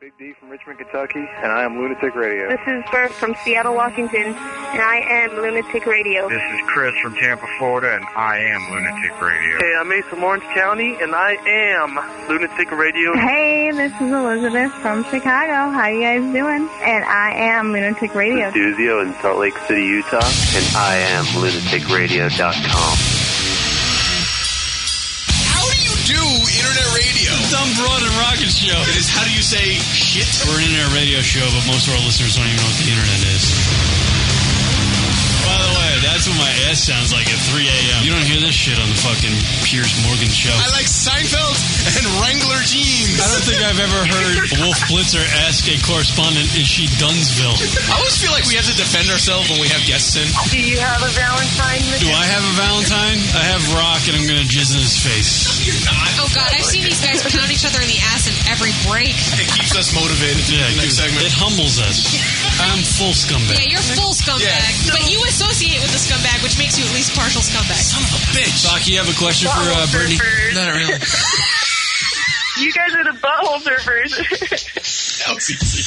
Big D from Richmond, Kentucky, and I am Lunatic Radio. This is Bert from Seattle, Washington, and I am Lunatic Radio. This is Chris from Tampa, Florida, and I am Lunatic Radio. Hey, I'm Ace from Orange County, and I am Lunatic Radio. Hey, this is Elizabeth from Chicago. How you guys doing? And I am Lunatic Radio. Duzio in Salt Lake City, Utah, and I am lunaticradio.com. How do you do internet radio? Dumb Broad and Rocket Show. It is how do you say shit? We're an internet radio show, but most of our listeners don't even know what the internet is. By the way, that's what my ass sounds like at 3 a.m. You don't hear this shit on the fucking Piers Morgan show. I like Seinfeld and Wrangler jeans. I don't think I've ever heard Wolf Blitzer ask a correspondent, is she Dunsville? I always feel like we have to defend ourselves when we have guests in. Do you have a Valentine? Do I have a Valentine? I have Rock and I'm going to jizz in his face. You're not. Oh God, I've seen these guys pound each other in the ass in every break. It keeps us motivated. for Yeah, the it, next segment. it humbles us. I'm full scumbag. Yeah, you're full scumbag, Yeah. but you associate with the scumbag, which makes you at least partial scumbag. Son of a bitch. Doc, you have a question for uh, Brittany? surfers. Not really. You guys are the butthole surfers. That was easy.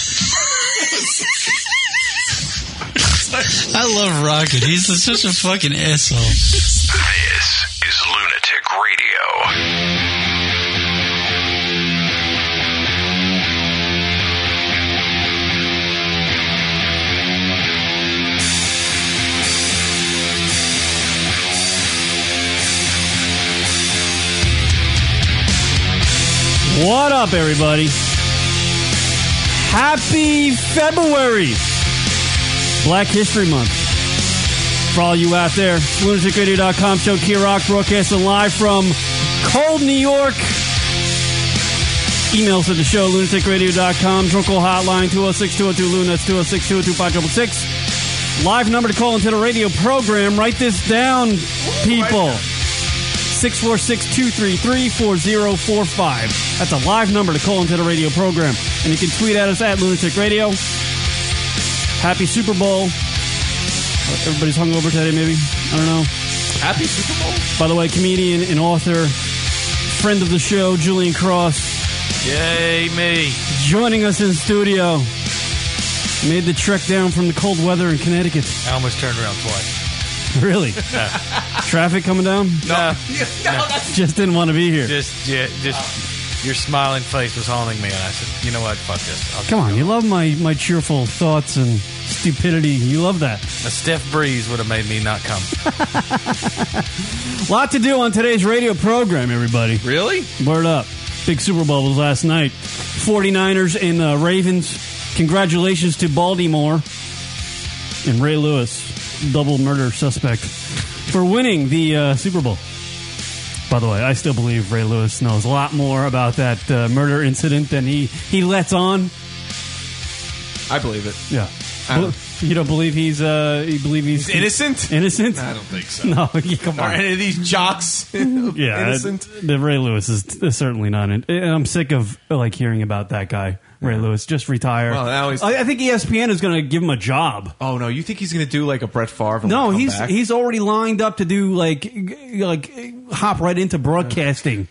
I love Rocket. He's such a fucking asshole. This is Lunatic Radio. What up, everybody? Happy February, Black History Month. For all you out there, it's lunaticradio.com show Key Rock broadcasting live from cold New York. Emails to the show, lunaticradio.com, Drunk call hotline 206 202 Luna, that's 206 202 5666. Live number to call into the radio program. Write this down, people. 646-233-4045. That's a live number to call into the radio program. And you can tweet at us at Lunatic Radio. Happy Super Bowl. Everybody's hungover today, maybe. I don't know. Happy Super Bowl. By the way, comedian and author, friend of the show, Julian Cross, Yay, me. joining us in studio. Made the trek down from the cold weather in Connecticut. I almost turned around twice. Really? Traffic coming down? No, Just didn't want to be here. just, yeah, just your smiling face was haunting me, and I said, you know what? Fuck this. I'll Come on, you love my, my cheerful thoughts and stupidity. You love that. A stiff breeze would have made me not come. Lot to do on today's radio program, everybody. Really? Word up. Big Super Bowl was last night. 49ers and uh, Ravens. Congratulations to Baltimore and Ray Lewis, double murder suspect, for winning the uh, Super Bowl. By the way, I still believe Ray Lewis knows a lot more about that uh, murder incident than he, he lets on. I believe it. Yeah. I don't- you don't believe he's uh you believe he's, He's innocent? Innocent? I don't think so. No, come Are on. any of these jocks Yeah, innocent? The Ray Lewis is is certainly not. In, and I'm sick of like hearing about that guy, Ray Lewis. Just retire. Well, now he's- I, I think E ESPN is going to give him a job. Oh no, you think he's going to do like a Brett Favre? and No, come he's back? he's already lined up to do like g- like hop right into broadcasting.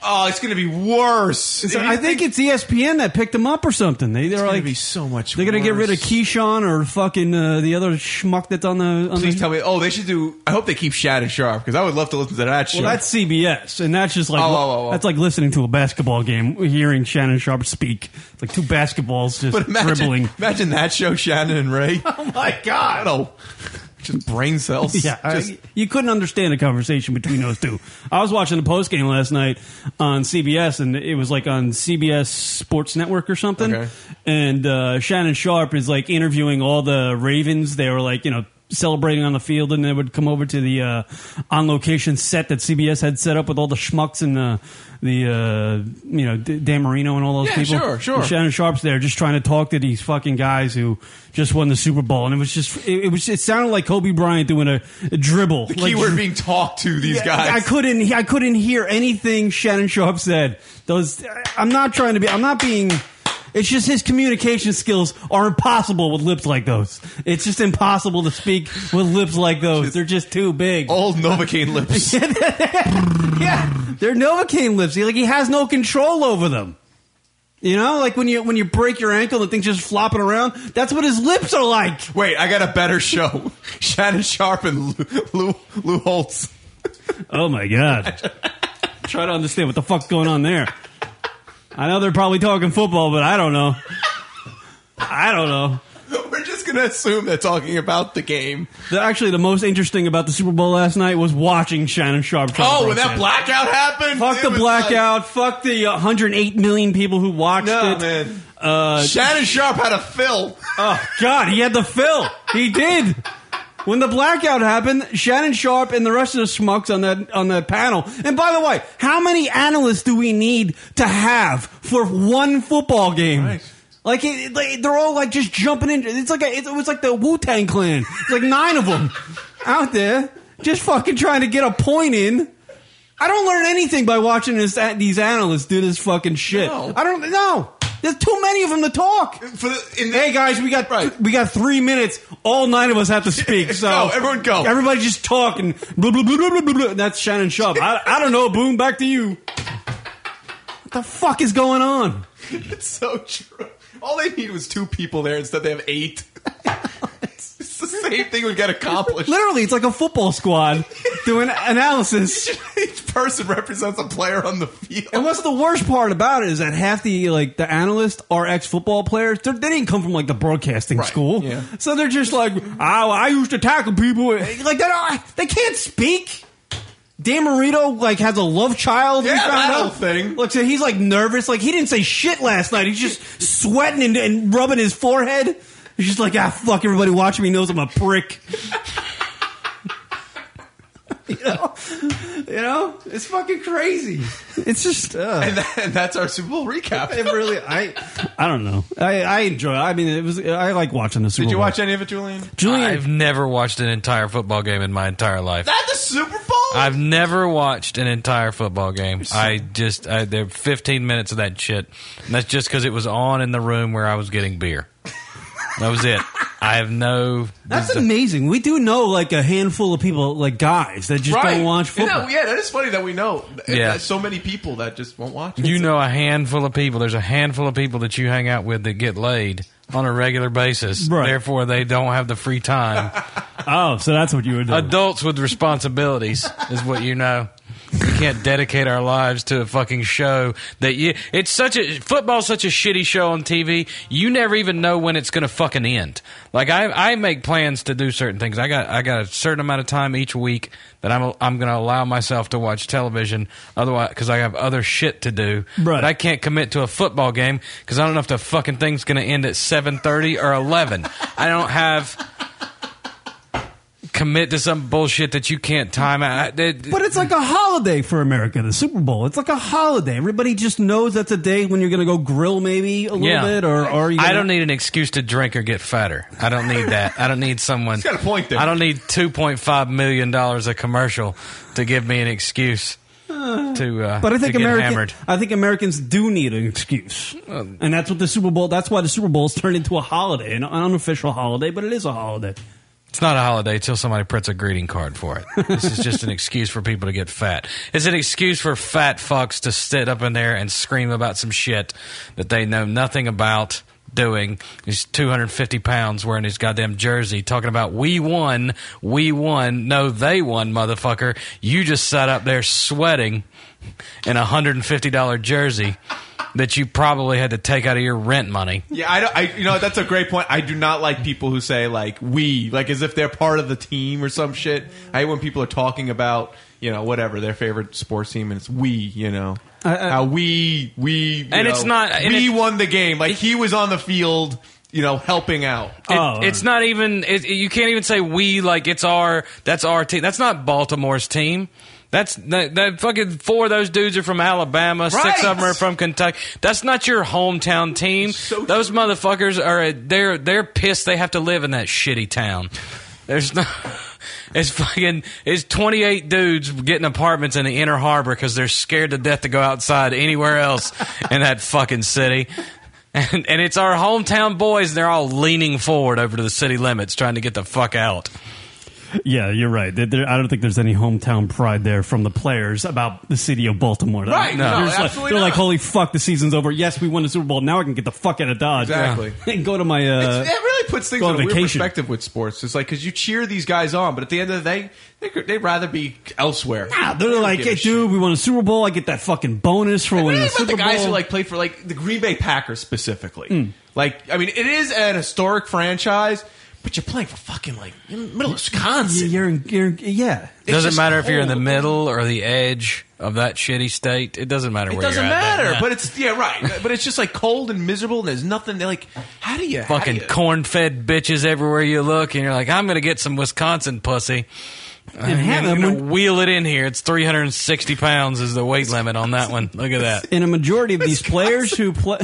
Oh, it's going to be worse. So I think it's E ESPN that picked him up or something. They, they're gonna like be so much They're gonna get worse. rid of Keyshawn or fucking uh, the other schmuck that's on the. On Please the tell me. Oh, they should do. I hope they keep Shad and Sharp because I would love to listen to that show. Well, that's CBS, and that's just like Oh, oh, oh, oh. that's like listening to a basketball game, hearing Shannon Sharp speak. It's like two basketballs just but imagine, dribbling. imagine that show, Shannon and Ray. Oh my god! Oh, just brain cells. Yeah, I- Just- you couldn't understand a conversation between those two. I was watching the post game last night on CBS, and it was like on CBS Sports Network or something. Okay. And uh, Shannon Sharp is like interviewing all the Ravens. They were like, you know. Celebrating on the field, and they would come over to the uh, on location set that CBS had set up with all the schmucks and uh, the the uh, you know D- Dan Marino and all those Yeah, people. sure, sure. And Shannon Sharp's there, just trying to talk to these fucking guys who just won the Super Bowl, and it was just it, it was it sounded like Kobe Bryant doing a, a dribble. the like, keyword being talked to these guys. I couldn't I couldn't hear anything Shannon Sharp said. Those I'm not trying to be I'm not being. It's just his communication skills are impossible with lips like those. It's just impossible to speak with lips like those. They're just too big. Old Novocaine lips. Yeah, they're Novocaine lips. He, like he has no control over them. You know, like when you when you break your ankle, the thing's just flopping around. That's what his lips are like. Wait, I got a better show. Shannon Sharp and Lou, Lou, Lou Holtz. Oh my god! Try to understand what the fuck's going on there. I know they're probably talking football, but I don't know. I don't know. We're just gonna assume they're talking about the game. The, actually, the most interesting about the Super Bowl last night was watching Shannon Sharp. try to Oh, when broadcast. that blackout happened, Fuck it the was blackout. fuck the 108 million people who watched No, it. man. Uh, Shannon Sharp had a fill. Oh God, he had the fill. He did. When the blackout happened, Shannon Sharp and the rest of the schmucks on that on that panel. And by the way, how many analysts do we need to have for one football game? Right. Like, it, like they're all like just jumping in. It's like a, it was like the Wu Tang Clan. It's like nine of them out there just fucking trying to get a point in. I don't learn anything by watching this these analysts do this fucking shit. No. I don't know. There's too many of them to talk For the, in the, hey guys, we got Right. we got three minutes. All nine of us have to speak. So Go, everyone go. Everybody just talk and blah blah blah blah blah. blah, blah. And that's Shannon Sharp. I, I don't know. Boom, back to you. What the fuck is going on? It's so true. All they need was two people there. Instead, they have eight. it's, it's the same thing we got accomplished. Literally, it's like a football squad doing analysis. Each person represents a player on the field. And what's the worst part about it is that half the like the analysts are ex football players. They're, they didn't come from like the broadcasting Right, school, yeah. so they're just like, oh, I used to tackle people. Like they don't, they can't speak. Dan Marino like has a love child. we Yeah, found that out. whole thing. Look, so he's like nervous. Like he didn't say shit last night. He's just sweating and, and rubbing his forehead. He's just like, ah, fuck. Everybody watching me knows I'm a prick. you know, you know, it's fucking crazy. It's just. Uh, And, that, and that's our Super Bowl recap. it really, I, I don't know. I, I enjoy. I mean, it was. I like watching the Super Did you Bowl. watch any of it, Julian? Julian? I've never watched an entire football game in my entire life. That the Super Bowl? I've never watched an entire football game. I just I, there were 15 minutes of that shit. And that's just because it was on in the room where I was getting beer. That was it. I have no. That's amazing. We do know like a handful of people, like guys, that just right. don't watch You know, football. yeah, that is funny that we know. Yeah. There's so many people that just won't watch it. You know a handful of people. There's a handful of people that you hang out with that get laid on a regular basis. Right. Therefore, they don't have the free time. Oh, so that's what you would do. Adults with responsibilities is what you know. We can't dedicate our lives to a fucking show that you. It's such a football's such a shitty show on TV. You never even know when it's going to fucking end. Like I, I make plans to do certain things. I got, I got a certain amount of time each week that I'm, I'm going to allow myself to watch television. Otherwise, because I have other shit to do. Right. But I can't commit to a football game because I don't know if the fucking thing's going to end at seven thirty or eleven. I don't have commit to some bullshit that you can't time out. I- it- But it's like a holiday for America, the Super Bowl. It's like a holiday. Everybody just knows that's a day when you're going to go grill maybe a little yeah. bit or, or you I gonna- don't need an excuse to drink or get fatter. I don't need that. I don't need someone. He's got a point there. I don't need two point five million dollars a commercial to give me an excuse to. Uh, But I think to get Americans hammered. I think Americans do need an excuse. and that's what the Super Bowl that's why the Super Bowl's turned into a holiday, an unofficial holiday, but it is a holiday. It's not a holiday till somebody prints a greeting card for it. This is just an excuse for people to get fat. It's an excuse for fat fucks to sit up in there and scream about some shit that they know nothing about doing. He's 250 pounds wearing his goddamn jersey talking about we won, we won. No, they won, motherfucker. You just sat up there sweating in a $150 jersey that you probably had to take out of your rent money. Yeah, I, don't, I you know that's a great point. I do not like people who say like we like as if they're part of the team or some shit. I hate when people are talking about you know whatever their favorite sports team and it's we you know how we we you And it's know, not- and we it- won the game like he was on the field you know helping out. It, Oh. it's not even. It, you can't even say we like it's our. That's our team. That's not Baltimore's team. That's that, that fucking four of those dudes are from Alabama. Six of them Right. are from Kentucky. That's not your hometown team. So those motherfuckers are. They're they're pissed. They have to live in that shitty town. There's no. It's fucking. It's 28 dudes getting apartments in the Inner Harbor because they're scared to death to go outside anywhere else in that fucking city. And, and it's our hometown boys, and they're all leaning forward over to the city limits trying to get the fuck out. Yeah, you're right. There- there- I don't think there's any hometown pride there from the players about the city of Baltimore. Right, no, They're just like- absolutely they're like, not. holy fuck, the season's over. Yes, we won the Super Bowl. Now I can get the fuck out of Dodge. Exactly. and go to my. Uh, It's- it really puts things go in on a weird vacation. perspective with sports. It's like because you cheer these guys on, but at the end of the day, they could, they'd rather be elsewhere. Nah, they're like, hey, dude, we won a Super Bowl. I get that fucking bonus for winning Really the about Super the guys Bowl. who like played for like the Green Bay Packers specifically. Mm. Like, I mean, it is an historic franchise, but you're playing for fucking like in the middle of Wisconsin. You're, you're yeah. It doesn't matter if you're in the middle or the edge of that shitty state. It doesn't matter It where doesn't you're at. matter, Yeah. but it's yeah, right. But it's just like cold and miserable, and there's nothing. They're like, how do you how do fucking you- corn fed bitches everywhere you look, and you're like, I'm going to get some Wisconsin pussy. And have them wheel it in here. It's 360 pounds is the weight limit on that one. Look at that. And a majority of these players who play,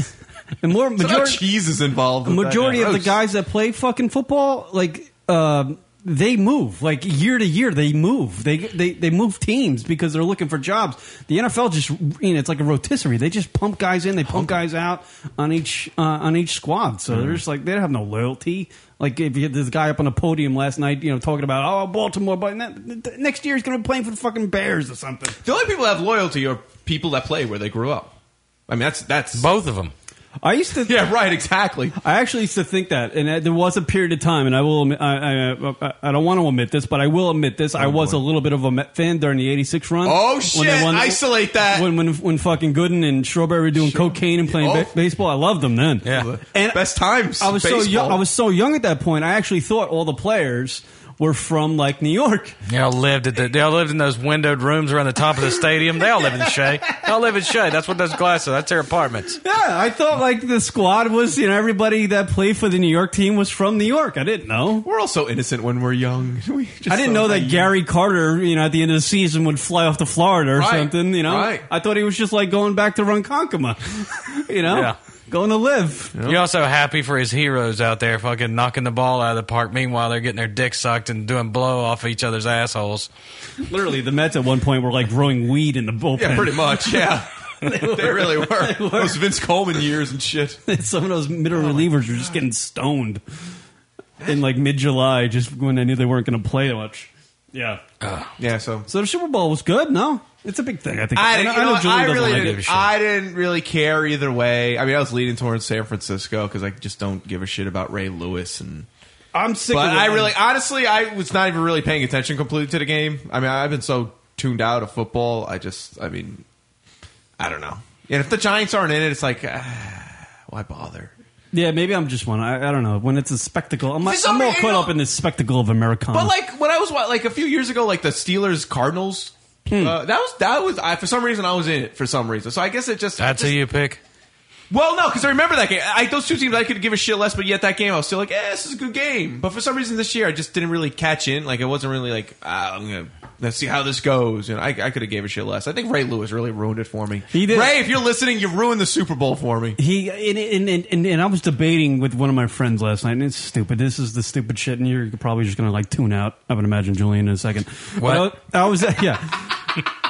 the more majority cheese is involved. A with that. majority of the Gross. guys that play fucking football, like um they move, like year to year, they move. They they they move teams because they're looking for jobs. The NFL just, you know, it's like a rotisserie. They just pump guys in, they pump guys out on each uh, on each squad. Mm-hmm. So they're just like they have no loyalty. Like if you had this guy up on a podium last night, you know, talking about oh Baltimore, but ne- next year he's going to be playing for the fucking Bears or something. The only people that have loyalty are people that play where they grew up. I mean, that's that's both of them. I used to, yeah, right, exactly. I actually used to think that, and uh, there was a period of time, and I will, admit, I, I, I, I don't want to admit this, but I will admit this. I was a little bit of a Met fan during the '86 run. Oh, shit. Isolate that. When when when fucking Gooden and Strawberry were doing cocaine and playing ba- Oh. baseball, I loved them then. Yeah, best times. I was so young. baseball. I was so young at that point. I actually thought all the players were from like New York. They all lived at the, they all lived in those windowed rooms around the top of the stadium. They all live in Shea. They all live in Shea. That's what those glasses. That's their apartments. Yeah, I thought like the squad was you know everybody that played for the New York team was from New York. I didn't know. We're all so innocent when we're young. We just I didn't so know that naive. Gary Carter, you know, at the end of the season would fly off to Florida or Right, something. You know, right. I thought he was just like going back to Ronkonkoma. you know, Yeah. going to live. You're also happy for his heroes out there, fucking knocking the ball out of the park. Meanwhile, they're getting their dick sucked and doing blow off each other's assholes. Literally, the Mets at one point were like growing weed in the bullpen. Yeah, pretty much. Yeah, they, really were. They were. Those Vince Coleman years and shit. Some of those middle Oh, relievers were just getting stoned in like mid July, just when they knew they weren't going to play much. Yeah. Yeah. So So the Super Bowl was good. No, it's a big thing. I think. I didn't. know- You know, know what? Julie I doesn't really like it. didn't. I didn't really care either way. I mean, I was leaning towards San Francisco because I just don't give a shit about Ray Lewis and. I'm sick. but of it. I really, honestly, I was not even really paying attention completely to the game. I mean, I've been so tuned out of football. I just, I mean, I don't know. And if the Giants aren't in it, it's like, ah, why bother? Yeah, maybe I'm just one. I, I don't know. When it's a spectacle, I'm, For some I'm all reason- caught up in this spectacle of Americana. But Uh-huh. like when I was wa- like a few years ago, like the Steelers Cardinals, Hmm. uh, that was that was I, for some reason I was in it for some reason. So I guess it just That's it who just- you pick. Well, no, because I remember that game. I, those two teams I could give a shit less, but yet that game I was still like, eh, this is a good game. But for some reason this year I just didn't really catch in. Like I wasn't really like, ah, I'm gonna let's see how this goes. You know, I, I could have gave a shit less. I think Ray Lewis really ruined it for me. He did. Ray, if you're listening, you ruined the Super Bowl for me. He and, and, and, and, and I was debating with one of my friends last night, and it's stupid. This is the stupid shit, and you're probably just gonna like tune out. I would imagine Julian in a second. What? But I, was, I was- yeah.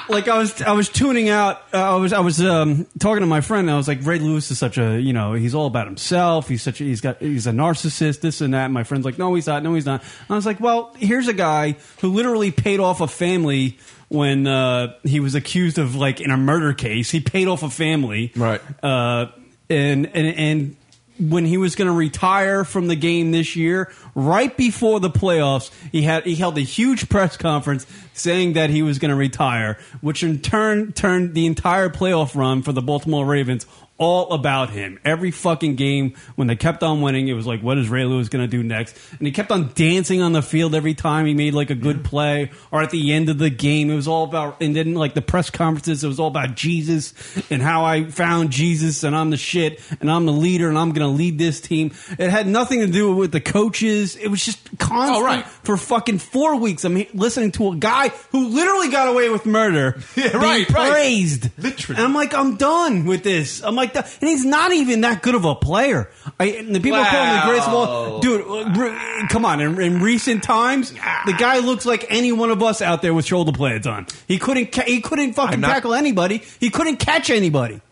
Like I was, I was tuning out. Uh, I was, I was um, talking to my friend. And I was like, Ray Lewis is such a, you know, he's all about himself. He's such, a, he's got, he's a narcissist, this and that. And my friend's like, no, he's not. No, he's not. And I was like, well, here's a guy who literally paid off a family when uh, he was accused of like in a murder case. He paid off a family, Right. uh, and and and when he was going to retire from the game this year, right before the playoffs, he had he held a huge press conference saying that he was going to retire, which in turn turned the entire playoff run for the Baltimore Ravens all about him. Every fucking game when they kept on winning, it was like, what is Ray Lewis going to do next? And he kept on dancing on the field every time he made like a good play or at the end of the game. It was all about, and then like the press conferences, it was all about Jesus and how I found Jesus and I'm the shit and I'm the leader and I'm going to lead this team. It had nothing to do with the coaches. It was just constant Oh, right. for fucking four weeks. I'm he- listening to a guy who literally got away with murder. being right, right. praised. Literally. And I'm like, I'm done with this. I'm like, and he's not even that good of a player. I, and the people call him the greatest of all. Wow. Dude, uh, re- come on. In, in recent times, the guy looks like any one of us out there with shoulder pads on. He couldn't. Ca- he couldn't fucking I'm not- tackle anybody. He couldn't catch anybody.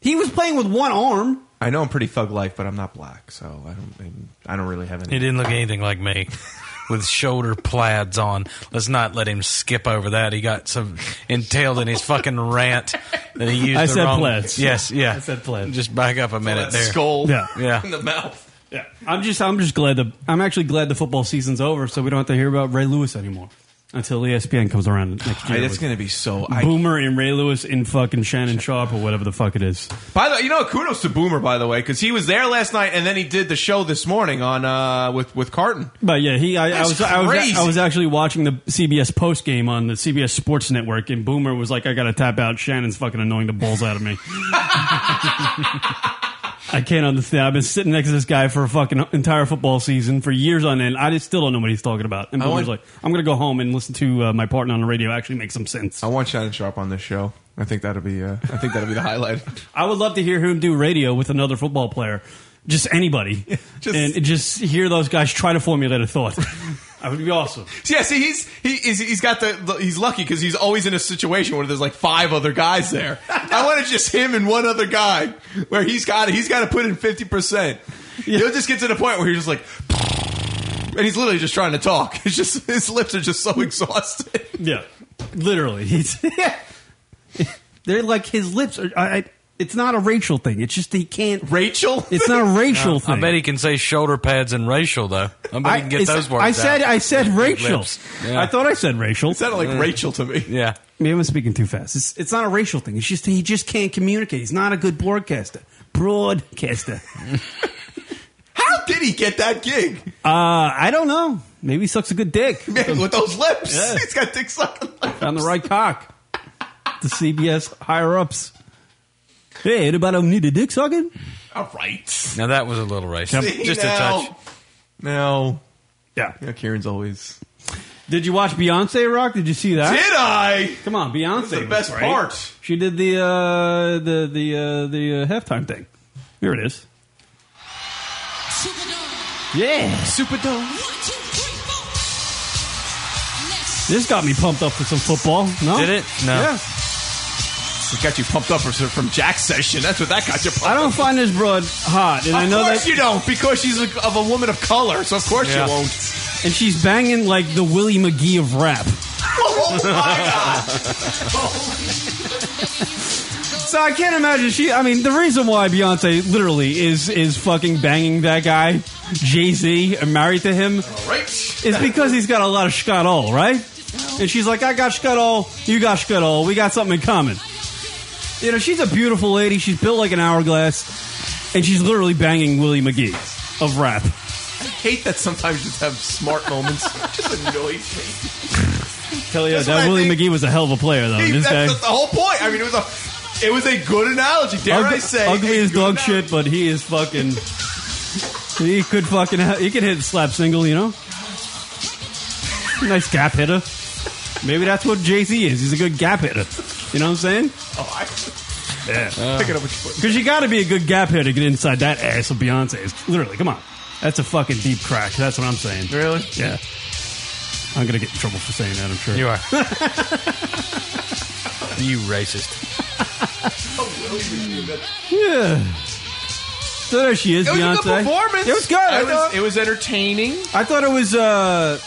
He was playing with one arm. I know I'm pretty thug life, but I'm not black, so I don't. I don't really have any. He didn't look anything like me with shoulder plaids on. Let's not let him skip over that. He got so entailed in his fucking rant that he used I the said wrong plaids. Yes, yeah. I said plaids. Just back up a that minute there. skull Yeah. Yeah. in the mouth. Yeah, I'm just I'm just glad the I'm actually glad the football season's over, so we don't have to hear about Ray Lewis anymore until E ESPN comes around next year. I- that's gonna be so- I- Boomer and Ray Lewis and fucking Shannon Sharp or whatever the fuck it is. By the you know, kudos to Boomer by the way, because he was there last night and then he did the show this morning on uh with with Carton. But yeah, he I, I That's was I was I crazy. was actually watching the CBS post game on the CBS Sports Network, and Boomer was like, "I got to tap out. Shannon's fucking annoying the balls out of me." I can't understand. I've been sitting next to this guy for a fucking entire football season for years on end. I just still don't know what he's talking about. And I Boomer's like, want- "I'm gonna go home and listen to uh, my partner on the radio actually make some sense." I want Shannon Sharp on this show. I think that'll be uh, I think that'll be the highlight. I would love to hear him do radio with another football player, just anybody, and just hear those guys try to formulate a thought. I would be awesome. Yeah, see, he's he is he's got the, the he's lucky because he's always in a situation where there's like five other guys there. I wanted just him and one other guy where he's got he's got to put in fifty percent. He'll just get to the point where you're just like, and he's literally just trying to talk. It's just his lips are just so exhausted. Yeah, literally. He's they're like his lips are. I, I, it's not a racial thing. It's just he can't. Rachel. It's not a racial No, thing. I bet he can say shoulder pads and racial though. I bet he can get it's- those words. I said. out. I said Big racial. lips. Yeah. I thought I said racial. It sounded like Rachel to me. Yeah. Maybe I'm speaking too fast. It's it's not a racial thing. It's just he just can't communicate. He's not a good broadcaster. Broadcaster. How did he get that gig? Uh, I don't know. Maybe he sucks a good dick with those lips. Yeah. He's got dick sucking. on the right cock. The CBS higher ups. Hey, anybody need a dick sucking? All right. Now that was a little racist. Yep. Just Now- a touch. No. Yeah. Yeah. Kieran's always. Did you watch Beyonce rock? Did you see that? Did I? Come on, Beyonce. The best right? part. She did the uh, the the uh, the uh, halftime thing. Here it is. Yeah, Superdome. this got me pumped up for some football. No, Did it? No. Yeah. It got you pumped up for, from Jack's session. That's what that got you pumped I don't find this broad hot, and of I know course that you don't, because she's a, of a woman of color, so of course Yeah. you won't. And she's banging like the Willie McGee of rap. oh my god! So I can't imagine she. I mean, the reason why Beyonce literally is is fucking banging that guy, Jay Z, and married to him, right? is because he's got a lot of schcadol, right? And she's like, I got schcadol, you got schcadol, we got something in common. You know, she's a beautiful lady. She's built like an hourglass, and she's literally banging Willie McGee of rap. I hate that sometimes you just have smart moments. It just annoys me. Tell you, That's what that I Willie think. McGee was a hell of a player, though. He- this that's guy. the whole point. I mean, it was a, it was a good analogy. Dare Ug- I say? ugly as dog shit, but he is fucking. he could fucking. Ha- he could hit a slap single, you know. Nice gap hitter. Maybe that's what Jay Z is. He's a good gap hitter. You know what I'm saying? Oh, I, Yeah. Uh, pick it up with your foot. Because you got to be a good gap hitter to get inside that ass of Beyonce's. Literally, come on. That's a fucking deep crack. That's what I'm saying. Really? Yeah. I'm gonna get in trouble for saying that. I'm sure. You are. you racist. Oh, Yeah. So there she is, It was Beyonce. a good performance. It was good. I It thought- was, it was entertaining. I thought it was uh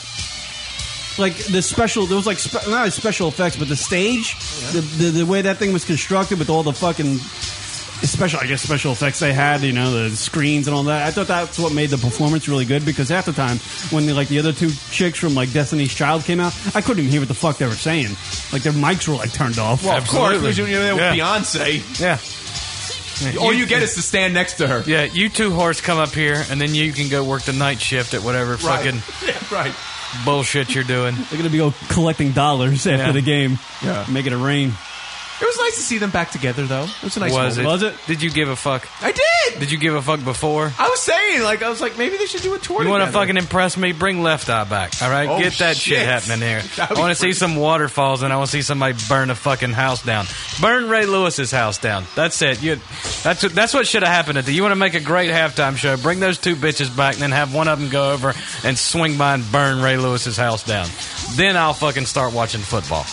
like the special. There was like spe- not special effects, but the stage, the, the the way that thing was constructed with all the fucking special. I guess special effects they had, you know, the screens and all that. I thought that's what made the performance really good because half the time when the, like the other two chicks from like Destiny's Child came out, I couldn't even hear what the fuck they were saying. Like their mics were like turned off. Well, of course, because you know, Yeah. Beyonce. Yeah. All you get is to stand next to her. Yeah, you two horse come up here, and then you can go work the night shift at whatever Right. fucking Yeah, right. bullshit you're doing. They're gonna be go collecting dollars after Yeah. the game. Yeah. making it rain. It was nice to see them back together, though. It was a nice was it? moment. Was it? Did you give a fuck? I did. Did you give a fuck before? I was saying, like, I was like, maybe they should do a tour. You want to together. fucking impress me? Bring Left Eye back. All right, Oh, get that shit, shit. happening here. That'd I be want to see pretty- some waterfalls, and I want to see somebody burn a fucking house down. Burn Ray Lewis's house down. That's it. You, that's what- that's what should have happened. At the, you want to make a great halftime show? Bring those two bitches back, and then have one of them go over and swing by and burn Ray Lewis's house down. Then I'll fucking start watching football.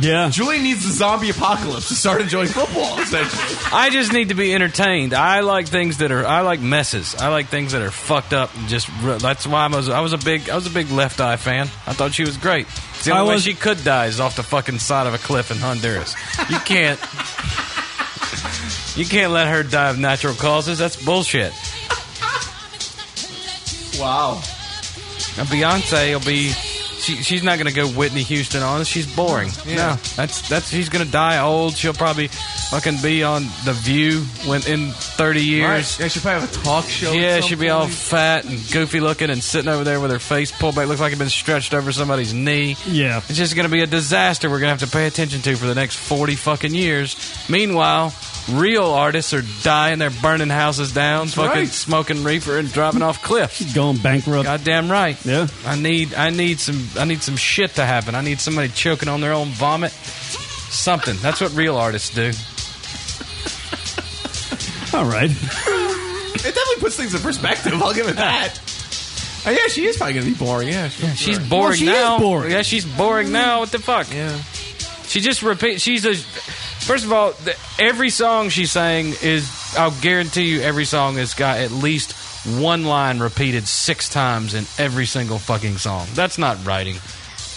Yeah. Julian needs the zombie apocalypse to start enjoying football, essentially. I just need to be entertained. I like things that are. I like messes. I like things that are fucked up. And just re- that's why I was. I was a big. I was a big Left Eye fan. I thought she was great. It's the I only was- way she could die is off the fucking side of a cliff in Honduras. You can't. you can't let her die of natural causes. That's bullshit. Wow. Now Beyonce will be. She, she's not going to go Whitney Houston on us. She's boring. No, that's that's. She's going to die old. She'll probably fucking be on The View when in thirty years. Right. Yeah, she probably have a talk show. at Yeah, some she'd be all point. fat and goofy looking and sitting over there with her face pulled back. Looks like it'd been stretched over somebody's knee. Yeah. It's just going to be a disaster we're going to have to pay attention to for the next 40 fucking years. Meanwhile, real artists are dying. They're burning houses down, fucking right. smoking reefer and driving off cliffs. Going bankrupt. Goddamn right. Yeah. I need I need some I need some shit to happen. I need somebody choking on their own vomit. Something. That's what real artists do. All right. It definitely puts things in perspective. I'll give it that. Oh, yeah, she is probably going to be boring. Yeah, she- She's right. boring Well, she is now. boring. Mm. Yeah, she's boring now. What the fuck? Yeah. She just repeat. She's a. First of all, the, every song she sang is. I'll guarantee you, every song has got at least one line repeated six times in every single fucking song. That's not writing.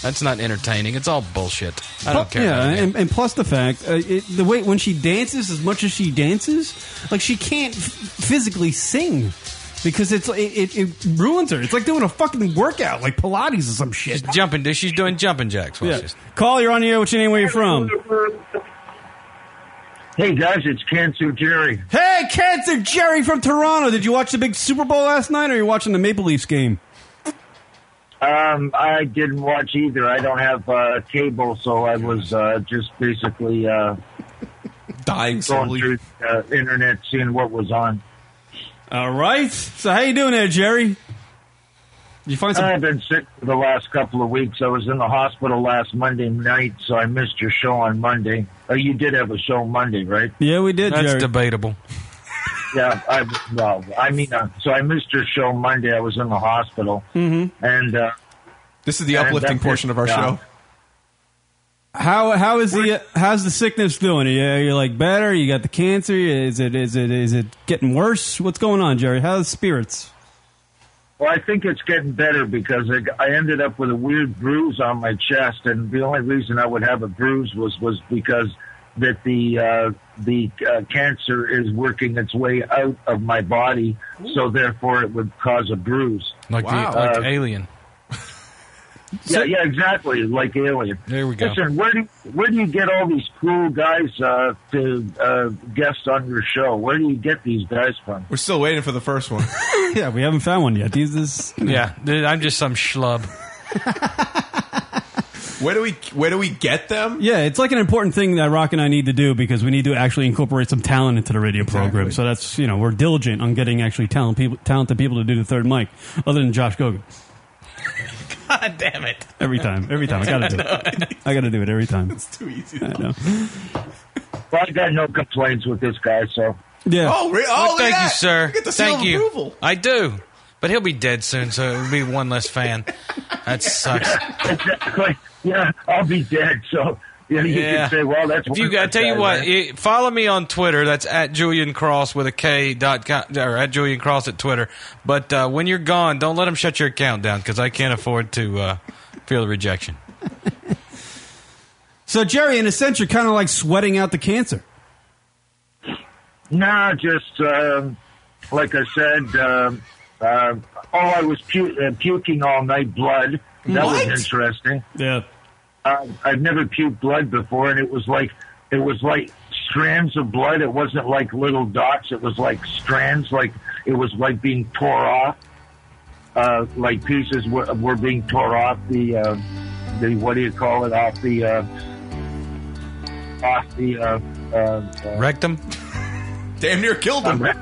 That's not entertaining. It's all bullshit. I don't Pl- care. Yeah, about it. and, and plus the fact, uh, it, the way when she dances, as much as she dances, like she can't f- physically sing because it's it, it, it ruins her. It's like doing a fucking workout, like Pilates or some shit. jumping. dude, She's doing jumping jacks. Watch Yeah. this. Call, you're on the air. What's your name? Where you from? Hey guys, it's Cancer Jerry. Hey, Cancer Jerry from Toronto. Did you watch the big Super Bowl last night, or are you watching the Maple Leafs game? Um, I didn't watch either. I don't have uh, cable, so I was uh, just basically uh, dying going through the uh, internet, seeing what was on. All right. So how you doing there, Jerry? You find some? I've been sick for the last couple of weeks. I was in the hospital last Monday night, so I missed your show on Monday. Oh, you did have a show Monday, right? yeah, we did. That's Jerry. debatable. Yeah, I well, I mean, uh, so I missed your show Monday. I was in the hospital, mm-hmm. and uh, This is the and uplifting that's it. portion of our Yeah. show. How how is the how's the sickness doing? Are you, are you like better? You got the cancer? Is it is it is it getting worse? What's going on, Jerry? How's spirits? Well, I think it's getting better because I, I ended up with a weird bruise on my chest, and the only reason I would have a bruise was was because that the uh, the uh, cancer is working its way out of my body, so therefore it would cause a bruise. Like Wow. the like Uh, alien. Yeah, yeah, exactly, like alien. There we go. Listen, where do where do you get all these cool guys uh, to uh, guest on your show? Where do you get these guys from? We're still waiting for the first one. yeah, we haven't found one yet. These is Yeah, dude, I'm just some schlub. Where do we where do we get them? yeah, it's like an important thing that Rock and I need to do because we need to actually incorporate some talent into the radio program. Exactly. So that's you know we're diligent on getting actually talent people talented people to do the third mic, other than Josh Gogan. God damn it. Every time, every time I gotta do it. I gotta do it every time. It's too easy. I know. Well, I got no complaints with this guy, so Yeah. Oh, re- oh, Well, look at thank you, that. sir. You get the seal thank of you. approval. I do, but he'll be dead soon, so it'll be one less fan. That sucks. exactly. Yeah, I'll be dead. So you, know, you Yeah. can say, well, that's. If you got, I tell you what, eh, follow me on Twitter. That's at Julian Cross with a K dot com, or at Julian Cross at Twitter. But uh, when you're gone, don't let them shut your account down because I can't afford to uh, feel the rejection. So Jerry, in a sense, you're kind of like sweating out the cancer. No, just um, like I said. Um, uh, oh, I was pu- uh, puking all night blood. That What? was interesting. Yeah. Uh, I've never puked blood before, and it was like it was like strands of blood. It wasn't like little dots. It was like strands. Like it was like being tore off. Uh, like pieces were, were being tore off the uh, the what do you call it off the uh, off the uh, uh, uh, Rectum? Damn near killed um, them.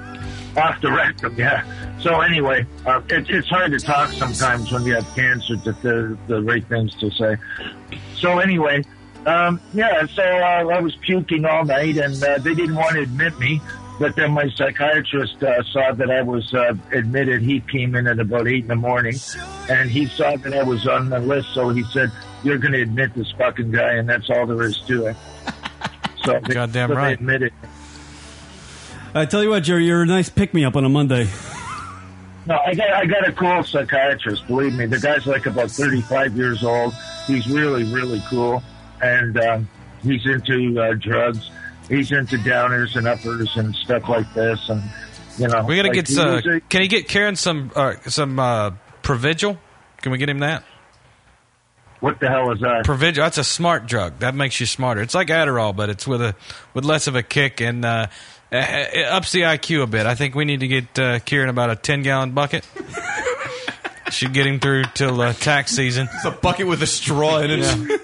off the rectum, yeah. So anyway, uh, it, it's hard to talk sometimes when you have cancer to the, the right things to say. So anyway, um, yeah, so uh, I was puking all night and uh, they didn't want to admit me. But then my psychiatrist uh, saw that I was uh, admitted. He came in at about eight in the morning, and he saw that I was on the list. So he said, "You're going to admit this fucking guy," and that's all there is to it. So they- Goddamn so they right. admitted. I tell you what, Jerry, you're a nice pick me up on a Monday. No, I got I got a cool psychiatrist. Believe me, the guy's like about thirty five years old. He's really really cool, and um, he's into uh, drugs. He's into downers and uppers and stuff like this. And you know, We gotta like, get. he Uh, was a- can you get Karen some uh, some uh, Provigil? Can we get him that? What the hell is that? Provigil. That's a smart drug. That makes you smarter. It's like Adderall, but it's with a with less of a kick and uh, uh, it ups the IQ a bit. I think we need to get uh, Kieran about a ten gallon bucket. Should get him through till uh, tax season. It's a bucket with a straw in it.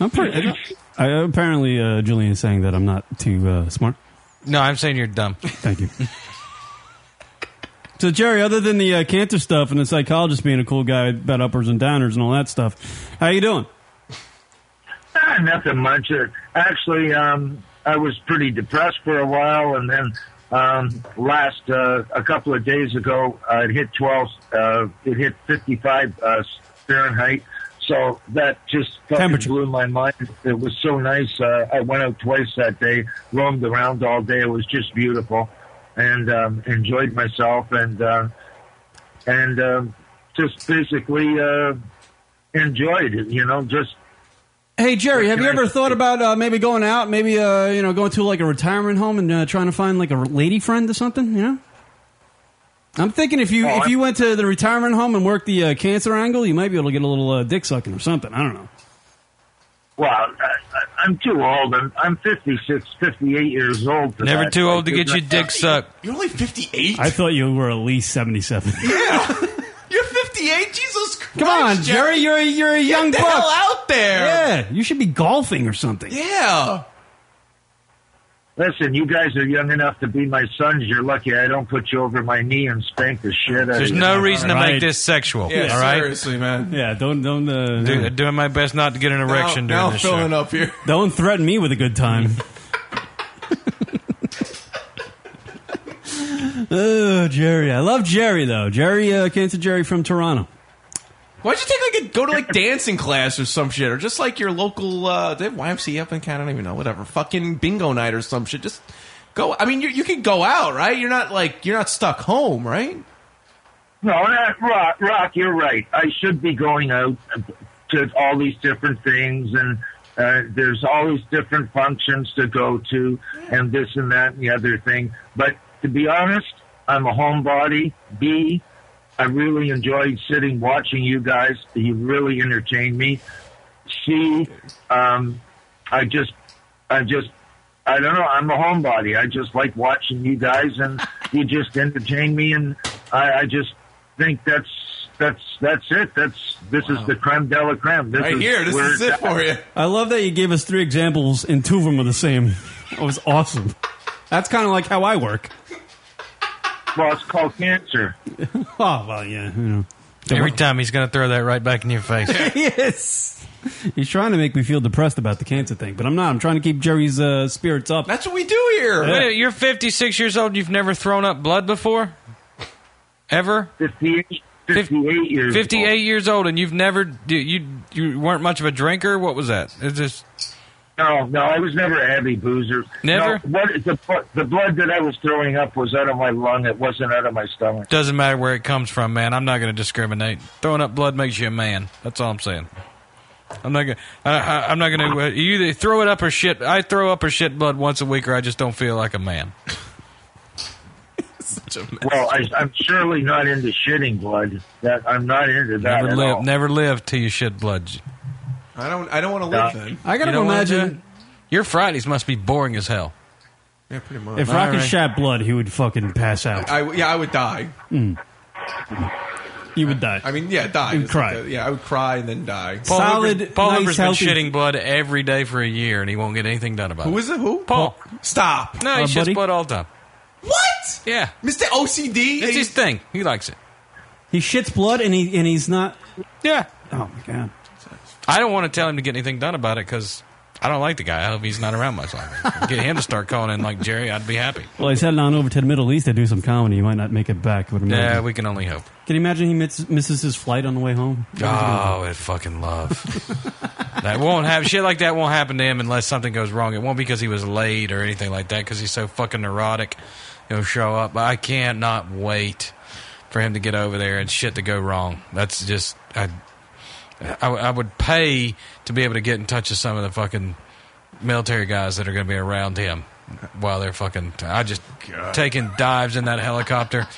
I'm pretty. I, apparently, uh, Julian is saying that I'm not too uh, smart. No, I'm saying you're dumb. Thank you. So, Jerry, other than the uh, cancer stuff and the psychologist being a cool guy about uppers and downers and all that stuff, how you doing? Ah, nothing much. Uh, Actually, um, I was pretty depressed for a while, and then um, last uh, a couple of days ago, uh, it hit twelve. Uh, it hit fifty-five uh, Fahrenheit. So that just fucking blew my mind. It was so nice. Uh, I went out twice that day, roamed around all day. It was just beautiful, and um, enjoyed myself. And uh, and um, just basically uh, enjoyed it. You know, just Hey, Jerry, have you ever thought about uh, maybe going out, maybe uh, you know, going to like a retirement home and uh, trying to find like a lady friend or something? You know, I'm thinking if you Oh, if I- you went to the retirement home and worked the uh, cancer angle, you might be able to get a little uh, dick sucking or something. I don't know. Well, I, I, I'm too old. I'm, I'm 56, 58 years old. for Never that. too old to Like, get your it's dick not- sucked. You're only 58? I thought you were at least seventy seven. You're 58? Jesus Christ. Come on, Jerry, you're a, you're a young Get the buck. hell out there. Yeah, you should be golfing or something. Yeah. Listen, you guys are young enough to be my sons. You're lucky I don't put you over my knee and spank the shit out of you. There's no reason to make this sexual. Yeah, all right. Seriously, man. Yeah, don't don't. Uh, Do, Doing my best not to get an erection during this show. up here. Don't threaten me with a good time. oh, Jerry. I love Jerry, though. Jerry, uh, Cancer Jerry from Toronto. Why'd you take like a go to like dancing class or some shit, or just like your local uh, they have YMCA up in Canada? I don't even know, whatever. Fucking bingo night or some shit. Just go. I mean, you you can go out, right? You're not like you're not stuck home, right? No, that, Rock, Rock, you're right. I should be going out to all these different things, and uh, there's all these different functions to go to, and this and that and the other thing. But to be honest, I'm a homebody. B, I really enjoyed sitting watching you guys. You really entertained me. C, um, I just, I just, I don't know. I'm a homebody. I just like watching you guys, and you just entertain me, and I, I just think that's that's that's it. That's this is the creme de la creme. This is where it's at. I love that you gave us three examples, and two of them were the same. That was awesome. That's kind of like how I work. Well, it's called cancer. oh, well, yeah. You know. Every time he's going to throw that right back in your face. yes. He's trying to make me feel depressed about the cancer thing, but I'm not. I'm trying to keep Jerry's uh, spirits up. That's what we do here. Yeah. Wait, you're 56 years old. You've never thrown up blood before, ever. 58, 58 years. 58 years old, and you've never d- you you weren't much of a drinker. What was that? It's just No, no, I was never a heavy boozer. Never? No, what the the blood that I was throwing up was out of my lung. It wasn't out of my stomach. doesn't matter where it comes from, man. I'm not going to discriminate. Throwing up blood makes you a man. That's all I'm saying. I'm not gonna. I, I, I'm not gonna. Uh, you either throw it up or shit. I throw up or shit blood once a week, or I just don't feel like a man. Well, I, I'm surely not into shitting blood. That I'm not into that Never at live. all. Never live till you shit blood. I don't. I don't want to Nah. live then. I gotta You don't wanna do imagine- it? your Fridays must be boring as hell. Yeah, pretty much. If Rocket shat blood, he would fucking pass out. I yeah, I would die. Mm. You would die. I mean, yeah, die. You'd It's cry. like, uh, yeah, I would cry and then die. Paul Solid, Hoover, Paul nice, Hoover's been healthy- shitting blood every day for a year, and he won't get anything done about it. Who is it? Who? Paul. Stop. No, he shits blood all the time. What? Yeah, Mr. OCD. It's his thing. He likes it. He shits blood and he and he's not. Yeah. Oh my god. I don't want to tell him to get anything done about it because I don't like the guy. I hope he's not around much longer. Get him to start calling in like Jerry. I'd be happy. Well, he's heading on over to the Middle East to do some comedy. He might not make it back. But imagine. Yeah, we can only hope. Can you imagine he miss, misses his flight on the way home? Oh, it fucking love. that won't happen. Shit like that won't happen to him unless something goes wrong. It won't because he was late or anything like that. Because he's so fucking neurotic, he'll show up. But I can't not wait for him to get over there and shit to go wrong. That's just I. I, I would pay to be able to get in touch with some of the fucking military guys that are going to be around him while they're fucking. I just taking dives in that helicopter,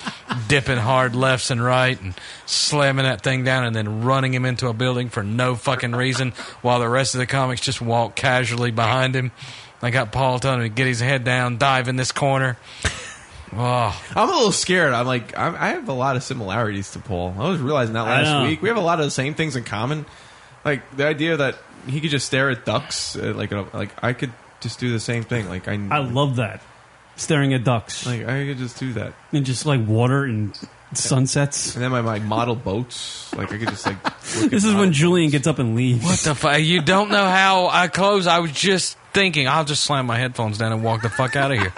dipping hard lefts and right, and slamming that thing down, and then running him into a building for no fucking reason, while the rest of the comics just walk casually behind him. I got Paul telling him to get his head down, dive in this corner. Oh, I'm a little scared. I'm like, I'm, I have a lot of similarities to Paul. I was realizing that I last know. week. We have a lot of the same things in common. Like the idea that he could just stare at ducks. Uh, like, uh, like I could just do the same thing. Like I, I love that. Staring at ducks. Like I could just do that. And just like water and sunsets. And then my, my model boats. Like I could just like. look This at is when Julian gets up and leaves. What the fuck? You don't know how I close. I was just thinking, I'll just slam my headphones down and walk the fuck out of here.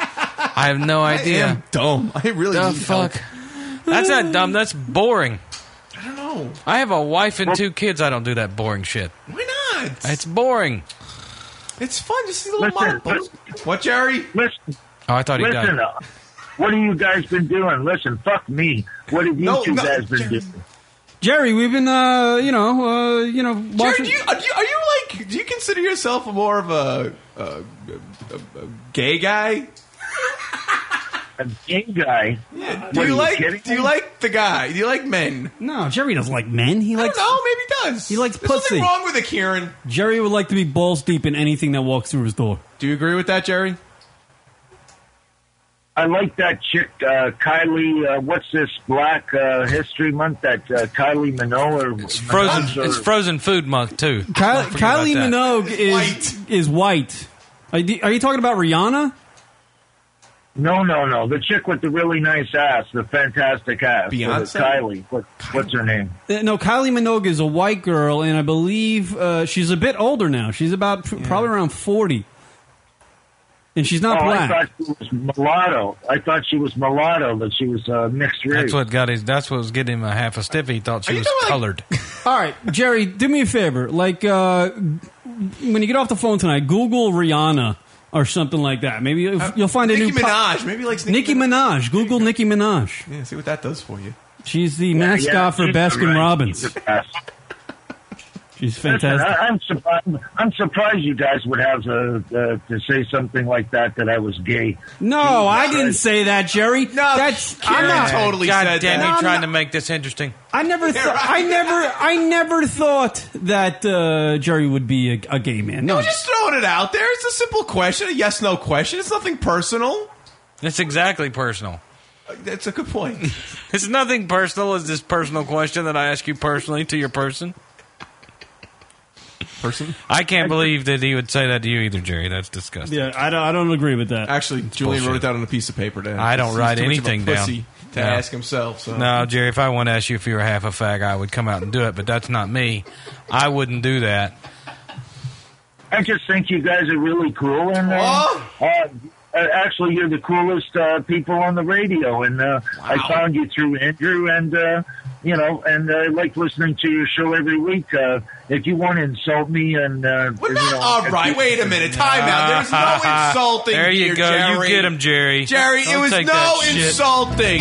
I have no I idea. am dumb. I really the need fuck. help. That's not dumb. That's boring. I don't know. I have a wife and two kids. I don't do that boring shit. Why not? It's boring. It's fun to see the little Listen, model boats. What, Jerry? Listen. Oh, I thought he Listen, died. uh, what have you guys been doing? Listen, fuck me. What have you No, two no, guys been doing? Jerry, we've been, uh, you know, uh, you know, Jared, watching. do you, are, you, are you like? Do you consider yourself a more of a, a, a, a- a gay guy? A gay guy. Yeah. What, Do are you you like? kidding do you me? like the guy? Do you like men? no, Jerry doesn't like men. He likes. No, maybe he does. He likes There's nothing pussy. wrong with a Kieran. Jerry would like to be balls deep in anything that walks through his door. Do you agree with that, Jerry? I like that chick, uh, Kylie. Uh, what's this Black uh, History Month? That uh, Kylie Minogue. Or, it's Frozen. It's frozen food month too. Kylie, Don't forget about Kylie that. Minogue is white. is white. Are you, are you talking about Rihanna? No, no, no. The chick with the really nice ass, the fantastic ass. Beyonce? Kylie. What, what's her name? Uh, No, Kylie Minogue is a white girl, and I believe uh, she's a bit older now. She's about pr- probably around forty, and she's not oh, black. I thought she was mulatto. I thought she was mulatto, but she was uh, mixed race. That's what got his. That's what was getting him a half a stiff. He thought she was colored. All right, Jerry, do me a favor. Like uh, when you get off the phone tonight, Google Rihanna or something like that. Maybe you'll, you'll find a Nicki new pop- Minaj. Maybe like Nicki Minaj. Google Nicki Minaj. Yeah, see what that does for you. She's the mascot yeah, for she's Baskin right. Robbins. She's fantastic. Listen, I, I'm surprised. I'm surprised you guys would have uh, uh, to say something like that that I was gay. No, Oh, I didn't say that, Jerry. No, that's I'm not God damn, No, you I'm trying not- to make this interesting. I never, thought I never, I never thought that uh, Jerry would be a, a gay man. No, I'm just throwing it out there. It's a simple question, a yes/no question. It's nothing personal. That's exactly personal. That's a good point. It's nothing personal. It's this personal question that I ask you personally to your person. Person? I can't believe that he would say that to you either, Jerry. That's disgusting. yeah, I don't, I don't agree with that. Actually, Julian wrote bullshit. that on a piece of paper. Down. I don't He's write too much of a anything down. pussy to No. ask himself. So. No, Jerry, if I want to ask you if you were half a fag, I would come out and do it, but that's not me. I wouldn't do that. I just think you guys are really cool, and uh, uh, actually, you're the coolest uh, people on the radio. And uh, I found you through Andrew, and uh, you know, and I like listening to your show every week. Uh, if you want to insult me, and uh, you know, All right, wait a minute. Time out. There's no insulting. There you here, go. Jerry. You get him, Jerry. Jerry, Don't it was take no that shit. insulting.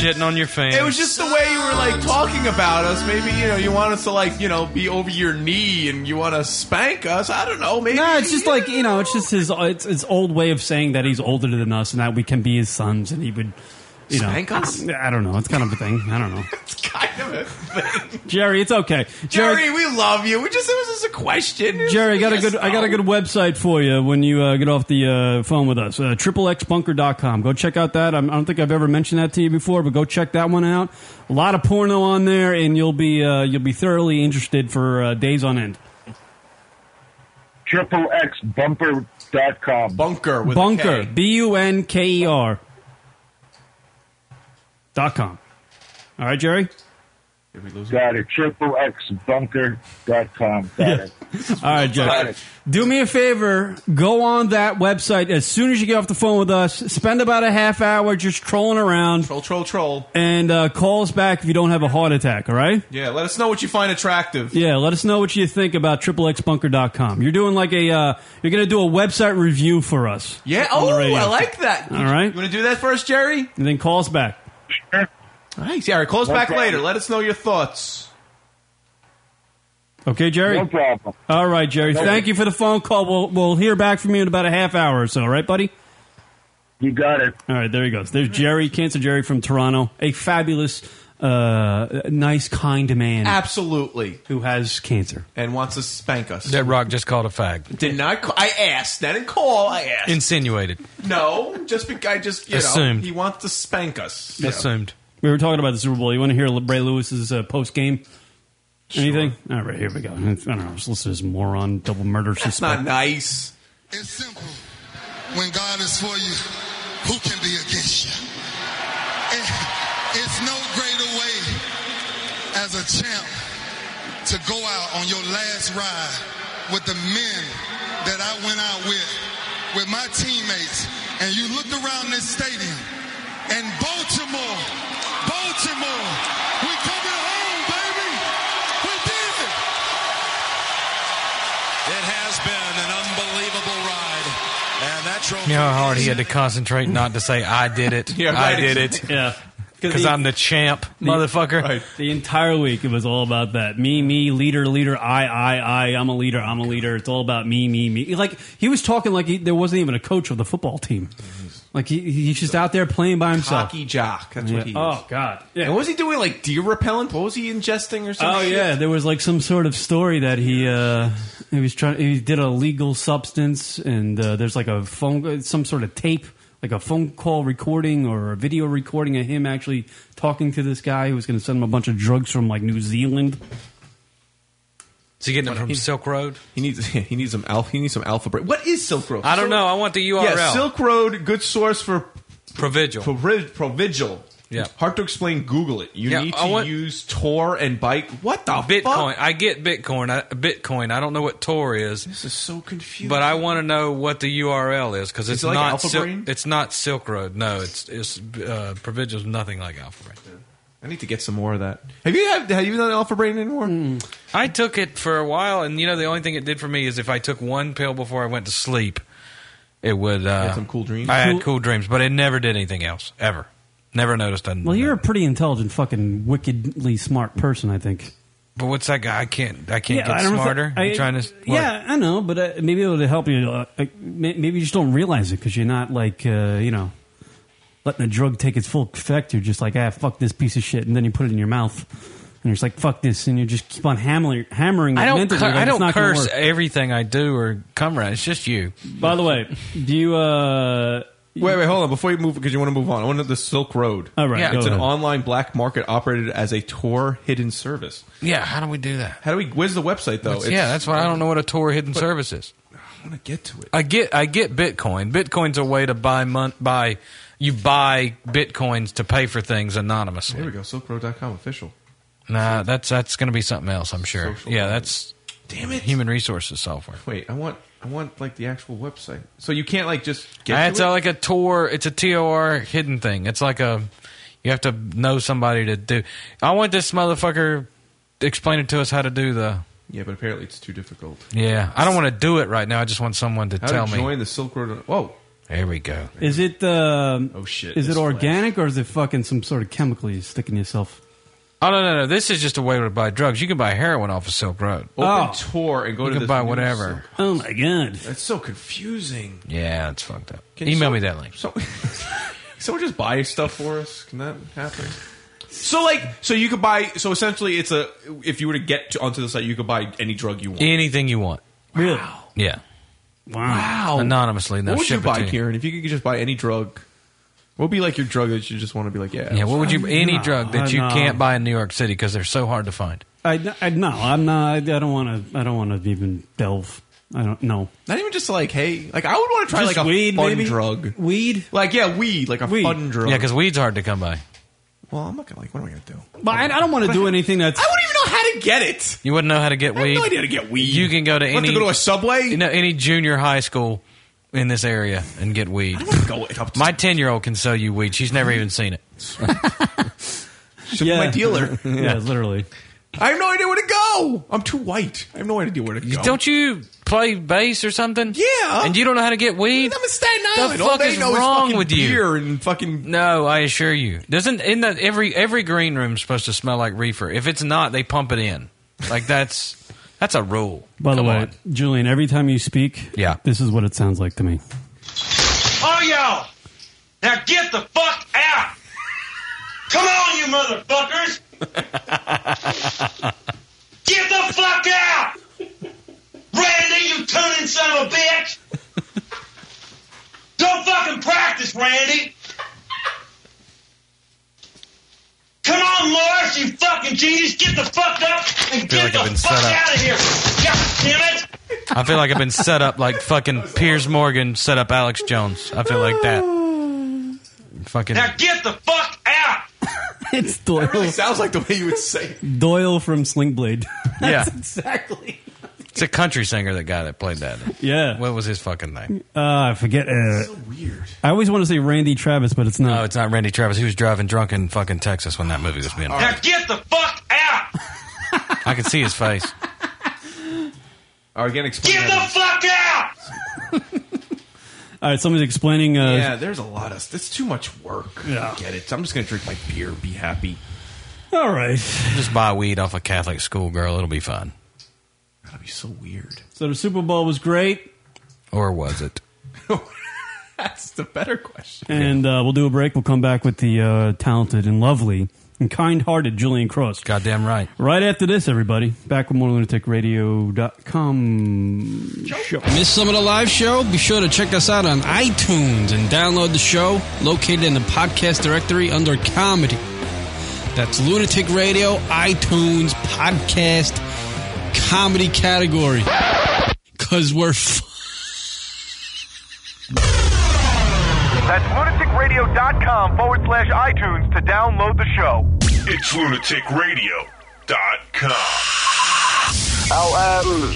Shitting on your fans. It was just the way you were like talking about us. Maybe you know you want us to like you know be over your knee and you want to spank us. I don't know. Maybe No, it's just like you know, it's just his it's his old way of saying that he's older than us and that we can be his sons and he would, you know, Spank us? I don't know. It's kind of a thing. I don't know, kind of a thing. Jerry. It's okay, Jerry, we love you. We just it was just a question. It was Jerry, I got a yes, good I got a no. good website for you when you uh, get off the uh, phone with us. Triple uh, xbunker.com. Go check out that. I'm, I don't think I've ever mentioned that to you before, but go check that one out. A lot of porno on there, and you'll be uh, you'll be thoroughly interested for uh, days on end. triple X bumper dot com bunker Bunker B U N K E R dot com. All right, Jerry. Did we lose Got it. TripleXBunker.com. Got it. All right, Got Jack. it. Do me a favor. Go on that website as soon as you get off the phone with us. Spend about a half hour just trolling around. Troll, troll, troll. And uh, call us back if you don't have a heart attack, all right? Yeah, let us know what you find attractive. Yeah, let us know what you think about triplexbunker.com. You're doing like a, uh, you're going to do a website review for us. Yeah. On Oh, the radio. I like that. All right. You want to do that first, Jerry? And then call us back. Nice. Yeah, all right, call us back Okay. later. Let us know your thoughts. Okay, Jerry? No problem. All right, Jerry. No Thank you for the phone call. We'll, we'll hear back from you in about a half hour or so, all right, buddy? You got it. All right, there he goes. There's Jerry, Cancer Jerry from Toronto. A fabulous, uh, nice, kind man. Absolutely. Who has cancer. And wants to spank us. Dead Rock just called a fag. Did not. Call, I asked. I didn't call. I asked. Insinuated. no, just because I just you Assumed. know he wants to spank us. Assumed. We were talking about the Super Bowl. You want to hear Le- Ray Lewis's uh, post game? Anything? All right, here we go. I don't know. Just listen to this moron double murder That's suspect. not nice. It's simple. When God is for you, who can be against you? It- It's no greater way as a champ to go out on your last ride with the men that I went out with, with my teammates, and you looked around this stadium, and Baltimore, Baltimore, we coming home, baby. We did it. It has been an unbelievable ride, and that trophy. You know how hard he had to concentrate not to say, I did it. Yeah, I right. did it. Yeah. Because the- I'm the champ, The- motherfucker. The entire week, it was all about that. Me, me, leader, leader, I, I, I, I'm a leader, I'm a leader. It's all about me, me, me. Like, he was talking like he, there wasn't even a coach of the football team. Like, he, he's just out there playing by himself. Cocky jock. That's Yeah. what he is. Oh, God. And what was he doing? Like deer repellent? What was he ingesting or something? Oh yeah, there was like some sort of story that he uh, he was trying. He did a legal substance, and uh, there's like a phone, some sort of tape, like a phone call recording or a video recording of him actually talking to this guy who was going to send him a bunch of drugs from like New Zealand. Is he getting it from Silk Road? He needs he needs some alpha he needs some alpha break. What is Silk Road? I don't know. I want the URL. Yeah, Silk Road, good source for Provigil. Provi- Provigil. Yeah. Hard to explain. Google it. You Yeah, need to I want- use Tor and Bike. What the Bitcoin. fuck? I get Bitcoin. I, Bitcoin. I don't know what Tor is. This is so confusing. But I want to know what the URL is because Is it's it like not Alpha Sil- Brain? it's not Silk Road. No, it's it's uh, Provigil's nothing like Alpha Brain. I need to get some more of that. Have you have, have you done Alpha Brain anymore? I took it for a while, and you know the only thing it did for me is if I took one pill before I went to sleep, it would uh, Had some cool dreams? I Cool- had cool dreams, but it never did anything else ever. Never noticed. I, Well, you're a pretty intelligent, fucking wickedly smart person, I think. but what's that guy? I can't. I can't Yeah, get I don't know if smarter. I- I'm trying to. what? Yeah, I know, but uh, maybe it would help you. Uh, like, may- maybe you just don't realize it because you're not like uh, you know letting the drug take its full effect. You're just like, ah, fuck this piece of shit, and then you put it in your mouth, and you're just like, fuck this, and you just keep on hammering, hammering. I it don't. mentally, Cur- like, I it's don't not gonna curse work. everything I do or come around. It's just you. By the way, do you? Uh, Wait, wait, hold on. Before you move, because you want to move on, I want to know the Silk Road. All right, Yeah. go it's an ahead. online black market operated as a Tor hidden service. Yeah. How do we do that? How do we? Where's the website though? That's- yeah, that's why I don't know what a Tor hidden service is. I want to get to it. I get I get Bitcoin. Bitcoin's a way to buy mon- buy you buy bitcoins to pay for things anonymously. Here we go. Silkroad.com official. Nah, that's that's going to be something else. I'm sure. yeah, that's damn it, human resources software. Wait, I want I want like the actual website. So you can't like just get Uh, to it's it? a, like a Tor. It's a Tor hidden thing. It's like a you have to know somebody to do. I want this motherfucker explaining to us how to do the. yeah, but apparently it's too difficult. Yeah, I don't want to do it right now. I just want someone to How tell to me. join the Silk Road? Whoa, There we go. Is it? Um, oh shit! Is this it organic or is it fucking some sort of chemical you stick in yourself? Oh no no no! This is just a way to buy drugs. You can buy heroin off of Silk Road. Open Tor and go You to can this buy new Silk- whatever. Oh my god, that's so confusing. Yeah, it's fucked up. Can Email some- me that link. So, someone just buy stuff for us? Can that happen? So like, so you could buy. So essentially, it's a if you were to get to, onto the site, you could buy any drug you want. Anything you want. Really? Yeah. Wow. Anonymously, no what would you ship it buy, to you. Kieran? If you could just buy any drug, what would be like your drug that you just want to be like, yeah? Yeah, what would you any No, drug that you no. can't buy in New York City because they're so hard to find? I, I no, I'm not. I, I don't want to. I don't want to even delve. I don't know. Not even just like, hey, like I would want to try Just like a weed, fun maybe? drug, weed, like yeah, weed, like a fun drug. Yeah, because weed's hard to come by. Well, I'm looking like, what am I going to do? But I, I don't want to do anything that's. I wouldn't even know how to get it. You wouldn't know how to get weed. no idea how to get weed. You can go to I'd any. have to go to a Subway. You know any junior high school in this area and get weed. My ten year old can sell you weed. She's never even seen it. Should be my dealer. Yeah, literally. I have no idea where to go. I'm too white. I have no idea where to go. Don't you play bass or something? Yeah. And you don't know how to get weed? I'm in Staten Island. The All fuck they is know is wrong fucking with you? beer and fucking. No, I assure you. Doesn't in the every every green room's supposed to smell like reefer. If it's not, they pump it in. Like that's that's a rule. By the way, Julian, every time you speak, yeah, this is what it sounds like to me. All y'all, Oh, now get the fuck out! Come on, you motherfuckers! Get the fuck out! Randy, you tuning son of a bitch! Don't fucking practice, Randy! Come on, Morris, you fucking genius! Get the fuck up and Feel get like I've the been fuck set up. out of here! God damn it! I feel like I've been set up like fucking Piers Morgan set up Alex Jones. I feel like that. Fucking Now get the fuck out! it's Doyle. sounds like the way you would say it. Doyle from Slingblade. yeah. exactly. It's a country singer that guy that played that. Yeah. What was his fucking name? Uh, I forget. Uh, weird. I always want to say Randy Travis, but it's not. No, it's not Randy Travis. He was driving drunk in fucking Texas when that movie was being made. Now get the fuck out! I could see his face. Are we gonna explain? Get the fuck out! All right, somebody's explaining. Uh, yeah, there's a lot of. It's too much work. Yeah. I get it. So I'm just gonna drink my beer. Be happy. All right. Just buy weed off a Catholic schoolgirl. It'll be fine. That'd be so weird. So the Super Bowl was great, Or was it? That's the better question. and uh, we'll do a break. We'll come back with the uh, talented and lovely and kind-hearted Julian Cross. Goddamn right. Right after this, everybody, back with more lunaticradio.com. Show. Miss some of the live show? Be sure to check us out on iTunes and download the show located in the podcast directory under comedy. That's Lunatic Radio, iTunes, podcast, comedy category. Because we're f- That's lunaticradio.com forward slash iTunes to download the show. It's lunaticradio.com. Oh, um,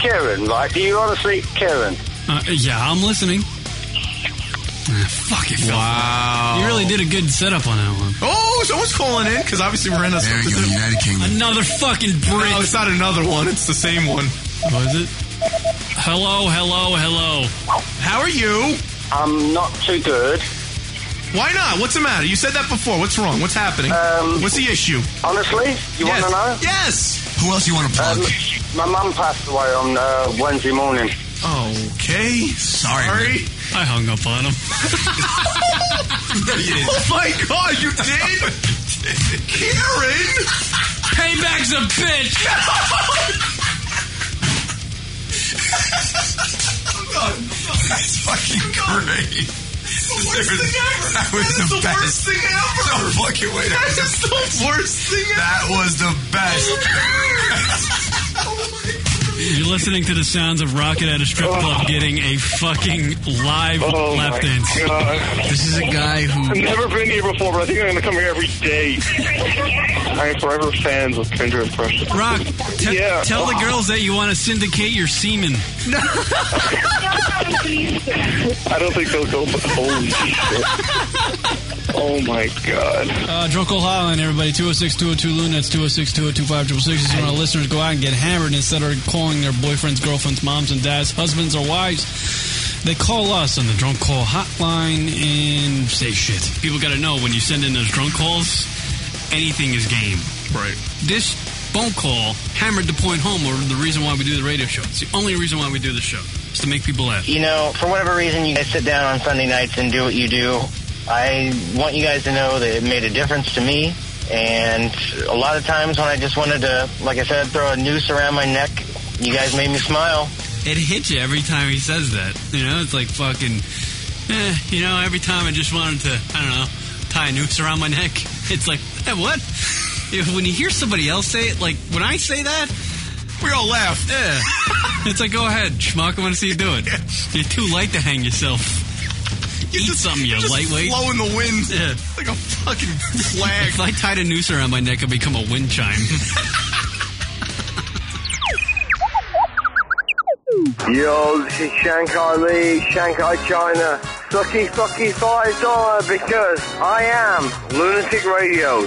Karen, right? Do you honestly, Karen? uh, yeah, I'm listening. Ah, fuck it, Phil. Wow. You really did a good setup on that one. Oh, someone's calling in because obviously we're in a. There you go, United Kingdom. Another fucking Brit. No, it's not another one. It's the same one. Was it? Hello, hello, hello. How are you? I'm not too good. Why not? What's the matter? You said that before. What's wrong? What's happening? Um, What's the issue? Honestly, you Yes. want to know? Yes. Who else you want to plug? my mum passed away on uh, Wednesday morning. Oh, Okay. Sorry. I hung up on him. oh my god, you did? Karen! Payback's a bitch! That's fucking great. The worst thing ever. That was the, best. worst thing ever. No fucking way. That is the worst thing ever. That was the best. You're listening to the Oh. sounds of Rocket at a strip club getting a fucking live lap dance. This is a guy I've who. never been here before, but I think I'm going to come here every day. I am forever fans of Kinder Impression. Rock, te- Yeah. tell the girls that you want to syndicate your semen. I don't think they'll go, but holy shit. Oh my god. Uh, Drunkel Holland, everybody, 206 202 Luna. It's 206 202 5666. When our listeners go out and get hammered instead of calling their boyfriends, girlfriends, moms, and dads, husbands, or wives, they call us on the Drunk Call Hotline and say shit. People got to know when you send in those drunk calls, anything is game. Right. This phone call hammered the point home over the reason why we do the radio show. It's the only reason why we do the show, is to make people laugh. You know, for whatever reason, you guys sit down on Sunday nights and do what you do. I want you guys to know that it made a difference to me. And a lot of times when I just wanted to, like I said, throw a noose around my neck, you guys made me smile. It hits you every time he says that. You know, it's like fucking. Eh, you know, every time I just wanted to, I don't know, tie a noose around my neck. It's like, eh, what? If- when you hear somebody else say it, like when I say that, we all laugh. eh. Yeah. it's like, go ahead, schmuck. I want to see you do it. You're too light to hang yourself. Eat something, you just lightweight. flow in the wind like a fucking flag. if I tied a noose around my neck, I'd become a wind chime. Yo, this is Shanghai Lee, Shanghai, China. Sucky fucky five dollar because I am lunaticradio.com.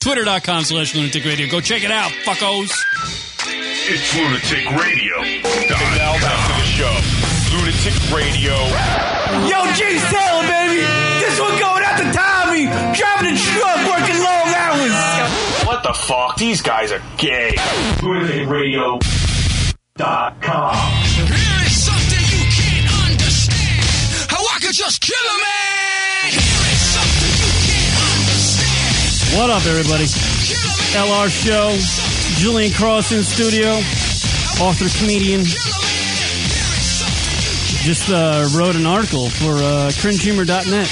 Twitter.com slash lunatic radio. Go check it out, fuckos. It's Lunatic Radio. And now back to the show. Lunatic Radio. Yo, Jay Sell, baby! This one going out to Tommy! Driving a truck, working long hours! What the fuck? These guys are gay. LunaticRadio.com. Here is something you can't understand. How I could just kill a man! Here is something you can't understand. What up, everybody? LR Show, Julian Cross in studio, author, comedian. Just uh, wrote an article for uh, cringehumor.net.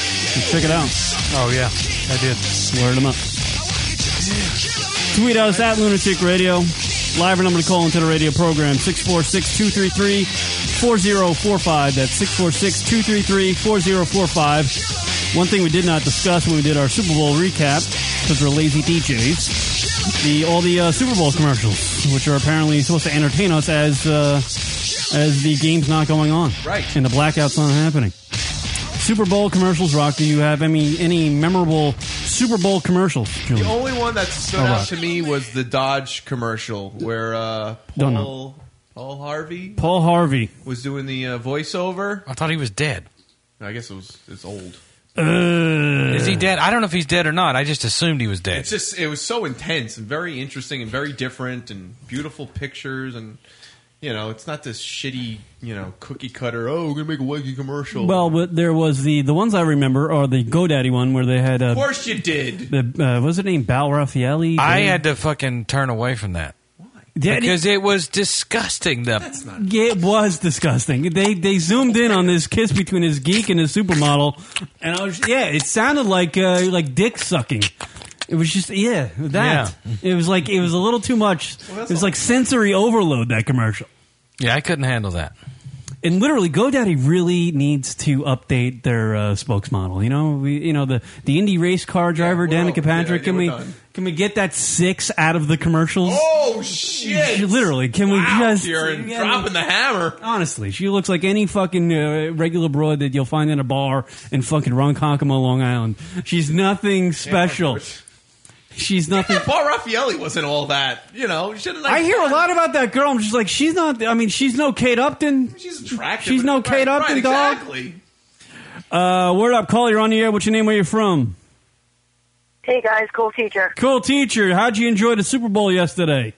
Check it out. Oh, yeah, I did. Word them up. Tweet us at Lunatic Radio. Live or number to call into the radio program 646 233 4045. That's 646 233 4045. One thing we did not discuss when we did our Super Bowl recap, because we're lazy DJs, the all the uh, Super Bowl commercials, which are apparently supposed to entertain us as uh, as the game's not going on, Right. And the blackout's not happening. Super Bowl commercials, Rock. Do you have any any memorable Super Bowl commercials? The Julian? only one that stood Oh, out right. to me was the Dodge commercial where uh, Don't know. Paul Paul Harvey Paul Harvey. was doing the uh, voiceover. I thought he was dead. I guess it was it's old. Uh. Is he dead? I don't know if he's dead or not. I just assumed he was dead. It's just it was so intense and very interesting and very different and beautiful pictures and you know it's not this shitty you know cookie cutter oh we're gonna make a wacky commercial. Well, but there was the the ones I remember are the GoDaddy one where they had of uh, course you did. the uh, what was it named Bal Raffaelli. I had to fucking turn away from that. Yeah, it- Because it was disgusting. The Yeah, it was disgusting. They they zoomed in on this kiss between his geek and his supermodel, and I was yeah, it sounded like uh, like dick sucking. It was just yeah, that it was like it was a little too much. it was like sensory overload that commercial. Yeah, I couldn't handle that. And literally, GoDaddy really needs to update their uh, spokesmodel. You know, we, you know the, the indie race car driver Danica Patrick. yeah, can we're we done. can we get that six out of the commercials? Oh shit! Literally, can we just You're in- yeah, dropping the hammer. Honestly, she looks like any fucking uh, regular broad that you'll find in a bar in fucking Ronkonkoma, Long Island. She's nothing special. She's nothing. Paul Raffaelli wasn't all that you know. Shouldn't I hear a lot about that girl. I'm just like, she's not. I mean, she's no Kate Upton. She's attractive. She's no Kate right, Upton, dog. exactly. Uh, word up, call. You're on the air. What's your name? Where you from? Hey guys, cool teacher. Cool teacher. How'd you enjoy the Super Bowl yesterday?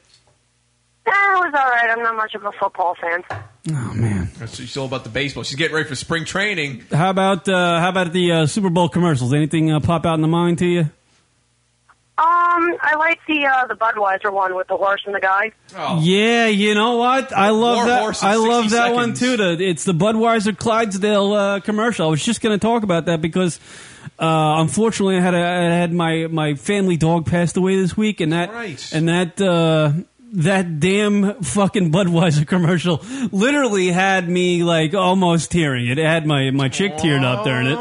That was all right. I'm not much of a football fan. Oh, She's all about the baseball. She's getting ready for spring training. How about uh, how about the uh, Super Bowl commercials? Anything uh, pop out in the mind to you? Um, I like the uh, the Budweiser one with the horse and the guy. Yeah, you know what? I love War that. Oh. Horse in I love 60 that one too. The, it's the Budweiser Clydesdale uh, commercial. I was just going to talk about that because uh, unfortunately, I had a, I had my my family dog passed away this week, and that Right. and that. Uh, that damn fucking Budweiser commercial literally had me like almost tearing. It had my my chick teared up during it.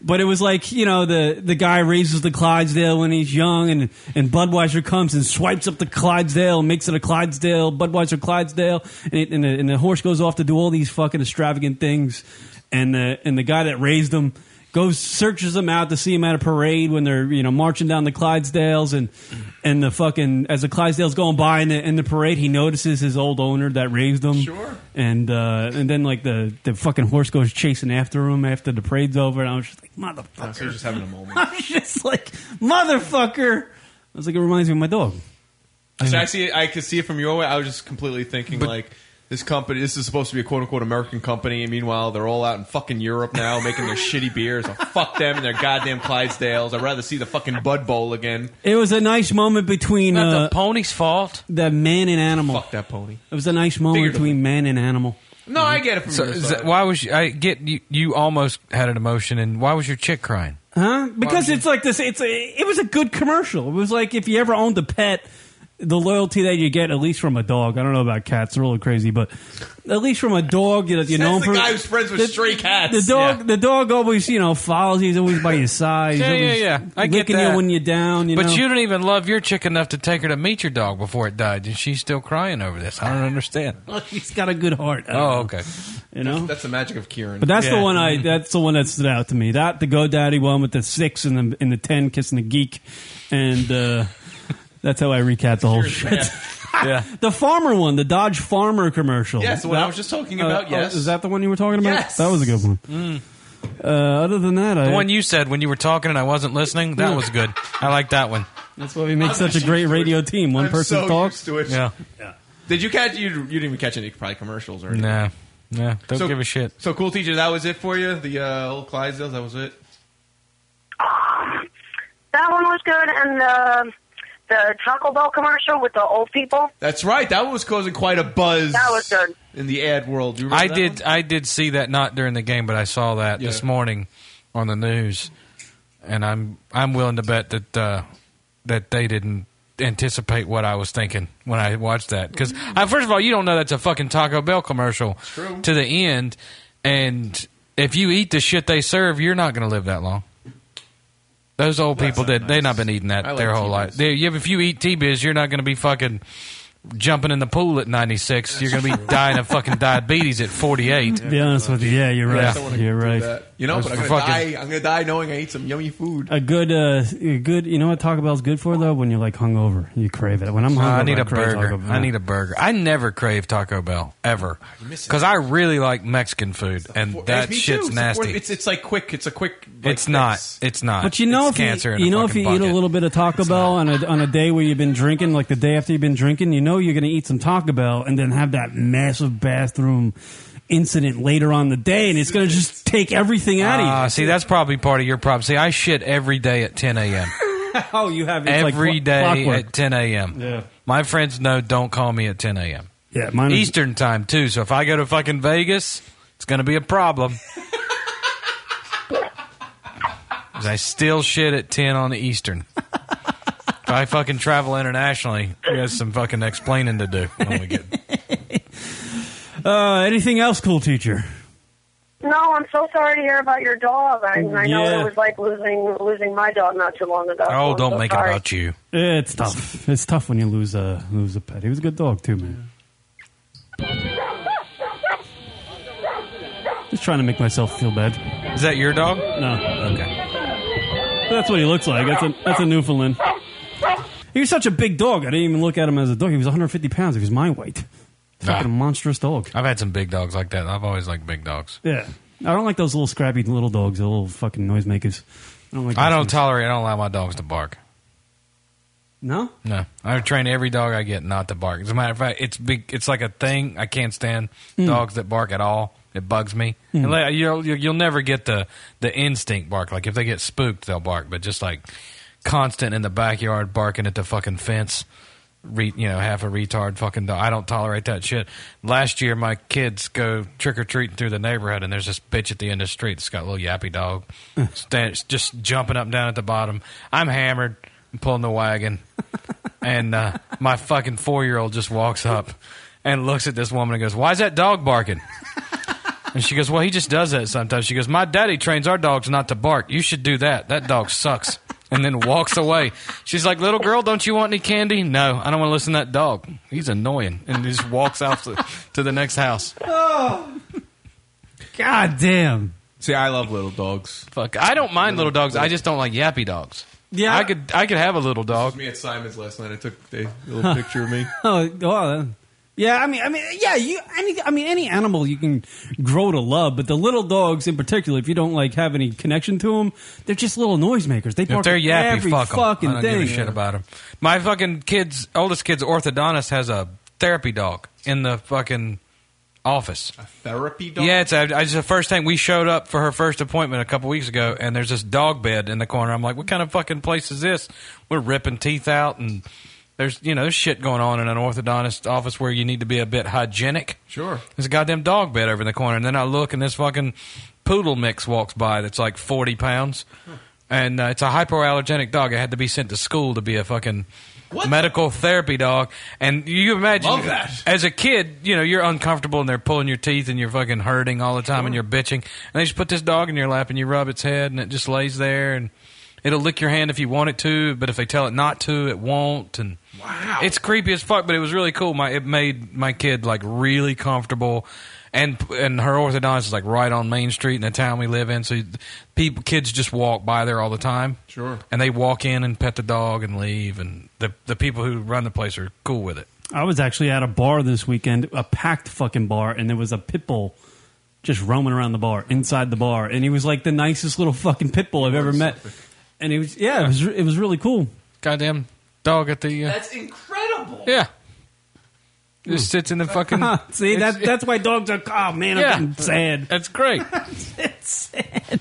But it was like you know the the guy raises the Clydesdale when he's young, and and Budweiser comes and swipes up the Clydesdale, makes it a Clydesdale, Budweiser Clydesdale, and it, and, the, and the horse goes off to do all these fucking extravagant things, and the and the guy that raised him goes searches them out to see him at a parade when they're you know marching down the Clydesdales and and the fucking as the Clydesdales going by in the in the parade he notices his old owner that raised him sure and uh, and then like the the fucking horse goes chasing after him after the parade's over and I was just like Oh, so you're just having a moment. I was just like motherfucker I was like it reminds me of my dog So I see. I could see it from your way. I was just completely thinking like This company, this is supposed to be a quote unquote American company, and meanwhile they're all out in fucking Europe now making their shitty beers. I fuck them and their goddamn Clydesdales. I'd rather see the fucking Bud Bowl again. It was a nice moment between Not the uh, pony's fault. The man and animal. Fuck that pony. It was a nice moment Figuratively. between man and animal. No, I get it from So, your is side. that- why was you, I get you? You almost had an emotion, and why was your chick crying? Huh? Because it's like this. It's a, it was a good commercial. It was like if you ever owned a pet, the loyalty that you get, at least from a dog. I don't know about cats; they're a little crazy, but at least from a dog, you know, you Says know Mm-hmm. the for guy who's friends with stray cats. The dog, the dog always, you know, follows. you. He's always by your side. He's Yeah, yeah, always yeah. I get licking that. you when you're down. You but know? you didn't even love your chick enough to take her to meet your dog before it died, and she's still crying over this. I don't understand. she's got a good heart. Oh, okay. You know, that's the magic of Kieran. But that's the one I. That's the one that stood out to me. That the GoDaddy one with the six and the and the ten kissing the geek, and uh, that's how I recap the whole shit. yeah. The farmer one, the Dodge farmer commercial. Yes, what I That- was just talking uh, about. oh, yes, is that the one you were talking about? Yes. Mm. that was a good one. Uh, other than that, Mm. The I. one you said when you were talking and I wasn't listening, that Yeah. was good. I like that one. that's why we make such a great radio team. One I'm person so talks. used to it. Yeah. Did you catch? You, you didn't even catch any probably commercials or anything. Nah, nah. Don't So- give a shit. So cool, teacher. That was it for you. The uh, old Clydesdales. That was it. That one was good, and the the Taco Bell commercial with the old people. That's right. That one was causing quite a buzz. That was good. in the ad world. You remember I that did. one? I did see that not during the game, but I saw that this morning on the news, and I'm I'm willing to bet that uh, that they didn't anticipate what I was thinking when I watched that because first of all, you don't know that's a fucking Taco Bell commercial true. to the end, and if you eat the shit they serve, you're not going to live that long. Those old people that they not been eating that I like their whole life. They, yeah, if you eat T-Biz, you're not going to be fucking jumping in the pool at 96. you're going to be dying of fucking diabetes at 48. To be honest with you, yeah, you're Yeah. right. Someone You're right. You know, Those but I'm gonna fucking- die. I'm gonna die knowing I ate some yummy food. A good, uh, a good. You know what Taco Bell's good for though? When you're like hungover, you crave it. When I'm hungover, Oh, I need a a burger. I need a burger. I never crave Taco Bell Ah, ever because I really like Mexican food, and that Me too. It's shit's a four- nasty. It's it's like quick. It's a quick. like, It's not. It's not. But you know, It's if cancer you, in a you know, if fucking you eat a bucket. little bit of Taco Bell on a on a day where you've been drinking, like the day after you've been drinking, you know you're going to eat some Taco Bell and then have that massive bathroom incident later on the day, and it's going to just take everything out Ah, of see, that's probably part of your problem. See, I shit every day at 10 a.m. you. oh, you have it's like Ah, clo- Every day clockwork. at 10 a.m. Yeah. My friends know don't call me at 10 a.m. Yeah, mine is- Eastern time too. So if I go to fucking Vegas, it's going to be a problem. 'Cause I still shit at 10 on the Eastern. if I fucking travel internationally, we got some fucking explaining to do when we get Uh, anything else, cool teacher? No, I'm so sorry to hear about your dog. I, I know Yeah. it was like losing losing my dog not too long ago. Oh, I'm don't so make sorry. it about you. Yeah, It's tough. It's tough when you lose a lose a pet. He was a good dog too, man. Just trying to make myself feel bad. Is that your dog? No. Okay. That's what he looks like. That's a that's a Newfoundland. He was such a big dog. I didn't even look at him as a dog. He was 150 pounds. He was my weight. Fucking monstrous dog. I've had some big dogs like that. I've always liked big dogs. Yeah. I don't like those little scrappy little dogs. The little fucking noisemakers. I don't like. I those don't things. tolerate. I don't allow my dogs to bark. No. No, I train every dog I get not to bark. As a matter of fact, it's big. It's like a thing I can't stand Mm. dogs that bark at all. It bugs me. Mm. And like, You'll you'll you'll never get the the instinct bark. Like if they get spooked, they'll bark. But just like constant in the backyard barking at the fucking fence. Re, you know, half a retard fucking dog. I don't tolerate that shit. Last year, my kids go trick or treating through the neighborhood, and there's this bitch at the end of the street that's got a little yappy dog, stand, just jumping up and down at the bottom. I'm hammered. I'm pulling the wagon and uh, my fucking four year old just walks up and looks at this woman and goes, "Why is that dog barking?" And she goes, "Well, he just does that sometimes." She goes, "My daddy trains our dogs not to bark. You should do that. That dog sucks." And then walks away. She's like, "Little girl, don't you want any candy?" No, I don't want to listen to that dog. He's annoying, and just walks out to, to the next house. Oh. God damn. See, I love little dogs. Fuck, I don't mind little dogs. I just don't like yappy dogs. Yeah. I could, I could have a little dog. Me at Simon's last night. I took a little picture of me. Oh, oh, uh, yeah. I mean, I mean, yeah. You, I mean, I mean, any animal you can grow to love, but the little dogs in particular, if you don't like have any connection to them, they're just little noisemakers. They If bark they're at yappy, every fuck 'em. fucking I don't thing. give a shit about them. My fucking kids, oldest kid's orthodontist has a therapy dog in the fucking office. Therapy dog. Yeah, it's, a, it's the first thing we showed up for her first appointment a couple weeks ago, and there's this dog bed in the corner. I'm like, what kind of fucking place is this? We're ripping teeth out, and there's you know there's shit going on in an orthodontist office where you need to be a bit hygienic. Sure. There's a goddamn dog bed over in the corner, and then I look, and this fucking poodle mix walks by that's like 40 pounds, and uh, it's a hypoallergenic dog. It had to be sent to school to be a fucking. Medical therapy dog, and you imagine Love that. as a kid, you know, you're uncomfortable and they're pulling your teeth and you're fucking hurting all the time and you're bitching. And they just put this dog in your lap and you rub its head and it just lays there and it'll lick your hand if you want it to, but if they tell it not to, it won't. And wow. it's creepy as fuck, but it was really cool. My it made my kid like really comfortable. And and her orthodontist is like right on Main Street in the town we live in, so you- people kids just walk by there all the time. Sure. And they walk in and pet the dog and leave, and the the people who run the place are cool with it. I was actually at a bar this weekend, a packed fucking bar, and there was a pit bull just roaming around the bar, inside the bar, and he was like the nicest little fucking pit bull I've ever met. And it was yeah, it was it was really cool. Goddamn dog at the uh, That's incredible. yeah. Just sits in the fucking. See that that's why dogs are. Oh man, I'm Yeah. getting sad. That's great. it's sad.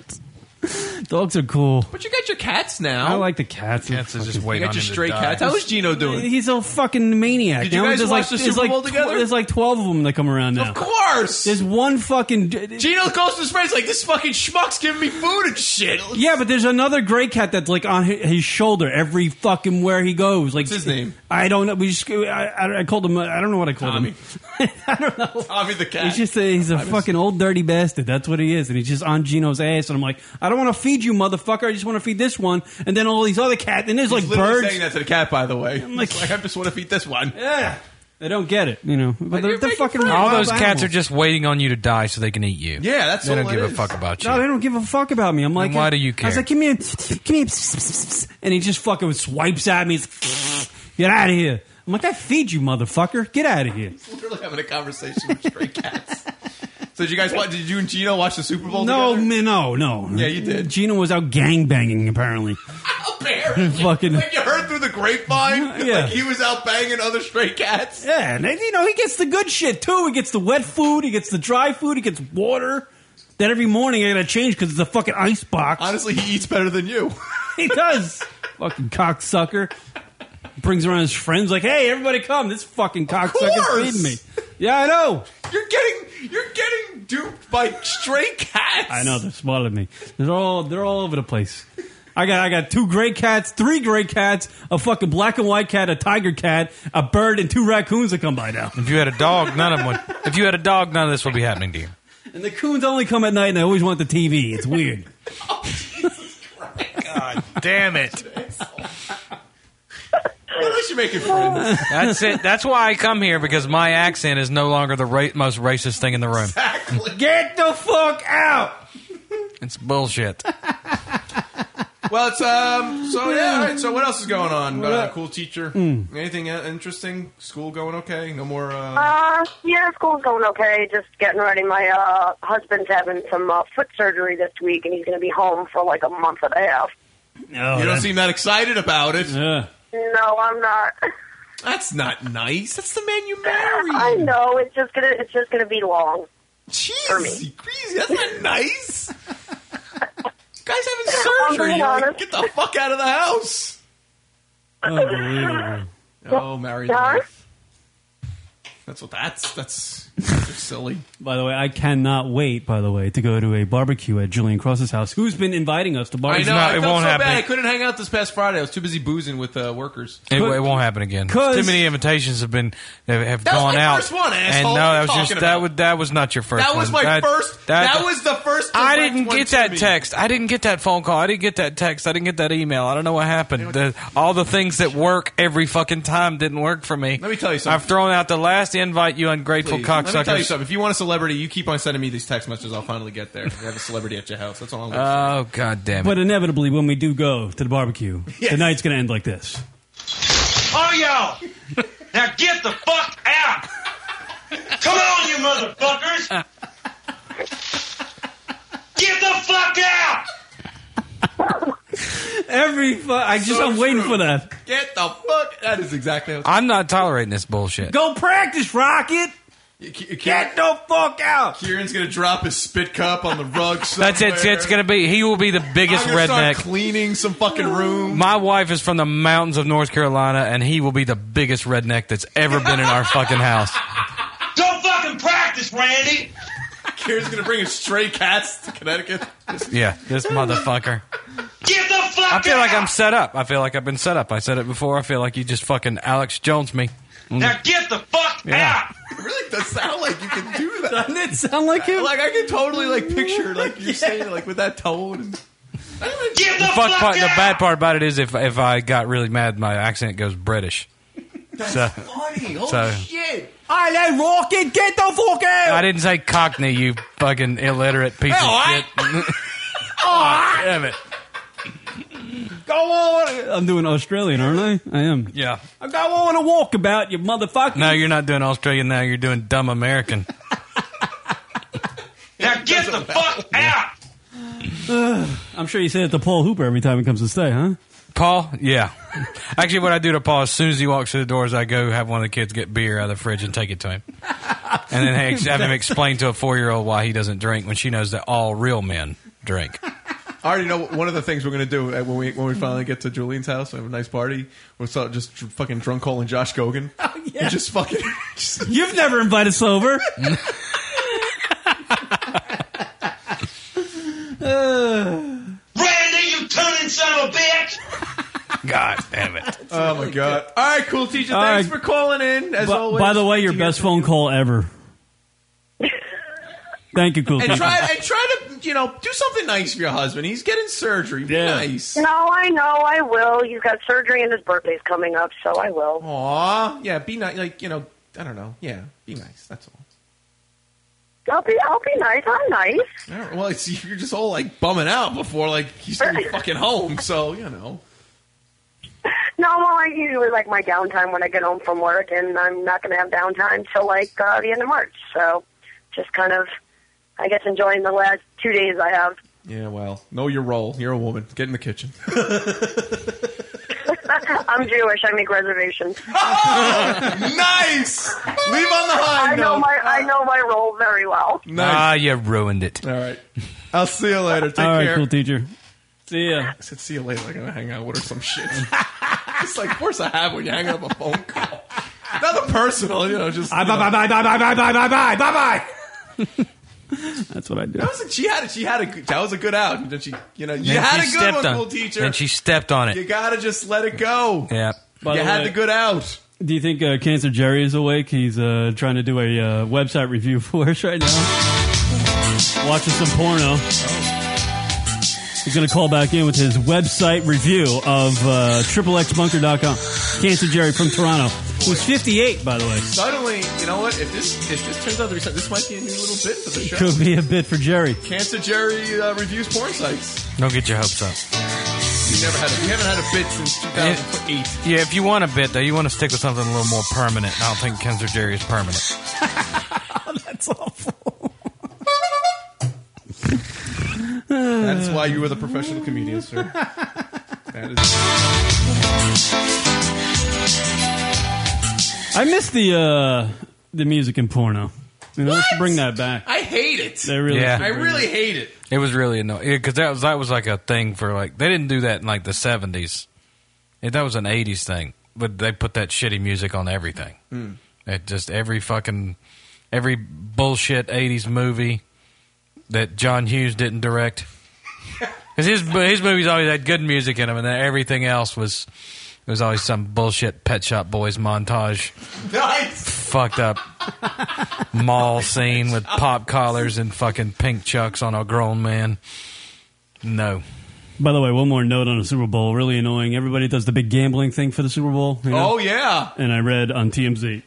Dogs are cool. But you got your cats now. I like the cats. Cats is just You got your stray cats. How's Gino doing? He's a fucking maniac. Did you Now guys there's watch like, the there's Super like Bowl together? There's like twelve of them that come around now. Of course. There's one fucking. Gino goes to his friends like this fucking schmuck's giving me food and shit. Yeah, but there's another gray cat that's like on hi- his shoulder every fucking where he goes. Like What's his name? I don't know. We just I, I, I called him. uh, I don't know what I called him. Tommy the cat. He's just a, he's a fucking old dirty bastard. That's what he is, and he's just on Gino's ass. And I'm like, I don't want to feed you, motherfucker. I just want to feed this one, and then all these other cats. And there's He's like literally birds. saying that to the cat, by the way. I'm like- like, I just want to feed this one. Yeah. They don't get it, you know. But they're, they're fucking All wild those cats animals. are just waiting on you to die so they can eat you. Yeah, that's they all don't it give a is. fuck about you. No, they don't give a fuck about me. I'm like, why do you I was care? like, give me a, give me a, and he just fucking swipes at me. He's like, get out of here. I'm like, I feed you, motherfucker. Get out of here. Literally having a conversation with stray cats. So did you guys watch? Did you and Gino watch the Super Bowl? No, together? man, no, no. Yeah, you did. Gino was out gangbanging, apparently. fucking. Like you heard through the grapevine. Yeah. Like he was out banging other stray cats. Yeah, and you know, he gets the good shit, too. He gets the wet food, he gets the dry food, he gets water. That every morning I gotta change because it's a fucking ice box. Honestly, he eats better than you. he does. fucking cocksucker. Brings around his friends like, hey, everybody come. This fucking cocksucker course. feeding me. Yeah, I know. You're getting you're getting duped by stray cats. I know they're smaller than me. They're all they're all over the place. I got I got two gray cats, three gray cats, a fucking black and white cat, a tiger cat, a bird, and two raccoons that come by now. If you had a dog, none of them would. If you had a dog, none of this would be happening to you. And the coons only come at night, and I always want the TV. It's weird. God damn it! At least you're making friends. That's it. That's why I come here because my accent is no longer the ra- most racist thing in the room. Get the fuck out. It's bullshit. Well, it's um. So yeah. All right. So what else is going on? What Uh, up? cool teacher. Mm. Anything uh, interesting? School going okay? No more. Oh, Uh, Uh, yeah, school's going okay. Just getting ready. My uh, husband's having some uh, foot surgery this week, and he's going to be home for like a month and a half. no, you don't that- seem that excited about it. Yeah. No, I'm not. That's not nice. That's the man you married. I know it's just gonna it's just gonna be long. for me. Crazy. That's not nice. Guys having I'm surgery. being You're like, honest. Get the fuck out of the house. Oh, Unbelievable. Oh, married Huh? life. That's what that's. That's silly. By the way, I cannot wait. By the way, to go to a barbecue at Julian Cross's house, who's been inviting us to I barbecue. know. I felt so bad. I couldn't hang out this past Friday. I was too busy boozing with uh, workers. It, it won't happen again. Too 'Cause- many invitations have been have, have That was gone my out. first one, and asshole. What are you no, that was just talking that about? was that was not your first. That was one. my first. That, was the first. I direct didn't one get to that me. text. I didn't get that phone call. I didn't get that text. I didn't get that email. I don't know what happened. The- all the things that work every fucking time didn't work for me. Let me tell you something. I've thrown out the last invite, you ungrateful Please. Let me tell you cocksuckers. something. If you want a celebrity, you keep on sending me these text messages. I'll finally get there. You have a celebrity at your house. That's all I'm. gonna Oh god damn it! But inevitably, when we do go to the barbecue, the night's going to end like this. All y'all, Oh, now get the fuck out! Come on, you motherfuckers! Get the fuck out! Every fu- I just I'm waiting for that. Get the fuck. That is exactly. What I'm not tolerating this bullshit. Go practice, Rocket. Get the fuck out! Kieran's gonna drop his spit cup on the rug. Somewhere. That's it. It's gonna be. He will be the biggest I'm gonna start redneck. cleaning some fucking room. My wife is from the mountains of North Carolina, and he will be the biggest redneck that's ever been in our fucking house. Don't fucking practice, Randy. Kieran's gonna bring his stray cats to Connecticut. Yeah, this motherfucker. Get the fuck I feel like I'm set up. I feel like I've been set up. I said it before. I feel like you just fucking Alex Jones me. Mm. Now get the fuck Yeah. out. It really does sound like you can do that. Doesn't it sound like him? Like I can totally like picture like you're saying like with that tone. And, Get The fuck part, the bad part about it is if if I got really mad, my accent goes British. so, so- shit! I let Rocket get the fuck out. I didn't say Cockney, you fucking illiterate piece All of right. shit. Ah, God damn it. Go on. I'm doing Australian, aren't I? I am. Yeah. I go on a walkabout, you motherfucker. No, you're not doing Australian now. You're doing dumb American. Now get the fuck out. Ugh. I'm sure you say it to Paul Hooper every time he comes to stay, huh? Paul? Yeah. Actually, what I do to Paul, as soon as he walks through the doors, I go have one of the kids get beer out of the fridge and take it to him. And then have- have him explain to a four year old why he doesn't drink when she knows that all real men drink. I already know one of the things we're gonna do uh, when we when we finally get to Julian's house and have a nice party. We'll start just dr- fucking drunk calling Josh Gogan. And just fucking. Oh, You've never invited us over. Randy, you turning son of a bitch. God damn it. oh my god! All right, cool teacher. All Thanks right. for calling in. As Bu- always, by the way, your best phone call ever. Thank you, cool. and people. try and try to you know do something nice for your husband. He's getting surgery. Be Nice. No, I know, I will. He's got surgery and his birthday's coming up, so I will. Oh. Aw, yeah. Be nice. Like you know, I don't know. Yeah, be Hmm. nice. That's all. I'll be, I'll be nice. I'm nice. All right, Well, it's, you're just all like bumming out before like you still be fucking home. So you know. No, well, I usually like my downtime when I get home from work, and I'm not going to have downtime till like uh, the end of March. So, just kind of, I guess, enjoying the last two days I have. Yeah. Well, know your role. You're a woman. Get in the kitchen. I'm Jewish. I make reservations. nice. Leave on the high I know note. my I know my role very well. Ah, you ruined it. All right. I'll see you later. Take All right, care. cool teacher. See ya. I said, see you later. I'm gonna hang out with her some shit. it's like, of course I have when you hang up a phone call. Nothing personal, you know. Just Bye, you know. bye, bye, bye, bye, bye, bye, bye, bye, bye, bye. That's what I do. That was a, she had it. She had a. good- That was a good out. And then she, you know, you Then had she a good stepped one, on- cool teacher. then she stepped on it. You gotta just let it go. Yeah. you had way- the good out. Do you think uh, Cancer Jerry is awake? He's uh, trying to do a uh, website review for us right now. Watching some porno. He's going to call back in with his website review of uh, XXXBunker.com. Cancer Jerry from Toronto, who's 58, by the way. Suddenly, you know what? If this if this turns out to be something, this might be a new little bit for the show. Could be a bit for Jerry. Cancer Jerry uh, reviews porn sites. Don't get your hopes up. We never had. A, we haven't had a bit since 2008. Yeah, if you want a bit, though, you want to stick with something a little more permanent. I don't think Kenzer Jerry is permanent. That's awful. That is why you were the professional comedian, sir. That is. I miss the uh, the music in porno. You know, let's What? bring that back. I hate it. They really Yeah. I really hate it. It was really annoying because that was that was like a thing for like they didn't do that in like the seventies. That was an eighties thing, but they put that shitty music on everything. Hmm. It just every fucking every bullshit eighties movie that John Hughes didn't direct. Because his his movies always had good music in them, and then everything else was it was always some bullshit Pet Shop Boys montage, Nice. fucked up mall scene with pop collars and fucking pink chucks on a grown man. No, By the way, one more note on the Super Bowl. Really annoying. Everybody does the big gambling thing for the Super Bowl. you know? Oh yeah. And I read on TMZ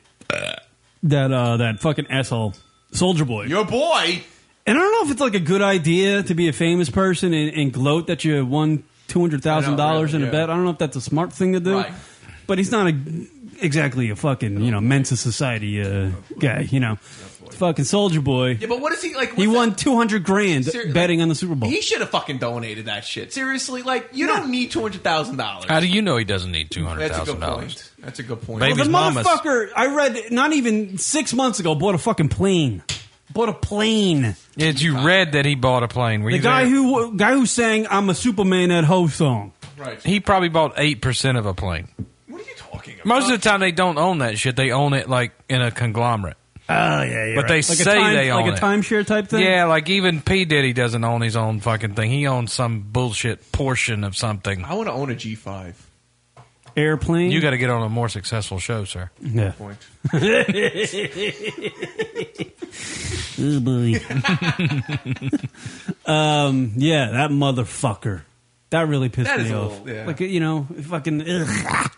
that uh, that fucking asshole Soldier Boy. Your boy. And I don't know if it's like a good idea to be a famous person and, and gloat that you won two hundred thousand dollars I know, in really, a yeah. bet. I don't know if that's a smart thing to do. Right. But he's not a exactly a fucking you know Mensa Society uh, guy. You know, fucking Soldier Boy. Yeah, but what is he like? He won two hundred grand Ser- betting on the Super Bowl. He should have fucking donated that shit. Seriously, like you don't need two hundred thousand dollars. How do you know he doesn't need two hundred That's a thousand good dollars? point. That's a good point. Well, Baby's the mama's- motherfucker, I read not even six months ago, bought a fucking plane. Bought a plane. Yeah, you read that he bought a plane. Were The you guy there? who guy who sang "I'm a Superman" that whole song. He probably bought eight percent of a plane. What are you talking about? Most of the time, they don't own that shit. They own it like in a conglomerate. Oh yeah, yeah. But they right. like a say time- they own like a it. timeshare type thing. Yeah, like even P Diddy doesn't own his own fucking thing. He owns some bullshit portion of something. I want to own a G five. airplane. You got to get on a more successful show, sir. Yeah. Point. Oh, boy. Oh, um, yeah, that motherfucker. That really pissed That me is a off. little- yeah. Like you know, fucking, ugh.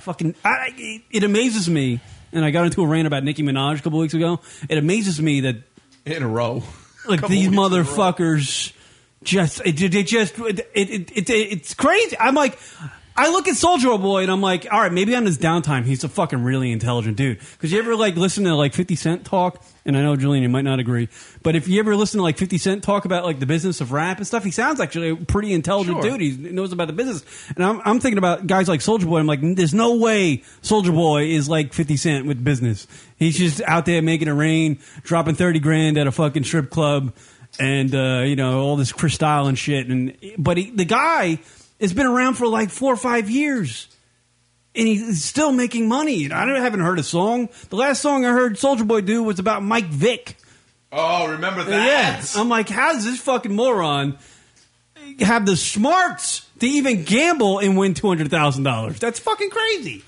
fucking. I, it amazes me, and I got into a rant about Nicki Minaj a couple weeks ago. It amazes me that in a row, like Couple these weeks in a row. motherfuckers, just it, they just it, it, it, it's crazy. I'm like. I look at Soldier Boy and I'm like, all right, maybe on his downtime, he's a fucking really intelligent dude. Because you ever like listen to like 50 Cent talk, and I know Julian, you might not agree, but if you ever listen to like 50 Cent talk about like the business of rap and stuff, he sounds actually a pretty intelligent Sure. dude. He knows about the business. And I'm, I'm thinking about guys like Soldier Boy. I'm like, there's no way Soldier Boy is like 50 Cent with business. He's just out there making it rain, dropping 30 grand at a fucking strip club, and uh, you know all this crystal and shit. And but he, the guy has been around for like four or five years and he's still making money. And I don't- haven't heard a song. The last song I heard Soldier Boy do was about Mike Vick. Oh, remember Uh, Yeah, that? I'm like, how does this fucking moron have the smarts to even gamble and win two hundred thousand dollars? That's fucking crazy.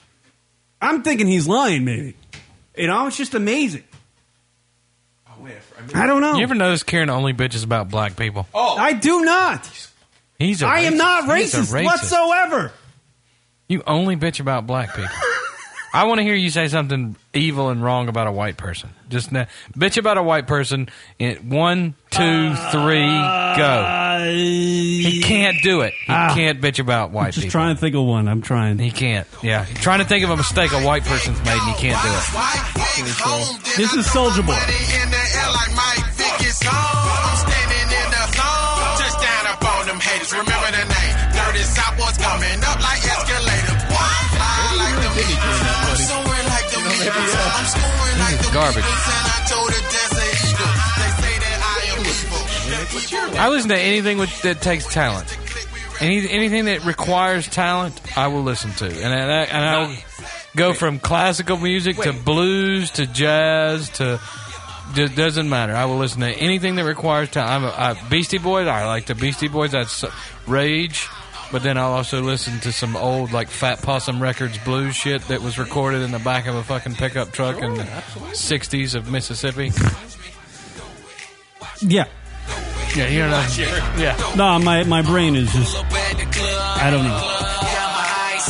I'm thinking he's lying, maybe. You know, it's just amazing. Oh, I don't know. You ever notice Karen only bitches about black people? Oh, I do not. He's a I am racist. not He's a racist, whatsoever. You only bitch about black people. I want to hear you say something evil and wrong about a white person. Just now, bitch about a white person. In one, two, three, go. He can't do it. He can't bitch about white Ah. Just people. trying to think of one. I'm trying. He can't. Yeah, trying to think of a mistake a white person's made, and he can't do it. This is Soldier Boy. in the air like Mike Vick is on. I'm standing in the zone. Just down upon them haters. Remember the name. Dirty Southboys coming up like escalator. Boy, I fly like the Beatles. I'm soaring like the Beatles. I'm scoring like the Garbage. Beatles. And I told the Desert Eagle. They say that I am evil. I listen to anything with, that takes talent. Any, anything that requires talent, I will listen to, and I, and I, and I'll go from classical music to blues to jazz to. It doesn't matter. I will listen to anything that requires talent. I'm a, I, Beastie Boys. I like the Beastie Boys. That's Rage, but then I'll also listen to some old like Fat Possum Records blues shit that was recorded in the back of a fucking pickup truck in the '60s of Mississippi. Yeah. Yeah, you know. what I'm- Yeah. No, my my brain is just. I don't know.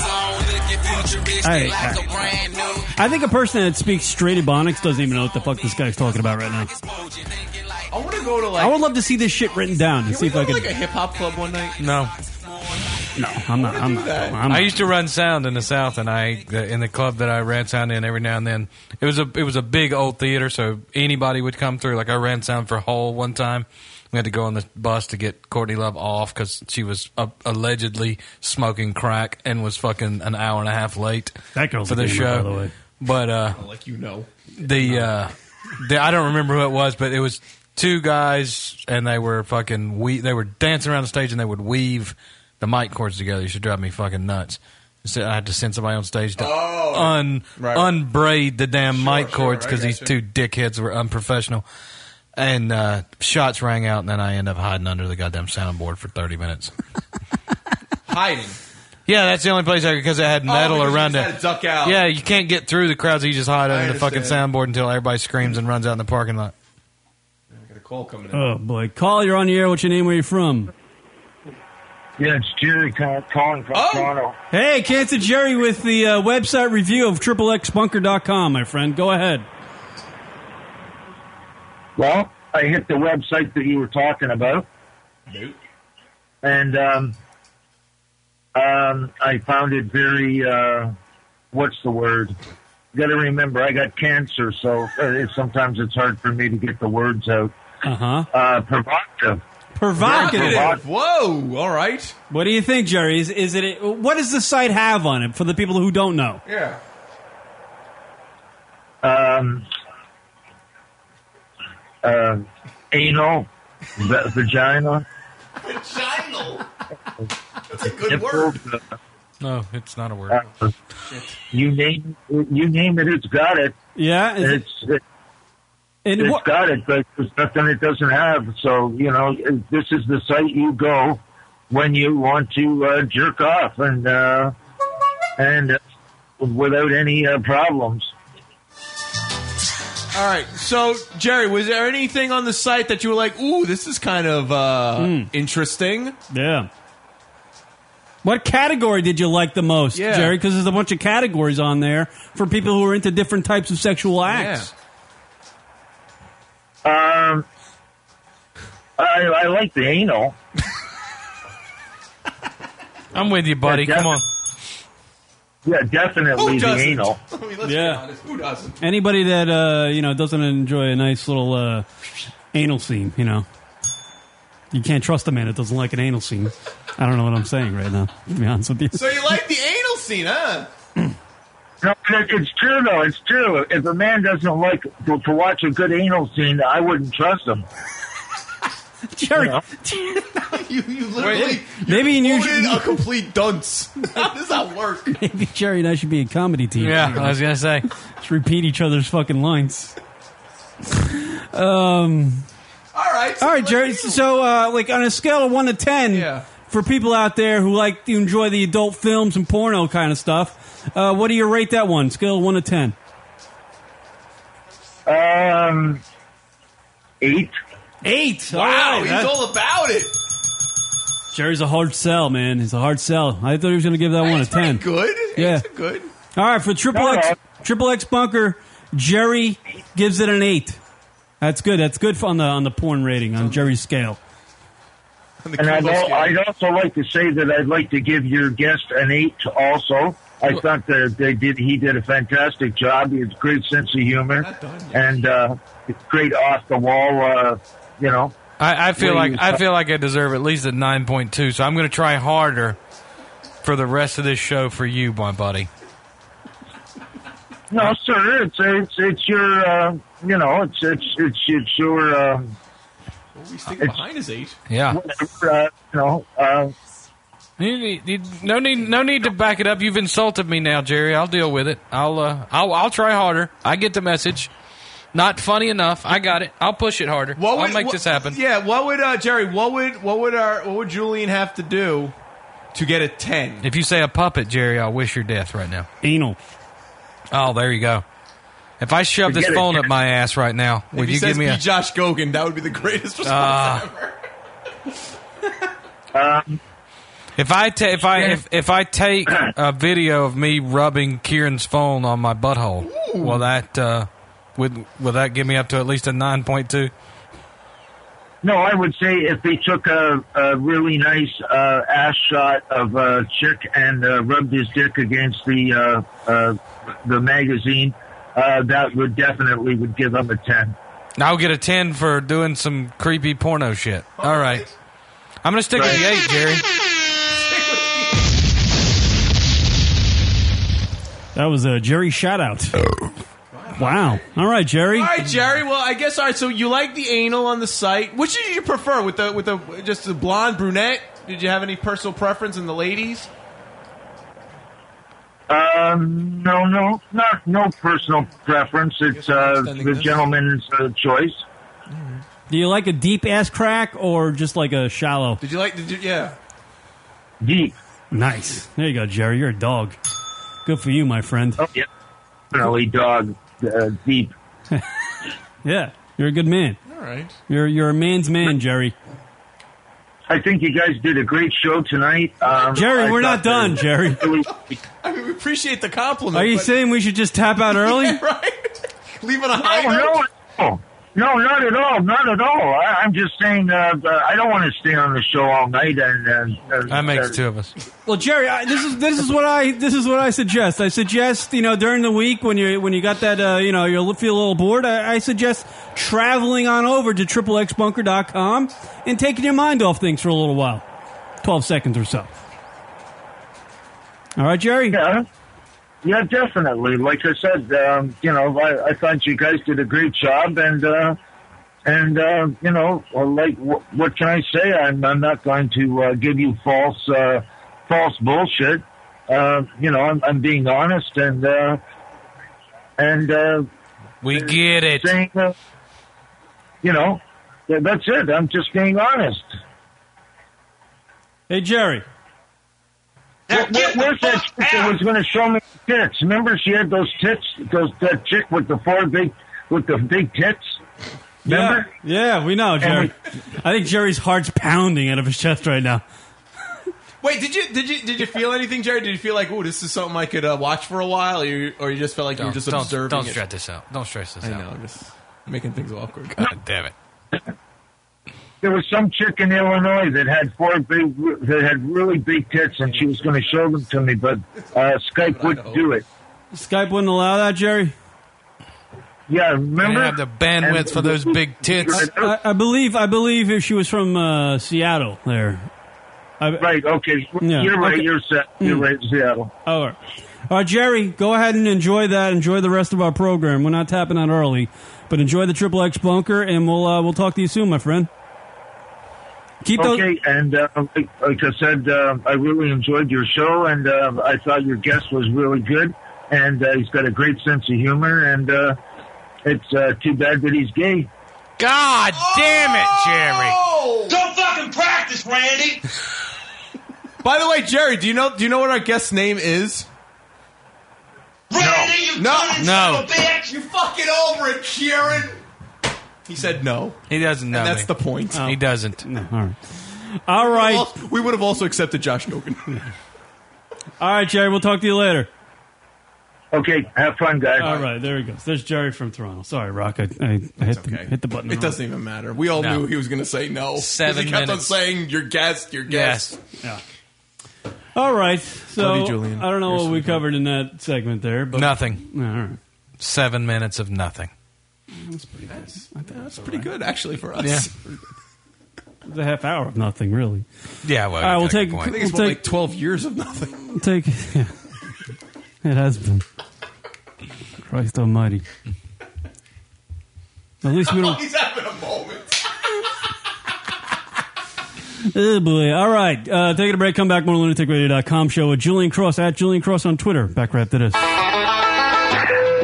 I, I, I think a person that speaks straight Ebonics doesn't even know what the fuck this guy's talking about right now. I want to go to like. I would love to see this shit written down and see if I go to can. like a hip hop club one night. No. No, I'm not. I'm not. I'm I not. used to run sound in the South, and I in the club that I ran sound in every now and then. It was a it was a big old theater, so anybody would come through. Like I ran sound for Hole one time. We had to go on the bus to get Courtney Love off because she was uh, allegedly smoking crack and was fucking an hour and a half late. That girl's for a the gamer, show, by the way. But uh, like you know, the uh, the I don't remember who it was, but it was two guys and they were fucking we they were dancing around the stage and they would weave the mic cords together. You should drive me fucking nuts. So I had to send somebody on stage to un unbraid the damn mic cords I because these gotcha. two dickheads were unprofessional. And uh, shots rang out, and then I end up hiding under the goddamn soundboard for thirty minutes. hiding. Yeah, that's the only place I could because it had metal because Oh, you around just it. had to duck out. Yeah, you can't get through the crowd, so you just hide I under the fucking understand. soundboard until everybody screams and runs out in the parking lot. Got a call coming in. Oh boy, call. You're on the air. What's your name? Where you from? Yeah, it's Jerry ca- calling from Oh! Toronto. Hey, Cancer Jerry with the uh, website review of triplexbunker.com, my friend. Go ahead. Well, I hit the website that you were talking about. And um, um, I found it very uh, what's the word? You got to remember, I got cancer, so uh, it, sometimes it's hard for me to get the words out. Uh-huh. Uh, provocative. Provocative. Whoa! Oh, All right. What do you think, Jerry? Is, is it? What does the site have on it for the people who don't know? Yeah. Um, uh, anal, va- vagina, Vaginal. That's a nipples, uh, No, it's not a word. Uh, you name you name it, it's got it. Yeah, is it- it's it, And has what- got it, but there's nothing it doesn't have. So you know, this is the site you go when you want to uh, jerk off and uh, and uh, without any uh, problems. All right. So, Jerry, was there anything on the site that you were like, "Ooh, this is kind of uh, interesting"? Hmm. Yeah. What category did you like the most, Yeah. Jerry? Because there's a bunch of categories on there for people who are into different types of sexual acts. Um, I, I like the anal. I'm with you, buddy. Come on. Yeah, definitely the anal. yeah. Who doesn't? Anybody that uh, you know doesn't enjoy a nice little uh, anal scene, you know, you can't trust a man that doesn't like an anal scene. I don't know what I'm saying right now. To be honest with you, So you like the anal scene, huh? No, it- it's true though. It's true. If a man doesn't like to, to watch a good anal scene, I wouldn't trust him. Jerry, you, you literally maybe you quoted should, a complete dunce. How does that work? maybe Jerry and I should be a comedy team. Yeah, I was gonna say, just repeat each other's fucking lines. Um. All right. All right, Jerry. So, uh, like on a scale of one to ten, for people out there who like to enjoy the adult films and porno kind of stuff, uh, what do you rate that one? Scale of one to ten. Um, eight. Eight. Wow, all right. he's That- all about it. Jerry's a hard sell, man. He's a hard sell. I thought he was going to give that one a ten. Good. Yeah. It's good. All right, for triple X, triple X bunker, Jerry gives it an eight. That's good. That's good on the on the porn rating on Jerry's scale. And I'd, al- I'd also like to say that I'd like to give your guest an eight. Also, I thought that they did. He did a fantastic job. He has a great sense of humor and uh, great off the wall. Uh, you know, I, I feel Where like you- I feel like I deserve at least a nine point two. So I'm going to try harder for the rest of this show for you, my buddy. No, sir. It's it's it's your uh, you know it's it's it's it's your uh, We stick It's- behind his eight. Yeah. uh, you know uh, You need- you- no need, no need to back it up. You've insulted me now, Jerry. I'll deal with it. I'll, uh, I'll, I'll try harder. I get the message. Not funny enough. I got it. I'll push it harder. What I'll would- make what- this happen. Yeah. What would uh, Jerry? What would what would our what would Julian have to do to get a ten? If you say a puppet, Jerry, I'll wish your death right now. Anal. Oh, there you go. If I shove this Forget it, phone Jerry. up my ass right now, if would he you says give me be a? Josh Gogan, that would be the greatest response Ah. ever. If I ta- if I if, if I take a video of me rubbing Kieran's phone on my butthole, will that uh, would will that give me up to at least a nine point two? no. I would say if they took a, a really nice uh, ass shot of a chick and uh, rubbed his dick against the uh, uh, the magazine, uh, that would definitely would give him a ten. I'll get a ten for doing some creepy porno shit. All right, I'm gonna stick with the eight, Jerry. That was a Jerry shout out. Oh. Wow. All right, Jerry. All right, Jerry. Well, I guess all right. So you like the anal on the site? Which did you prefer? With the with the just the blonde brunette? Did you have any personal preference in the ladies? Um, no, no, not no personal preference. It's uh, the gentleman's uh, choice. Do you like a deep ass crack or just like a shallow? Did you like? Did you, yeah. Deep. Nice. There you go, Jerry. You're a dog. Good for you, my friend. Oh, yeah. Definitely dog uh, deep. Yeah. You're a good man. All right. You're you're a man's man, Jerry. I think you guys did a great show tonight. Um, Jerry, I we're thought not done, that- Jerry. I mean, we appreciate the compliment. Are you but- saying we should just tap out early? right? Leave it on a high No, note? no, no. Oh, No, not at all. Not at all. I, I'm just saying. Uh, uh, I don't want to stay on the show all night. And uh, uh, That makes uh, two of us. Well, Jerry, I, this is this is what I this is what I suggest. I suggest you know during the week when you when you got that uh, you know you feel a little bored. I, I suggest traveling on over to triplexbunker.com and taking your mind off things for a little while, twelve seconds or so. All right, Jerry. Yeah, yeah, definitely. Like I said, um, you know, I, I thought you guys did a great job, and uh, and uh, you know, well, like wh- what can I say? I'm, I'm not going to uh, give you false uh, false bullshit. Uh, you know, I'm, I'm being honest, and uh, and uh, we get it. Saying, uh, you know, th- that's it. I'm just being honest. Hey, Jerry. Where, where, where's that chick that was going to show me tits? Remember, she had those tits. Those that chick with the four big, with the big tits. Remember? Yeah, yeah, we know, Jerry. I think Jerry's heart's pounding out of his chest right now. Wait, did you did you did you feel anything, Jerry? Did you feel like, oh, this is something I could uh, watch for a while, or you, or you just felt like you were Don't- just don't- observing? don't it? stress this out. Don't stress this I out. know, I'm just making things awkward. God damn it! There was some chick in Illinois that had four big, that had really big tits, and she was going to show them to me, but uh, Skype wouldn't do it. Skype wouldn't allow that, Uh, Jerry. Yeah, remember? have the bandwidth And- for those big tits. I, I believe. I believe if she was from uh, Seattle, there. right. Okay. Yeah. You're right. Okay. You're set. You're Mm. right, Seattle. All right. All right, Jerry, go ahead and enjoy that. Enjoy the rest of our program. We're not tapping out early, but enjoy the Triple X bunker, and we'll uh, we'll talk to you soon, my friend. Keep those. okay, and uh, like, like I said, uh, I really enjoyed your show, and uh, I thought your guest was really good, and uh, he's got a great sense of humor, and uh, it's uh, too bad that he's gay. God damn it, Oh! Jerry! Go fucking practice, Randy. By the way, Jerry, do you know do you know what our guest's name is? Randy, you No. cunning No. son of a bitch. You fucking over it, Kieran. He said no. He doesn't know. And that's me. the point. He doesn't. all right. All right. We would have also accepted Josh Nogan. All right, Jerry. We'll talk to you later. Okay. Have fun, guys. All right. There he goes. There's Jerry from Toronto. Sorry, Rock. I, I, I hit, the, hit the button. It doesn't even matter. We all No. knew he was going to say no. 'Cause Seven He kept minutes. on saying, "Your guest, your guest." Yeah. All right. So Love you, Julian. I don't know You're what so we covered in that segment there, but Nothing. All right. Seven minutes of nothing. That's pretty nice. I think that's pretty good actually for us. Yeah. It was a half hour of nothing, really. Yeah, well, All right, we'll that's a take. good We'll point. I think take, it's Well, like twelve years of nothing. we'll take. Yeah. It has been. Christ Almighty. At least we don't. He's having a moment. Oh boy. All right. Uh, taking a break. Come back. More lunaticradio.com show with Julian Cross at Julian Cross on Twitter. Back right after this.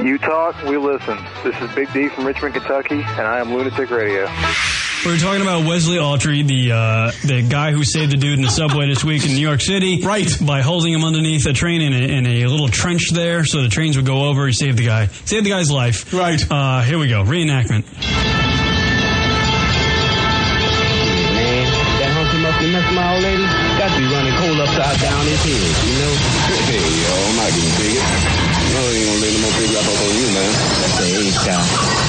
You talk, we listen. This is Big D from Richmond, Kentucky, and I am Lunatic Radio. We were talking about Wesley Autry, the uh, the guy who saved a dude in the subway this week in New York City, right? By holding him underneath a train in a, in a little trench there, so the trains would go over. He saved the guy, saved the guy's life, right? Uh, here we go, reenactment. man. That hunky mucky mess my old lady got to be running cold upside down his head, you know? Hey, yo, I'm not getting bigger. No, ain't gonna let no more big rap up on you, man. That's the age down.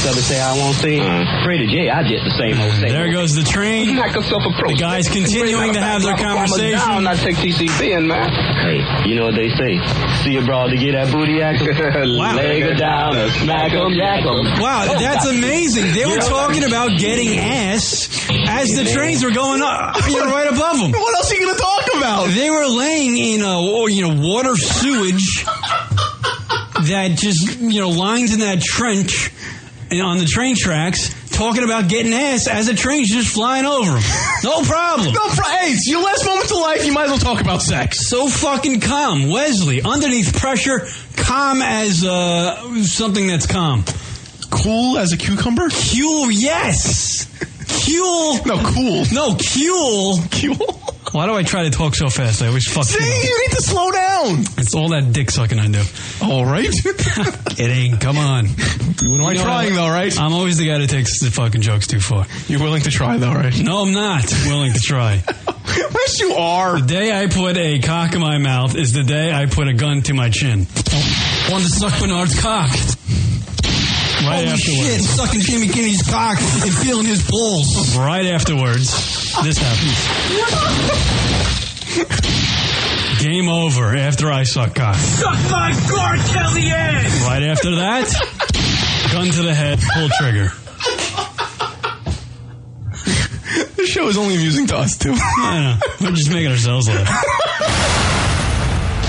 Somebody say I won't sing. Freddie J, I get the same old thing. Uh, There goes the train. The guys continuing to have their conversation. I take TCB in, man. Hey, you know what they say? See a broad to get that booty act. Leg her down or smack 'em, yak 'em. Wow, that's Oh, amazing. They were talking about getting ass as the trains were going up, you know, Oh, right above them. What else are you going to talk about? They were laying in a, or, you know, water sewage that just, you know, lines in that trench and on the train tracks. Talking about getting ass as a train's just flying over 'em. No problem. No problem. Hey, it's your last moments of life. You might as well talk about sex. So fucking calm, Wesley. Underneath pressure, calm as uh, something that's calm. Cool as a cucumber? Cool, yes. Cool. No, cool. No, cool. Cool. Why do I try to talk so fast? I always fuck See, you need to slow down. It's all that dick sucking I do. All right. Kidding. Come on. You am I trying, though, right? I'm always the guy that takes the fucking jokes too far. You're willing to try, though, right? No, I'm not willing to try. yes, you are. The day I put a cock in my mouth is the day I put a gun to my chin. Want to suck Bernard's cock. Right Holy afterwards. shit, sucking Jimmy Kennedy's cock and feeling his balls. Right afterwards, this happens. Game over after I suck cock. Suck my guard, Kelly ass! Right after that, gun to the head, pull trigger. This show is only amusing to us, too. I know. We're just making ourselves laugh.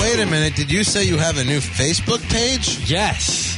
Wait a minute. Did you say you have a new Facebook page? Yes.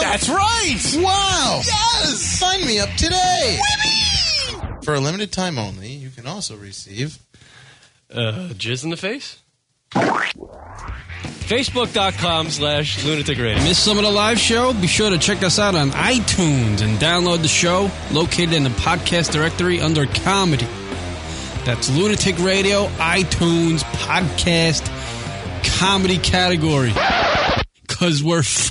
That's right. Wow. Yes. Sign me up today. For a limited time only, you can also receive. Uh, jizz in the face? Facebook.com slash lunatic radio. Miss some of the live show? Be sure to check us out on iTunes and download the show located in the podcast directory under comedy. That's Lunatic Radio, iTunes, podcast, comedy category. Because we're f-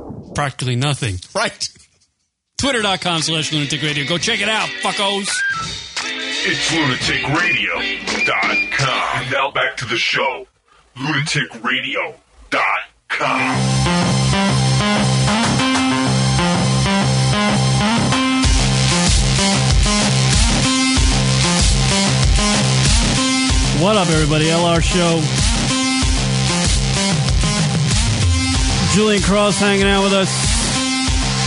Practically nothing. Right. Twitter.com slash lunatic radio. Go check it out, fuckos. It's lunaticradio.com. And now back to the show. Lunaticradio.com. What up, everybody? LR Show. Julian Cross hanging out with us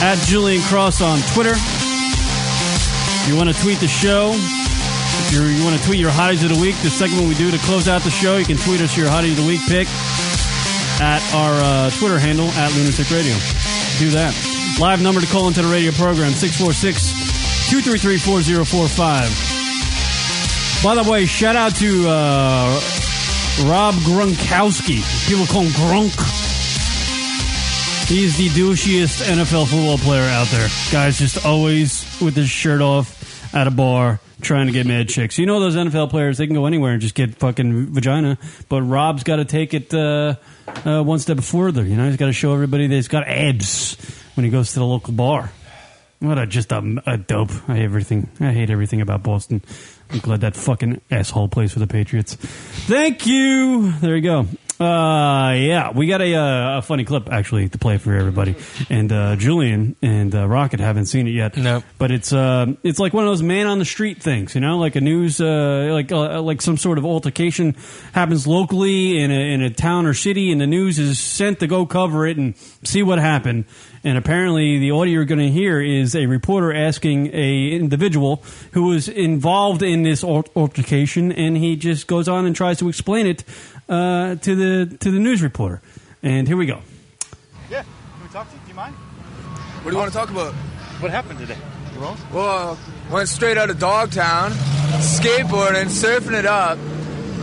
at Julian Cross on Twitter. If you want to tweet the show, if you're, you want to tweet your hotties of the week, the segment we do to close out the show, you can tweet us your hottie of the week pick at our uh, Twitter handle at Lunatic Radio. Do that. Live number to call into the radio program 646 233 4045. By the way, shout out to uh, Rob Gronkowski. People call him Gronk. He's the douchiest NFL football player out there. Guy's just always with his shirt off at a bar trying to get mad chicks. You know those NFL players, they can go anywhere and just get fucking vagina. But Rob's got to take it uh, uh, one step further. You know, he's got to show everybody that he's got abs when he goes to the local bar. What a just a, a dope. I hate everything. I hate everything about Boston. I'm glad that fucking asshole plays for the Patriots. Thank you. There you go. Uh, yeah, we got a, uh, a funny clip actually to play for everybody. And uh, Julian and uh, Rocket haven't seen it yet. No, but it's uh, it's like one of those man on the street things, you know, like a news, uh, like uh, like some sort of altercation happens locally in a, in a town or city, and the news is sent to go cover it and see what happened. And apparently, the audio you're going to hear is a reporter asking a individual who was involved in this al- altercation, and he just goes on and tries to explain it uh, to the to the news reporter. And here we go. Yeah. Can we talk to you? Do you mind? What do you want to talk about? What happened today? Well, went straight out of Dogtown, skateboarding, surfing it up.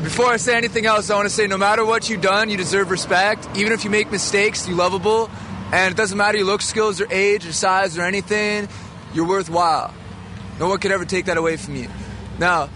Before I say anything else, I want to say no matter what you've done, you deserve respect. Even if you make mistakes, you're lovable. And it doesn't matter your look, skills, or age, or size, or anything, you're worthwhile. No one could ever take that away from you. Now,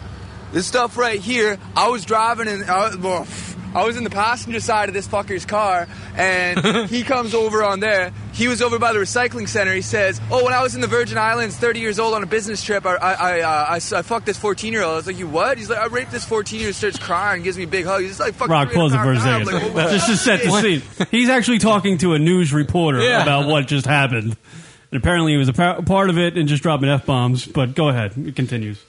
this stuff right here, I was driving and I was, well, I was in the passenger side of this fucker's car, and he comes over on there. He was over by the recycling center. He says, "Oh, when I was in the Virgin Islands, 30 years old on a business trip, I I I, uh, I s- I fucked this 14 year old." I was like, "You what?" He's like, "I raped this 14 year old." Starts crying, gives me a big hug. He's just like, "Fuck." Rock, three close it for a hundred second. pounds." I'm like, "Oh, Just to set the shit." scene. He's actually talking to a news reporter Yeah. about what just happened. And apparently he was a par- part of it and just dropping F bombs. But go ahead. It continues.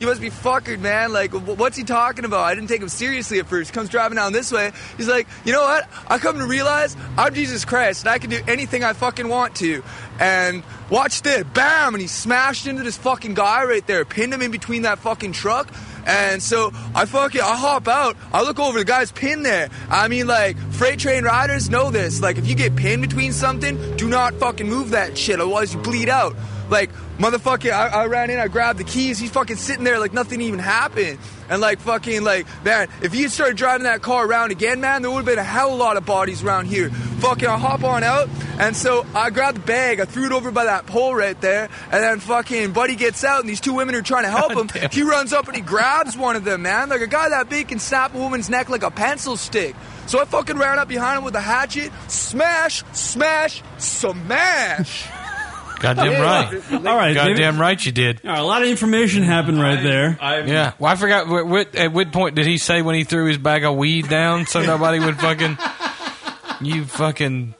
You must be fuckered, man. Like, wh- what's he talking about? I didn't take him seriously at first. Comes driving down this way. He's like, you know what? I come to realize I'm Jesus Christ and I can do anything I fucking want to. And watch this. Bam! And he smashed into this fucking guy right there, pinned him in between that fucking truck. And so I fucking I hop out. I look over the guy's pinned there. I mean, like freight train riders know this. Like if you get pinned between something, do not fucking move that shit, otherwise you bleed out. Like motherfucking, I, I ran in, I grabbed the keys. He's fucking sitting there like nothing even happened. And like fucking like man, if you started driving that car around again, man, there would have been a hell of a lot of bodies around here. Fucking, I hop on out, and so I grab the bag, I threw it over by that pole right there, and then fucking buddy gets out, and these two women are trying to help him. He runs up and he grabs one of them, man. Like a guy that big can snap a woman's neck like a pencil stick. So I fucking ran up behind him with a hatchet, smash, smash, smash. Goddamn right. All right, Goddamn David. right you did. All right, a lot of information happened right there. yeah. Well, I forgot. wh- What, at what point did he say when he threw his bag of weed down so nobody would fucking. You fucking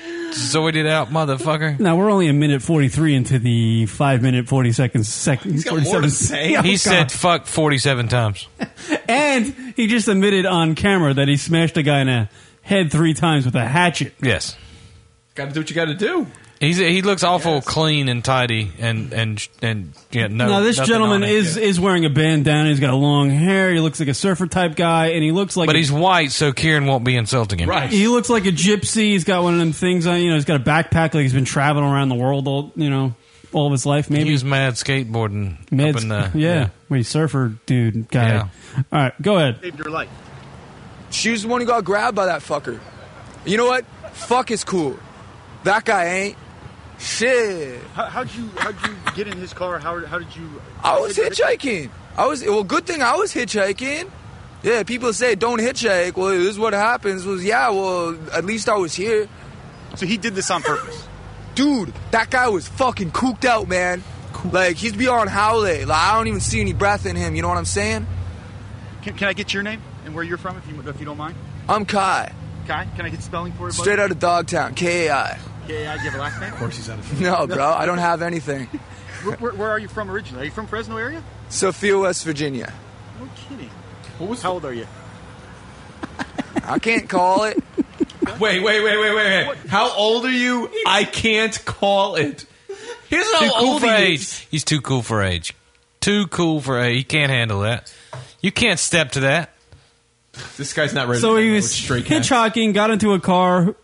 zoided out, motherfucker. Now we're only a minute forty three into the five minute forty seconds second. He's He said fuck 47 times. and he just admitted on camera that he smashed a guy in the head three times with a hatchet. Yes. Got to do what you got to do. He's, he looks awful clean and tidy and, and, and yeah, no. now this nothing gentleman on him. is is wearing a bandana. He's got long hair. He looks like a surfer type guy, and he looks like but a- he's white, so Kieran won't be insulting him. He looks like a gypsy. He's got one of them things on. You know, he's got a backpack like he's been traveling around the world all you know all of his life. Maybe He was mad skateboarding Meds- up in the. yeah, Wait, surfer dude guy. Yeah. All right, go ahead. Saved your life. She was the one who got grabbed by that fucker. You know what? Fuck is cool. That guy ain't. Shit. How, how'd you how'd you get in his car? How, how did you? I was hitchhiking. I was well. Good thing I was hitchhiking. Yeah, people say don't hitchhike. Well, this is what happens. Was yeah. Well, at least I was here. So he did this on purpose. Dude, that guy was fucking cooked out, man. Like he's beyond howley. Like I don't even see any breath in him. You know what I'm saying? Can, can I get your name and where you're from, if you if you don't mind? I'm Kai, Kai, can I get spelling for you? bud? straight out of Dogtown. K A I. Yeah, yeah. Do you have a last name? Of course, he's out of. No, bro, I don't have anything. Where, where, where are you from originally? Are you from Fresno area? Sophia, West Virginia. No kidding. What was how old are you? I can't call it. Wait, wait, wait, wait, wait, wait. How old are you? I can't call it. Here's Too how cool old for he age. is. He's too cool for age. Too cool for age. He can't handle that. You can't step to that. This guy's not ready. So he was hitchhiking, got into a car,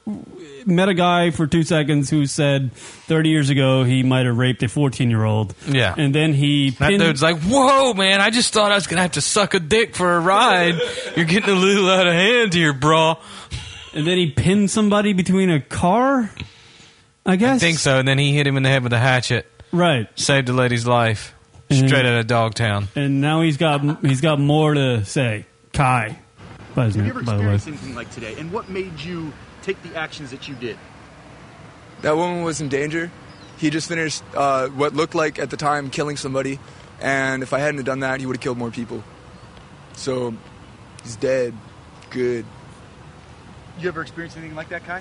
met a guy for two seconds who said thirty years ago he might have raped a fourteen year old. Yeah. and then he That pinned- dude's like, whoa, man, I just thought I was going to have to suck a dick for a ride. You're getting a little out of hand here, bro. and then he pinned somebody between a car. I guess. I think so. And then he hit him in the head with a hatchet. Right. Saved the lady's life. Straight out of Dogtown. And now he's got he's got more to say. Kai, by his Have you name, ever by the way. experienced anything like today? And what made you take the actions that you did? That woman was in danger. He just finished uh, what looked like at the time killing somebody, and if I hadn't have done that, he would have killed more people. So he's dead. Good. You ever experienced anything like that, Kai?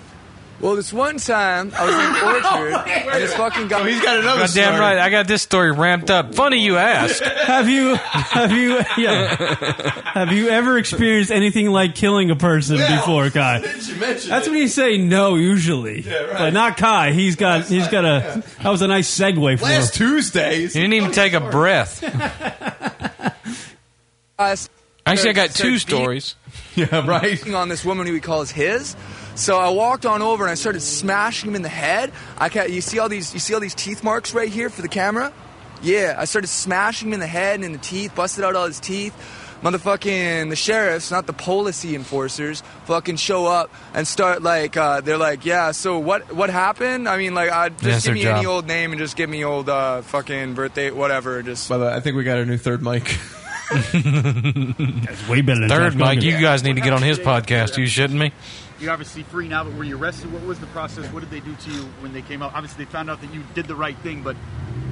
Well, this one time I was in Oh, Orchard, and this fucking guy. Goddamn right. I got this story ramped up. Funny you ask. Have you have you yeah, have you ever experienced anything like killing a person before, Kai? That's when you say no usually, but not Kai. He's got he's got a that was a nice segue for Last Tuesday. You didn't even take a breath. us. Actually, I got Started two beating- stories. Yeah, beating On this woman who he calls his. So I walked on over and I started smashing him in the head. I ca you see all these you see all these teeth marks right here for the camera. Yeah, I started smashing him in the head and in the teeth, busted out all his teeth. Motherfucking the sheriffs, not the policy enforcers, fucking show up and start like uh, they're like, yeah. So what what happened? I mean, like, uh, That's just their give me job. any old name and just give me old uh, fucking birthday, whatever. Just By the way, I think we got a new third mic. That's way better than Third, Josh Mike, Gordon. you guys need to get on his podcast. You shouldn't me? You're obviously free now, but were you arrested? What was the process? What did they do to you when they came out? Obviously, they found out that you did the right thing, but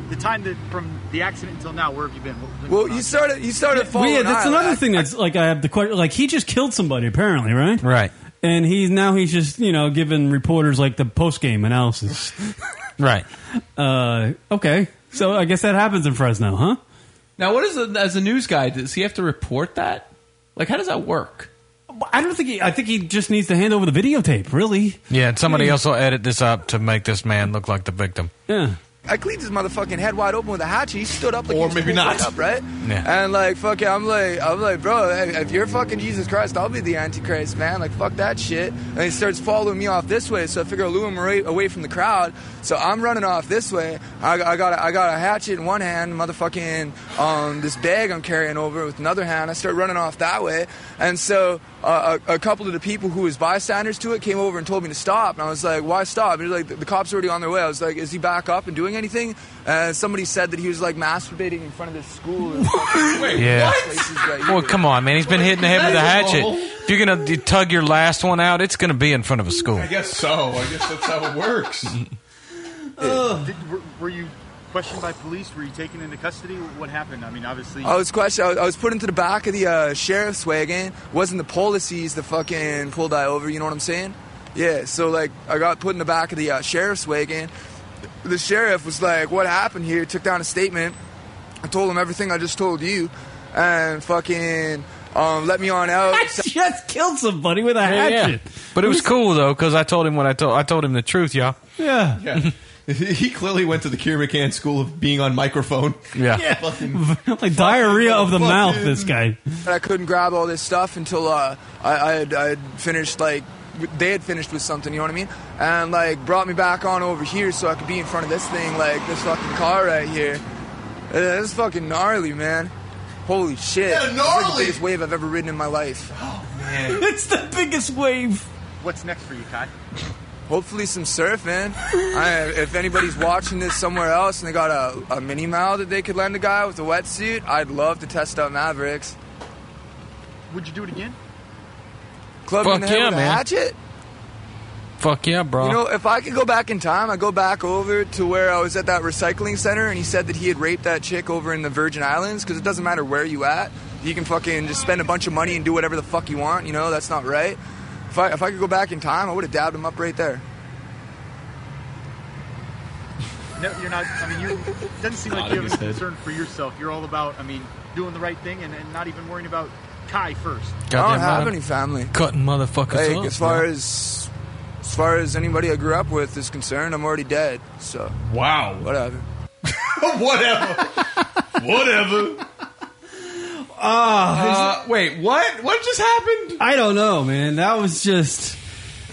the time that from the accident until now, where have you been? Well, you started. You started Well, following. yeah, that's Ireland. another thing that's like I have the question. Like he just killed somebody, apparently, right? Right. And he's now he's just you know giving reporters like the post game analysis. right. Uh, okay. So I guess that happens in Fresno, huh? Now, what is the, as a news guy? Does he have to report that? Like, how does that work? I don't think he. I think he just needs to hand over the videotape. Really? Yeah, and somebody Yeah. else will edit this up to make this man look like the victim. Yeah. I cleaved his motherfucking head wide open with a hatchet. He stood up like Or he was maybe pulling not. up, right? Yeah. And like, fuck it, I'm like, I'm like, bro, if if you're fucking Jesus Christ, I'll be the Antichrist, man. Like, fuck that shit. And he starts following me off this way, so I figure I'll lure him away, away from the crowd. So I'm running off this way. I, I got, a, I got a hatchet in one hand, motherfucking, um, this bag I'm carrying over with another hand. I start running off that way, and so. Uh, a, a couple of the people who was bystanders to it came over and told me to stop, and I was like, "Why stop?" And he was like, the, "The cops already on their way." I was like, "Is he back up and doing anything?" And somebody said that he was like masturbating in front of this school. Wait, Yeah. Well, come on, man. He's been hitting the head with a hatchet. If you're gonna tug your last one out, it's gonna be in front of a school. I guess so. I guess that's how it works. Did, were, were you questioned by police? Were you taken into custody? What happened? I mean, obviously, I was questioned. I was, I was put into the back of the uh, sheriff's wagon. Wasn't the policies that fucking pulled I over? You know what I'm saying? Yeah. So like, I got put in the back of the uh, sheriff's wagon. The sheriff was like, "What happened here?" Took down a statement. I told him everything I just told you, and fucking um, let me on out. I just killed somebody with a Yeah, yeah. But it was cool though, because I told him what I told. I told him the truth, y'all. Yeah. yeah. He clearly went to the Kieran McCann school of being on microphone. Yeah. like diarrhea of the Fucking- mouth. This guy. But I couldn't grab all this stuff until uh, I, I, had, I had finished, like, w- they had finished with something, you know what I mean? And, like, brought me back on over here so I could be in front of this thing, like, this fucking car right here. Uh, This is fucking gnarly, man. Holy shit. Yeah, It's like the gnarly. Oh, biggest wave I've ever ridden in my life. it's the biggest wave. What's next for you, Kai? Hopefully some surfing. I, if anybody's watching this somewhere else and they got a, a mini mile that they could lend a guy with a wetsuit, I'd love to test out Mavericks. Would you do it again? Club Fuck in the head yeah, with man. a hatchet? Fuck yeah, bro. You know, if I could go back in time, I'd go back over to where I was at that recycling center and he said that he had raped that chick over in the Virgin Islands because it doesn't matter where you at. You can fucking just spend a bunch of money and do whatever the fuck you want. You know, that's not right. If I, if I could go back in time, I would have dabbed him up right there. No, you're not. I mean, you it doesn't seem like Nodding you have his any head. concern for yourself. You're all about, I mean, doing the right thing and, and not even worrying about Kai first. Oh, I don't have any family. Cutting motherfuckers Like, up, as far bro. as as far as anybody I grew up with is concerned, I'm already dead. So wow, whatever. whatever. Whatever. Ah. Uh, wait, what? What just happened? I don't know, man. That was just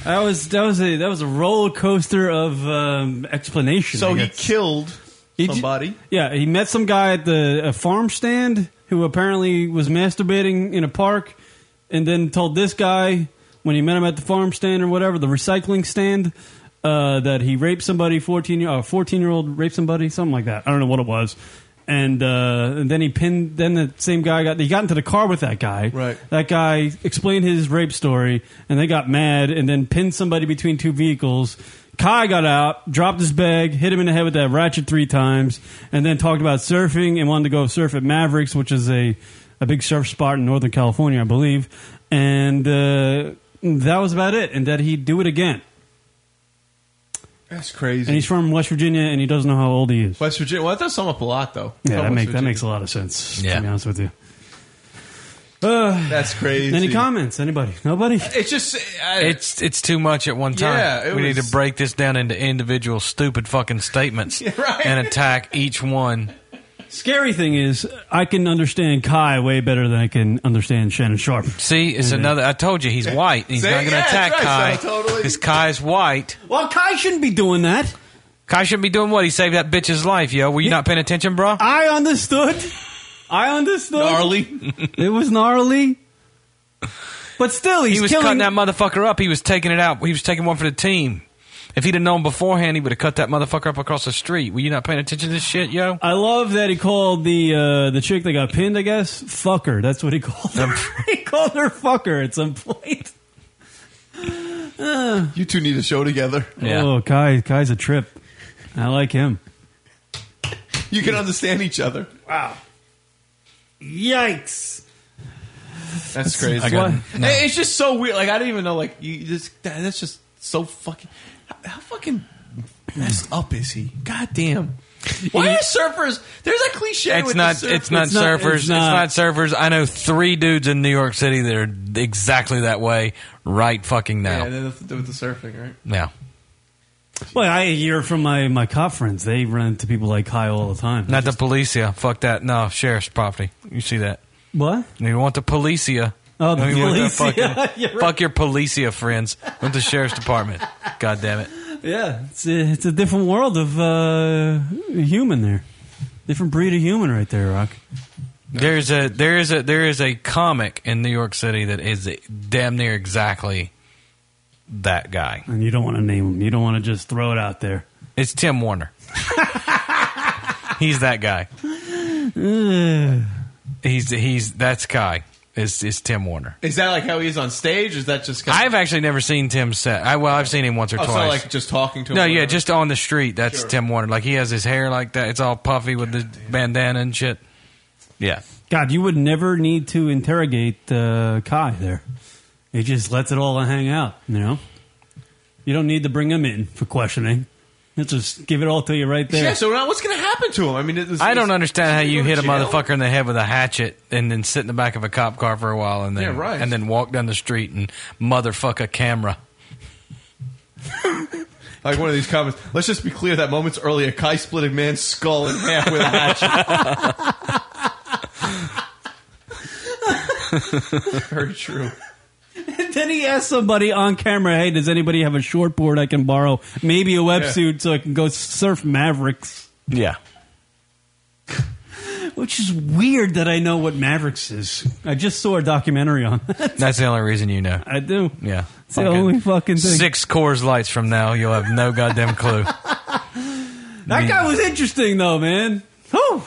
that was that was a that was a roller coaster of um, explanation. So I he guess. killed He j- somebody. yeah, he met some guy at the a farm stand who apparently was masturbating in a park, and then told this guy when he met him at the farm stand or whatever the recycling stand. Uh, that he raped somebody, fourteen year, uh, fourteen year old raped somebody, something like that. I don't know what it was, and, uh, and then he pinned. Then the same guy got he got into the car with that guy. Right. That guy explained his rape story, and they got mad, and then pinned somebody between two vehicles. Kai got out, dropped his bag, hit him in the head with that ratchet three times, and then talked about surfing and wanted to go surf at Mavericks, which is a, a big surf spot in Northern California, I believe. And uh, that was about it. And that he'd do it again. That's crazy. And he's from West Virginia, and he doesn't know how old he is. West Virginia. Well, that does sum up a lot, though. Yeah, that, West make, that Virginia. makes a lot of sense. Yeah. to be honest with you. Uh, That's crazy. Any comments? Anybody? Nobody? It's just. uh, I, It's it's too much at one time. Yeah, it we need was- to break this down into individual stupid fucking statements and attack each one. Scary thing is, I can understand Kai way better than I can understand Shannon Sharp. See, it's another. I told you he's white. He's See? not going to Yeah, that's attack right, Kai. so totally- Because Kai's white. Well, Kai shouldn't be doing that. Kai shouldn't be doing what? He saved that bitch's life, yo. Were you not paying attention, bro? I understood. I understood. Gnarly. it was gnarly. But still, he's he was killing- cutting that motherfucker up. He was taking it out. He was taking one for the team. If he'd have known beforehand, he would have cut that motherfucker up across the street. Were you not paying attention to this shit, yo? I love that he called the uh, the chick that got pinned. I guess fucker. That's what he called her. he called her fucker at some point. Uh, You two need a show together. Oh, Kai Kai's a trip. I like him. You can understand each other. Wow. Yikes. That's crazy. I got- Why- no. It- It's just so weird. Like I don't even know. Like you just that- that's just so fucking. How, how fucking messed up is he? God damn. Why are surfers? There's a cliche. It's with not, The surfers. it's not. surfers. It's not. surfers. I know three dudes in New York City that are exactly that way right fucking now. Yeah, that's to do with the surfing, right? Now, Well, I hear from my, my cop friends. They run into people like Kai all the time. not the policia. Fuck that. No, sheriff's property. You see that? What? No, you want the policia? Oh, the No, you want that policia. fucking- You're right. Fuck your policia friends. Want the sheriff's department? God damn it. Yeah, it's a, it's a different world of uh, human there. Different breed of human right there, Rock. There's a there is a there is a comic in New York City that is damn near exactly that guy. And you don't want to name him. You don't want to just throw it out there. It's Tim Warner. he's that guy. He's he's that's Kai. Is is Tim Warner? Is that like how he is on stage? Is that just kind I've actually never seen Tim set. I, well, I've seen him once or of, oh, twice. so like just talking to him? no, or yeah, whatever? just on the street. That's Sure. Tim Warner. Like he has his hair like that. It's all puffy with the bandana and shit. Yeah. God, you would never need to interrogate uh, Kai there. He just lets it all hang out, you know? You don't need to bring him in for questioning. He'll just give it all to you right there. Yeah. So now what's going to happen to him? I mean, it, it's- I don't it's- understand how does he Uh, you go to hit a jail? motherfucker in the head with a hatchet and then sit in the back of a cop car for a while and then Yeah, right. and then walk down the street and motherfuck a camera. Like one of these comments. Let's just be clear that moments earlier, Kai split a man's skull in half with a hatchet. Very true. And then he asked somebody on camera, "Hey, does anybody have a short board I can borrow? Maybe a wetsuit so I can go surf Mavericks." Yeah. Which is weird that I know what Mavericks is. I just saw a documentary on that. That's the only reason you know. I do. Yeah. It's the only fucking thing. Six Coors Lights from now, you'll have no goddamn clue. That guy was interesting though, man. Whew.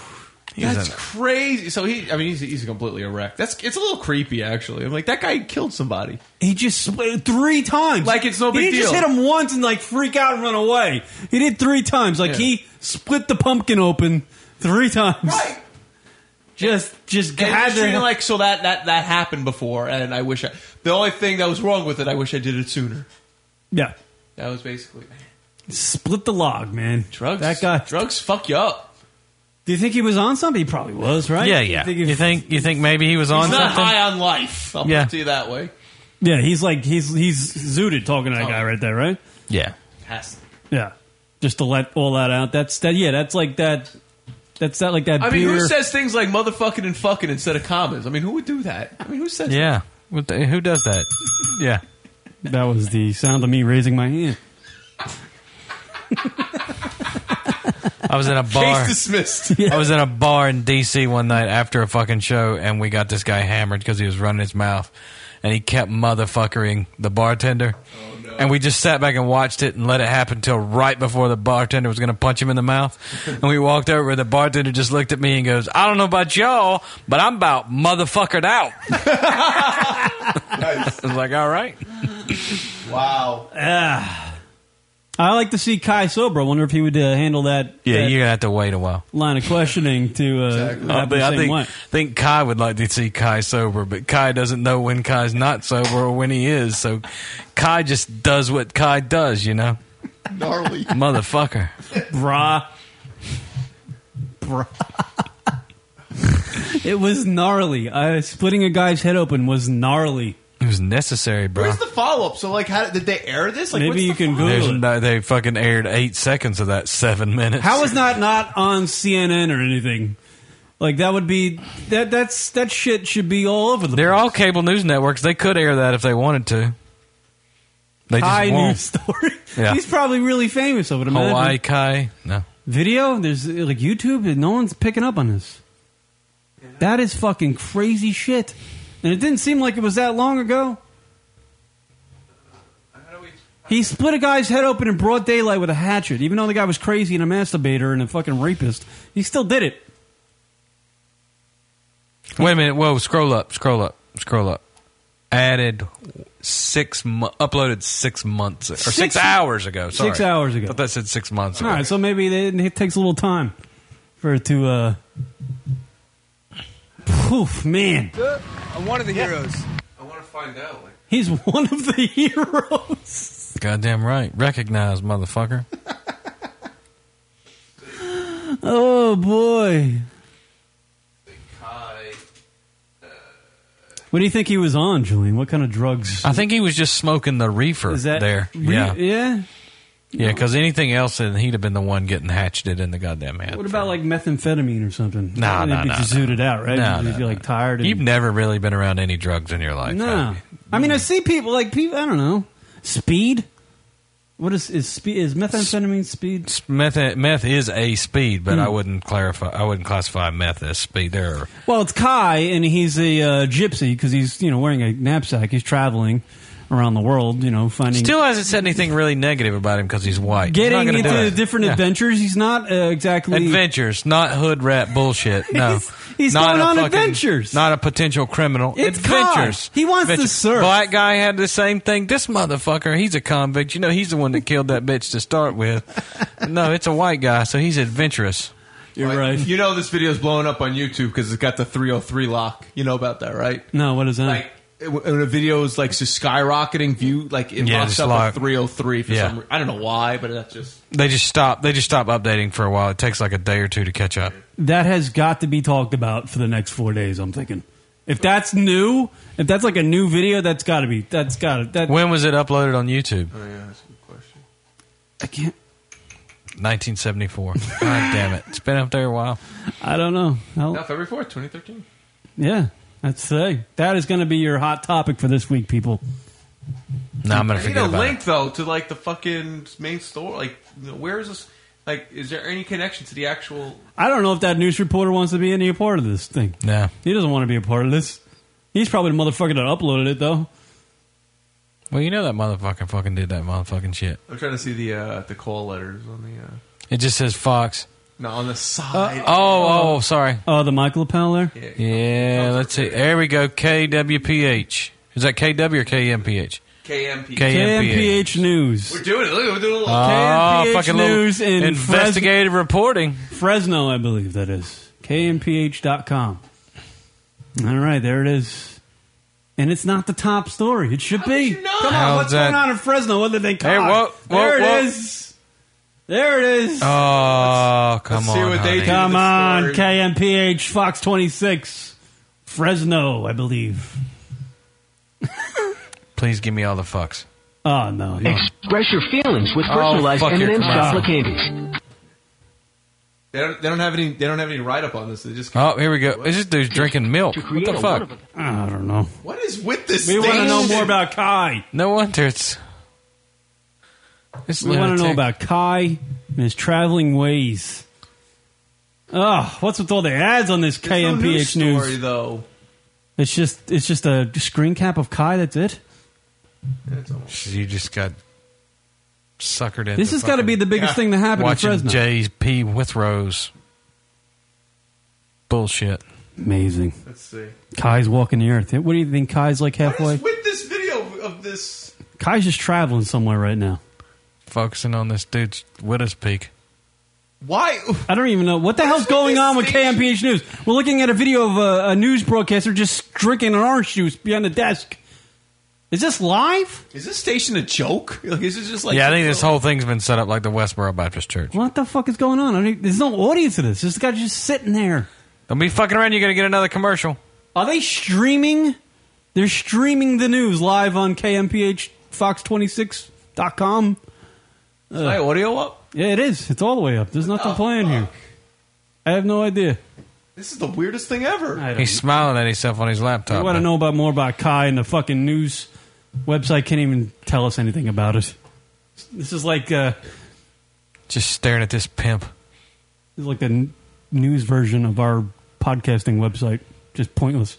That's crazy. So he, I mean, he's, he's completely a wreck. That's it's a little creepy, actually. I'm like, that guy killed somebody. He just sw- three times. Like it's no big he didn't deal. just hit him once and like freak out and run away. He did three times. Like Yeah. he split the pumpkin open three times. Right. Just just And had it's to- treated like so that that that happened before, and I wish I. The only thing that was wrong with it, I wish I did it sooner. Yeah. That was basically Split the log, man. Drugs. That guy. Drugs fuck you up. Do you think he was on something? He probably was, right? Yeah, You yeah. think you think you think maybe he was he's on not something? high on life. I'll Yeah. put it to you that way. Yeah, he's like he's he's zooted talking to that guy right there, right? Yeah. Has to. Yeah. Just to let all that out. That's that. Yeah, that's like that. That's that like that. I mean, beer. who says things like motherfucking and fucking instead of commas? I mean, who would do that? I mean, who says? Yeah. What the, who does that? Yeah. That was the sound of me raising my hand. I was in a bar. Case dismissed. I was in a bar in DC one night after a fucking show, and we got this guy hammered because he was running his mouth, and he kept motherfuckering the bartender. And we just sat back and watched it and let it happen till right before the bartender was going to punch him in the mouth. And we walked over, and the bartender just looked at me and goes, "I don't know about y'all, but I'm about motherfuckered out." I was like, "All right." Wow. Ah. I like to see Kai sober. I wonder if he would uh, handle that. Yeah, that you're gonna have to wait a while. line of questioning to uh, I have the think, I same think, way. think Kai would like to see Kai sober, but Kai doesn't know when Kai's not sober or when he is. So Kai just does what Kai does, you know? Gnarly. Motherfucker. Brah. Brah. it was gnarly. Uh, splitting a guy's head open was gnarly. It was necessary, bro. Where's the follow up? So, like, how did they air this? Like, Maybe what's you the can follow-up? There's no- they fucking aired eight seconds of that seven minutes. How is that not on CNN or anything? Like that would be that that's that shit should be all over the. They're all cable news networks. They could air that if they wanted to. They just Kai won't. news story. Yeah. He's probably really famous. I would imagine. Hawaii Kai. No. video there's uh, like youtube and no one's picking up on this that is fucking crazy shit and it didn't seem like it was that long ago He split a guy's head open in broad daylight with a hatchet. Even though the guy was crazy and a masturbator and a fucking rapist, he still did it. Wait a minute. Whoa, scroll up, scroll up, scroll up. Added six, mo- uploaded six months or six, Six- hours ago. Sorry. six hours ago. thought that said six months All ago. right, so maybe it, it takes a little time for it to. uh Poof, man, I'm one of the heroes. I want to find out. Like, he's one of the heroes. Goddamn right. Recognize, motherfucker. Oh boy, what do you think he was on, Julian? What kind of drugs? I think he was just smoking the reefer Is that there. Re- Uh, yeah. yeah. Yeah, because anything else, then he'd have been the one getting hatcheted in the goddamn head. What about like methamphetamine or something? No, It'd no, be no, just no. zooted out, right? No, You'd no, be like tired. And, You've never really been around any drugs in your life. no, I mean I see people like people. I don't know. Speed. What is is speed? Is methamphetamine speed? Meth, meth is a speed, but Hmm. I wouldn't clarify. I wouldn't classify meth as speed. There, are, Well, it's Kai, and he's a uh, gypsy because he's you know wearing a knapsack. He's traveling around the world, you know, finding still hasn't said anything really negative about him because he's white. getting he's not gonna do into it. different Yeah. adventures. He's not uh, exactly Adventures, not hood rat bullshit. No, He's- he's going a on adventures. Not a potential criminal. It's adventures. Kai. He wants to Adventures. surf. Black guy had the same thing. This motherfucker, he's a convict. You know, he's the one that killed that bitch to start with. no, it's a white guy, so he's adventurous. You're right. You know this video is blowing up on YouTube because it's got the 303 lock. You know about that, right? No, what is that? Like it- when a video is like just skyrocketing view, like it Yeah, pops it's up like- a 303 for Yeah. some. re- I don't know why, but that's just. They just stop. They just stop updating for a while. It takes like a day or two to catch up. that has got to be talked about for the next four days. I'm thinking if that's new, if that's like a new video, that's got to be that's got to that. When was it uploaded on YouTube? Oh yeah, that's a good question. I can't. 1974. God damn it! It's been up there a while. I don't know. I'll- No, February fourth, 2013. yeah, that's the that is going to be your hot topic for this week, people. No, I'm I need a link though to like the fucking main store. Like, you know, where is this? Like, is there any connection to the actual? I don't know if that news reporter wants to be any part of this thing. No. He doesn't want to be a part of this. He's probably the motherfucker that uploaded it, though. Well, you know that motherfucker fucking did that motherfucking shit. I'm trying to see the uh, the call letters on the uh, It just says Fox. no on the side. Oh, oh, sorry. Oh, the Michael Lapel there? Yeah, let's see. There we go. KWPH. Is that KW or KMPH? KMP. KMPH News. We're doing it. Look, we're doing a little. KMPH Ah, fucking little News in investigative reporting. Fresno, I believe that is. KMPH.com. All right, there it is. And it's not the top story. It should be. Come on, How's what's that- going on in Fresno other than Hey, God? whoa, whoa, there it is. whoa. There it is. Oh, come Let's on. see what they honey. do to Come on, KMPH, Fox 26, Fresno, I believe. Please give me all the fucks. Oh, no. no. Express your feelings with Oh, personalized fuck your M&M's commercial. chocolate candies. They don't, they don't have any. They don't have any write up on this. They just. Oh, here we go. Is this dude's drinking milk? What create the a fuck? wonderful- I don't know. What is with this? We want to station? know more about Kai. No wonder it's. It's we want to know lunatic. about Kai and his traveling ways. Oh, what's with all the ads on this There's no KMPH news news? story though. It's just it's just a screen cap of Kai. That's it. That's almost- You just got suckered into. This has gotta fucking- be the biggest thing that happened in Watching Fresno. Jay's P Withrows. Bullshit. Amazing. Let's see. Kai's walking the earth. What do you think? Kai's like halfway. With this video of this, Kai's just traveling somewhere right now. Focusing on this dude's widow's peak. why? I don't even know what the hell's going on with KMPH News. We're looking at a video of a, a news broadcaster just drinking an orange juice behind the desk. Is this live? Is this station a joke? Like, is this just like? yeah, I think this whole thing's been set up like the Westboro Baptist Church. What the fuck is going on? I mean, there's no audience to this. This guy's just sitting there. Don't be fucking around. You're gonna get another commercial. Are they streaming? They're streaming the news live on KMPH Fox26.com. Is my audio up? Yeah, it is. It's all the way up. There's nothing playing here. I have no idea. This is the weirdest thing ever. I don't He's smiling at himself on his laptop. You want to man. know about more about Kai and the fucking news website can't even tell us anything about it. This is like uh, Just staring at this pimp. this is like the n- news version of our podcasting website. Just pointless.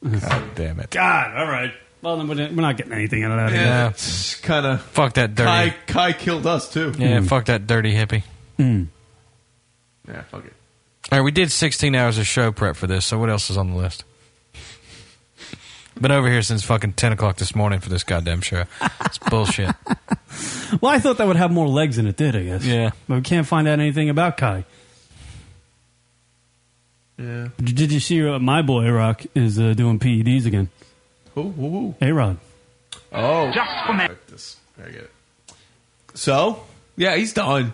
God damn it. God, all right. Well, then we're not- we're not getting anything out of that. Yeah, either. that's kind of fuck that dirty. Kai, Kai killed us too. yeah, Hmm. fuck that dirty hippie. Yeah, fuck it. All right, we did 16 hours of show prep for this, so what else is on the list? Been over here since fucking 10 o'clock this morning for this goddamn show. It's bullshit. Well, I thought that would have more legs than it did. I guess. Yeah. But we can't find out anything about Kai. Yeah. D- Did you see uh, my boy Rock is uh, doing PEDs again? Ooh, ooh, ooh. A Rod. Oh, just for me. This. I get it. So, yeah, he's done.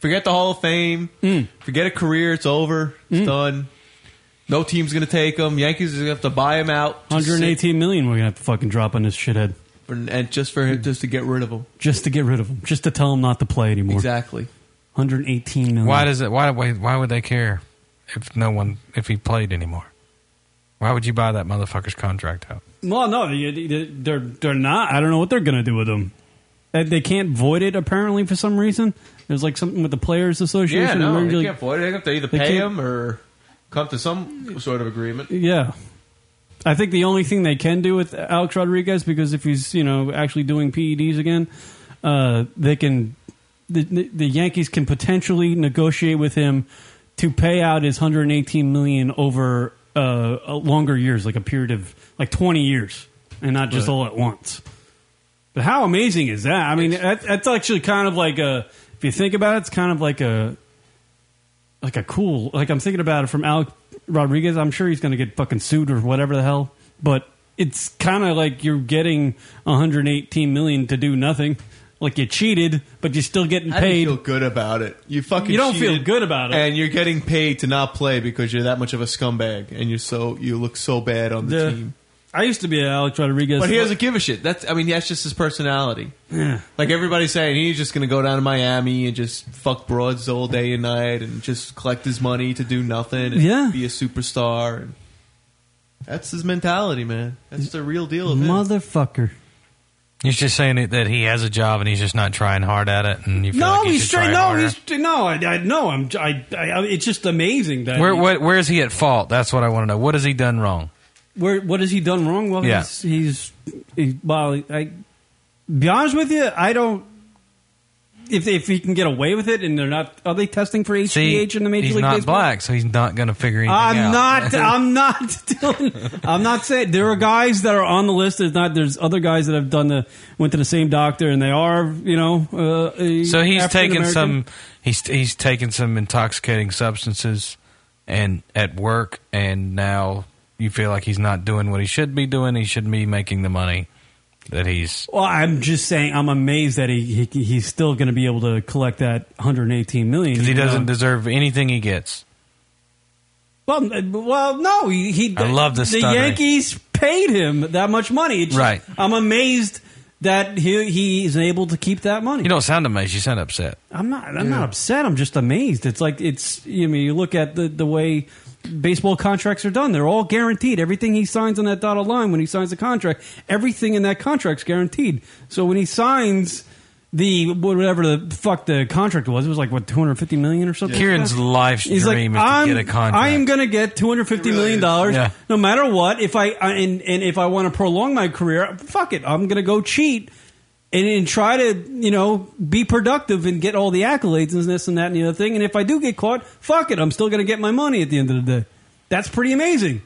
Forget the Hall of Fame. Mm. Forget a career. It's over. It's done. No team's going to take him. Yankees are going to have to buy him out. Just Hundred eighteen million. We're gonna have to fucking drop on this shithead sit- for- and just for him, just to get rid of him. just to get rid of him, just to tell him not to play anymore. Exactly. Hundred eighteen million. Why does it? Why, why? Why would they care if no one if he played anymore? Why would you buy that motherfucker's contract out? Well, no, you- you- they're they're not. I don't know what they're gonna do with them. They- They can't void it apparently for some reason. There's like something with the Players Association. Yeah, no, and they they're like- can't afford it. They have to either They pay can't- him or come to some sort of agreement. Yeah. I think the only thing they can do with Alex Rodriguez, because if he's you know actually doing PEDs again, uh, they can the, the the Yankees can potentially negotiate with him to pay out his 118 million over uh, a longer years, like a period of like 20 years, and not just Right. all at once. But how amazing is that? I mean, that, that's actually kind of like a. If you think about it, it's kind of like a like a cool like I'm thinking about it from Alec Rodriguez. I'm sure he's going to get fucking sued or whatever the hell, but it's kind of like you're getting 118 million to do nothing. Like you cheated, but you're still getting I didn't paid. feel good about it. You fucking. You don't cheated, feel good about it. and you're getting paid to not play because you're that much of a scumbag, and you're so you look so bad on the Yeah. team. I used to be an Alex Rodriguez. But he doesn't give a shit. That's I mean that's just his personality. Yeah. Like everybody's saying, he's just going to go down to Miami and just fuck broads all day and night, and just collect his money to do nothing. And Yeah. be a superstar. And that's his mentality, man. That's the real deal. Of him. motherfucker. He's just saying it, that he has a job and he's just not trying hard at it, and you feel No, like he he's should straight. try No, harder. he's no. I, I no. I'm. I, I. It's just amazing that. Where, he- what, where is he at fault? That's what I want to know. What has he done wrong? Where what has he done wrong? Well, Yeah. he's, he's, he- well. I be honest with you, I don't. If if he can get away with it, and they're not, are they testing for HGH See, in the Major he's League not Baseball? black, so he's not going to figure anything I'm out. not. I'm not. Dylan, I'm not saying there are guys that are on the list. There's not. There's other guys that have done the went to the same doctor, and they are. You know. Uh, So he's taking African-American. some he's he's taking some intoxicating substances and at work and now you feel like he's not doing what he should be doing. He shouldn't be making the money that he's Well, I'm just saying, I'm amazed that he, he he's still going to be able to collect that 118 million because he even doesn't though- deserve anything he gets. Well, uh, well, no, he. he I love this The stuttering. Yankees paid him that much money. It's just- Right. I'm amazed that he he's able to keep that money. You don't sound amazed. You sound upset. I'm not. I'm not upset. I'm just amazed. It's like it's. You know, you look at the the way baseball contracts are done. They're all guaranteed. Everything he signs on that dotted line when he signs a contract, everything in that contract's guaranteed. So when he signs. The whatever the fuck the contract was, it was like what two hundred fifty million or something. Kieran's life's He's like, dream is I'm, to get a contract. I am going to get two hundred fifty million dollars, Yeah. no matter what. If I, I and, and if I want to prolong my career, fuck it, I'm going to go cheat and, and try to you know be productive and get all the accolades and this and that and the other thing. And if I do get caught, fuck it, I'm still going to get my money at the end of the day. That's pretty amazing.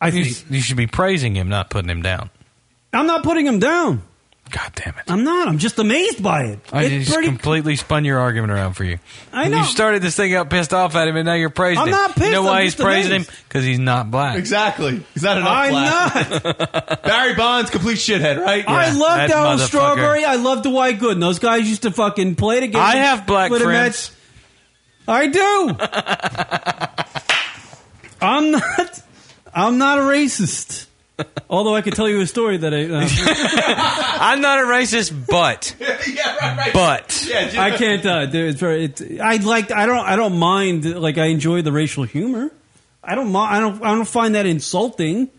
I you, think you should be praising him, not putting him down. I'm not putting him down. God damn it! I'm not. I'm just amazed by it. I it's just pretty completely spun your argument around for you. I know. You started this thing out pissed off at him, and now you're praising I'm him. not You pissed, know I'm why just he's praising amazed. him? Because he's not black. Exactly. He's not enough. I'm not. Barry Bonds, complete shithead, right? I love Donald motherfucker. Strawberry. I love Dwight Gooden. Those guys used to fucking play together. I have black for the friends. Mets. I do. I'm not. I'm not a racist. Although I could tell you a story that I. uh, I'm not a racist, but but I can't. Uh, dude, it's very. It's, I like. I don't. I don't mind. Like I enjoy the racial humor. I don't. mi- I don't. I don't find that insulting.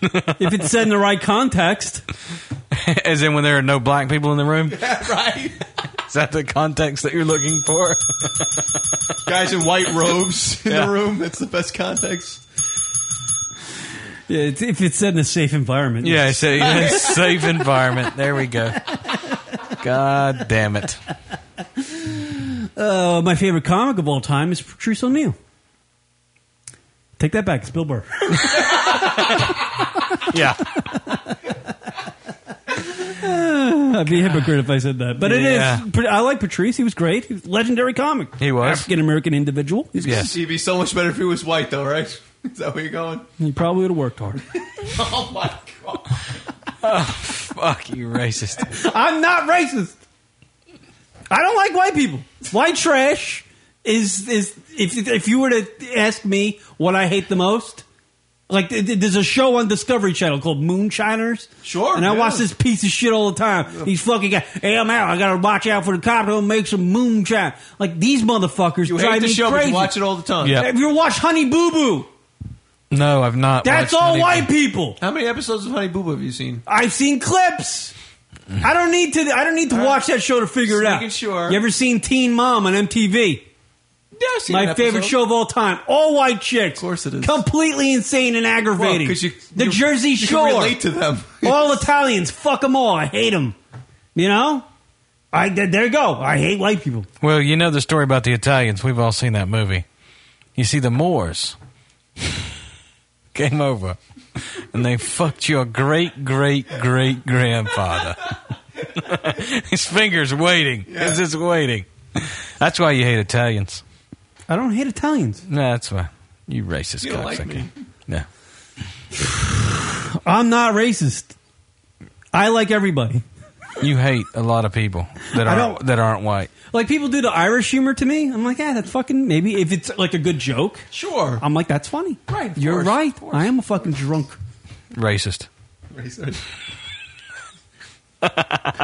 if it's said in the right context. As in when there are no black people in the room? right. Is that the context that you're looking for? Guys in white robes in Yeah. the room. That's the best context. Yeah, it's, if it's said in a safe environment. Yeah, yes. so yeah, safe environment. There we go. God damn it. Uh, my favorite comic of all time is Patrice O'Neill. Take that back, it's Bill Burr. yeah. I'd be a hypocrite if I said that, but it Yeah. is. pre- I like Patrice. He was great. He was a legendary comic. He was. African American individual. He's He'd be so much better if he was white, though, right? Is that where you're going? He probably would have worked hard. oh my god! Fuck you, racist. I'm not racist. I don't like white people. White trash is is if if you were to ask me what I hate the most, like th- th- there's a show on Discovery Channel called Moonshiners. Sure, and I yeah. watch this piece of shit all the time. These fucking guys, hey, I'm out. I gotta watch out for the cop. Don't make some moonshine. Like these motherfuckers You drive hate the me show, but crazy. you watch it all the time. Yeah. Have you ever watched Honey Boo Boo? No, I've not. That's watched all any- white people. How many episodes of Honey Boo Boo have you seen? I've seen clips. I don't need to. I don't need to watch that show to figure it Just out. making sure. You ever seen Teen Mom on MTV? Yeah, I've seen My an favorite episode. show of all time. All white chicks. Of course it is. Completely insane and aggravating. Well, 'cause you- the you- Jersey you can Shore. relate to them. all Italians. Fuck them all. I hate them. You know. I there you go. I hate white people. Well, you know the story about the Italians. We've all seen that movie. You see, the Moors came over and they fucked your great, great, great grandfather. His finger's waiting. It's just waiting. That's why you hate Italians. I don't hate Italians. No, that's why. You racist You don't like cocksucker. me. No. I'm not racist. I like everybody. You hate a lot of people that I aren't, that aren't white. Like people do the Irish humor to me. I'm like, ah, that's fucking maybe if it's like a good joke. Sure. I'm like, that's funny. Right. You're right. I am a fucking drunk. Racist.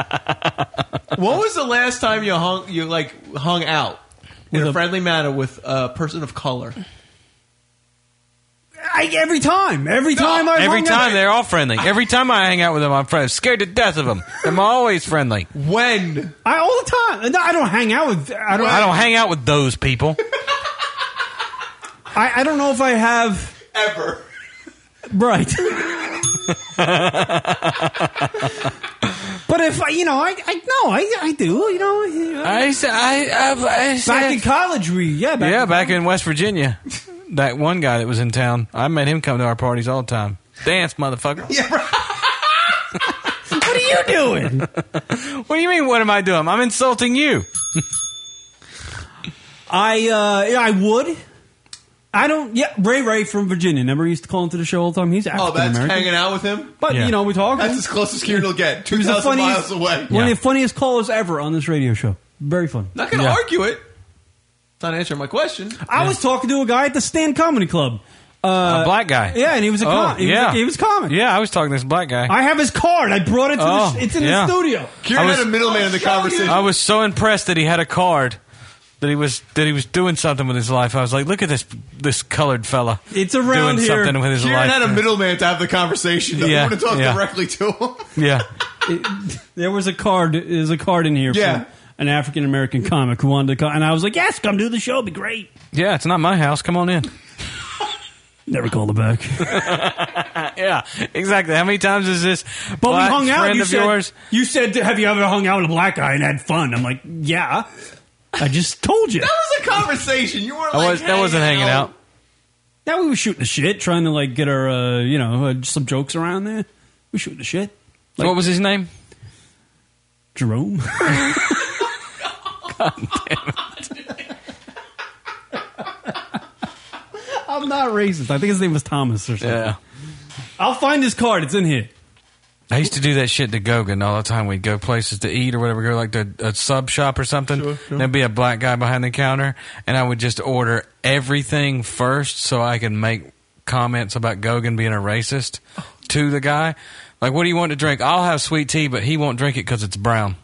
when was the last time you hung you like hung out in With a, a- friendly manner with a person of color? I, every time, every time I Every time they're all friendly. Every time I hang out with them, I'm friendly. Scared to death of them. I'm always friendly. When I all the time. No, I don't hang out with. I don't. I don't hang out with those people. I, I don't know if I have ever. Right. I, But if I, you know, I, I no, I, I do. You know, I, I, I back in college we yeah back yeah, back in West Virginia, that one guy that was in town, I met him come to our parties all the time. Dance, motherfucker. Yeah, what are you doing? what do you mean? What am I doing? I'm insulting you. I uh, yeah, I would. I don't. Yeah, Ray Ray from Virginia. Remember, he used to call into the show all the time. He's Oh, African that's American. hanging out with him. But you know, we talk. That's as close as Kieran will get. He Two was the thousand funniest- miles away. One of the funniest callers ever on this radio show. Very funny. Not gonna argue it. Not answering my question. I was talking to a guy at the Stand Comedy Club. Uh, a black guy. Yeah, and he was a com- Oh, he was yeah. a- he was a comic. Yeah, I was talking to this black guy. I have his card. I brought it to. Oh, the sh- it's in the yeah. studio. I was- I was so impressed that he had a card that he was that he was doing something with his life. I was like, look at this this colored fella. It's around doing here. something with his Kieran life. had a middleman to have the conversation. Though. Yeah, You want to talk yeah. directly to him. yeah. There was a card. There's a card in here. Yeah. From an African American comic who wanted to come, and I was like, "Yes, come do the show. It'd be great." Yeah, it's not my house. Come on in. Never called him back. yeah, exactly. How many times is this? But black we hung out. Friend You of said, yours. you said, "Have you ever hung out with a black guy and had fun?" I'm like, "Yeah." I just told you. That was a conversation. You weren't. I like, was- that wasn't hanging hanging out. Now we were shooting the shit, trying to like get our, uh, you know, uh, some jokes around there. We shooting the shit. Like, what was his name? Jerome. I'm not racist. I think his name was Thomas or something. Yeah. I'll find his card. It's in here. I used to do that shit to Gogan all the time. We'd go places to eat or whatever, go like to a sub shop or something. There'd be a black guy behind the counter, and I would just order everything first so I could make comments about Gogan being a racist to the guy. Like, what do you want to drink? I'll have sweet tea, but he won't drink it because it's brown.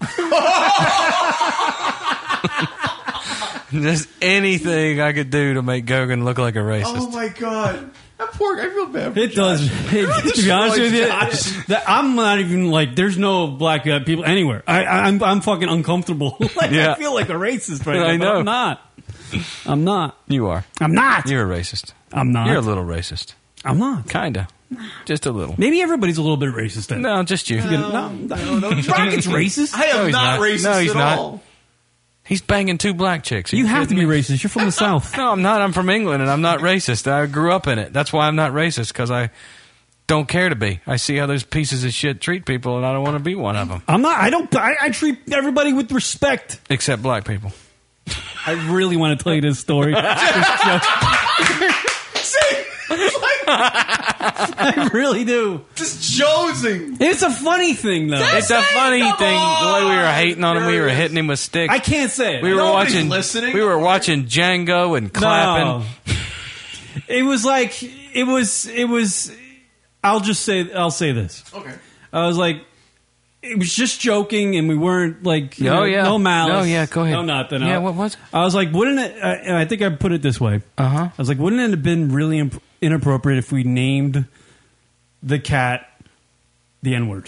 just anything I could do to make Gogan look like a racist. Oh my god, that poor. I feel bad. for It Josh. does. to be honest with you, Josh. that- I'm not even like. There's no black uh, people anywhere. I, I, I'm I'm fucking uncomfortable. like I Yeah. feel like a racist right I now. but know. I'm not. I'm not. You are. I'm not. You're a racist. I'm not. You're a little racist. I'm not. Kinda. Just a little. Maybe everybody's a little bit racist. Then. No, just you. No, no, no. Rocket's racist. I am he's not racist No, he's at not. all. He's banging two black chicks. You have to be racist. You're from the South. No, I'm not. I'm from England, and I'm not racist. I grew up in it. That's why I'm not racist because I don't care to be. I see how those pieces of shit treat people, and I don't want to be one of them. I'm not. I don't. I, I treat everybody with respect. Except black people. I really want to tell you this story. I really do. Just josing. It's a funny thing, though. it's a funny thing. The way we were hating on him, we were hitting him with sticks. I can't say it. We were Nobody's watching. listening. We were watching Django and clapping. it was like it was it was. I'll just say I'll say this. Okay. I was like, it was just joking, and we weren't like, you Oh, know, yeah. no malice, No, yeah, go ahead. no nothing. Yeah, I- what was it? Uh-huh. I was like, wouldn't it? I, and I think I put it this way. Uh huh. I was like, wouldn't it have been really imp- inappropriate if we named the cat the N word?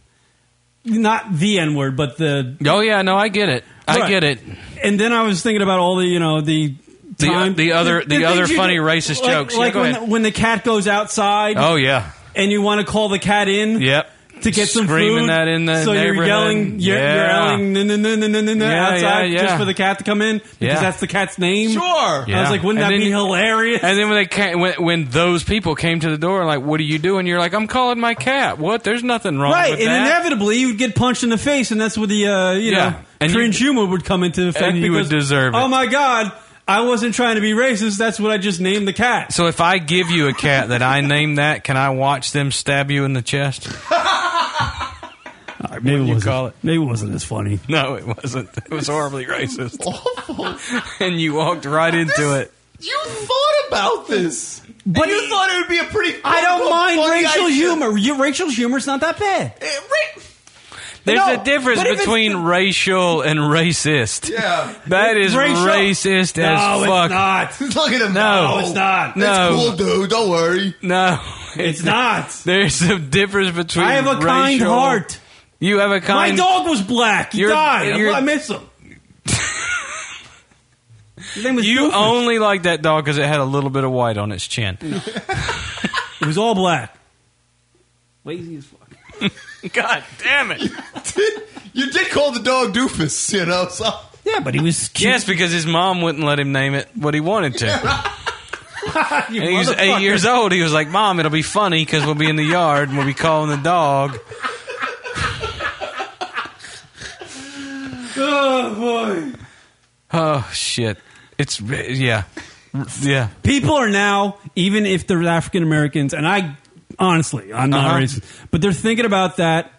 Not the N word, but the. Oh yeah, no, I get it. I get it. And then I was thinking about all the, you know, the. The- uh, Time, the other- the things other you- funny racist like- jokes. Yeah, Like go when, the, ahead. when the cat goes outside. Oh yeah. And you want to call the cat in. Yep. to get some Screaming food. that in the so you're neighborhood. yelling, you're, you're Yeah. yelling, "No, no, no, no, no, no, no," Yeah, outside yeah, yeah. just for the cat to come in because Yeah. that's the cat's name. Sure. I was like, wouldn't And that then be you- hilarious? And then when they came, when, when those people came to the door, like, what are you doing? You're like, I'm calling my cat. What? There's nothing wrong Right, with and that. inevitably you'd get punched in the face, and that's where the uh, you Yeah. know And you- cringe humor would come into effect. and you would because, deserve it. Oh my god, I wasn't trying to be racist. That's what I just named the cat. so if I give you a cat that I name that, can I watch them stab you in the chest? maybe it you wasn't. call it? Maybe it wasn't as funny. No, Oh, it wasn't. It was horribly racist. Oh. and you walked right into it. You thought about this. But But you he- thought it would be a pretty. I don't quote-unquote mind funny racial idea. humor. You, racial humor's not that bad. There's No, a difference but if it's between racial and racist. Yeah. That is Racial- racist as No, it's fuck. not. Look at him. No. No. dude. Don't worry. No, It's not. There's a difference between. I have a kind racial- heart. You have My a kind. dog was black. He You're- died. you're- I miss him. you only like that dog because it had a little bit of white on its chin. It was all black. Lazy as fuck. God damn it. You did call the dog doofus, you know. So Yeah, but he was Yes, because his mom wouldn't let him name it what he wanted to. You And he was eight motherfucker. years old. He was like, "Mom, it'll be funny because we'll be in the yard and we'll be calling the dog." Oh boy. Oh shit! It's yeah, yeah. People are now, even if they're African Americans, and I honestly, I'm not Uh-huh. racist, but they're thinking about that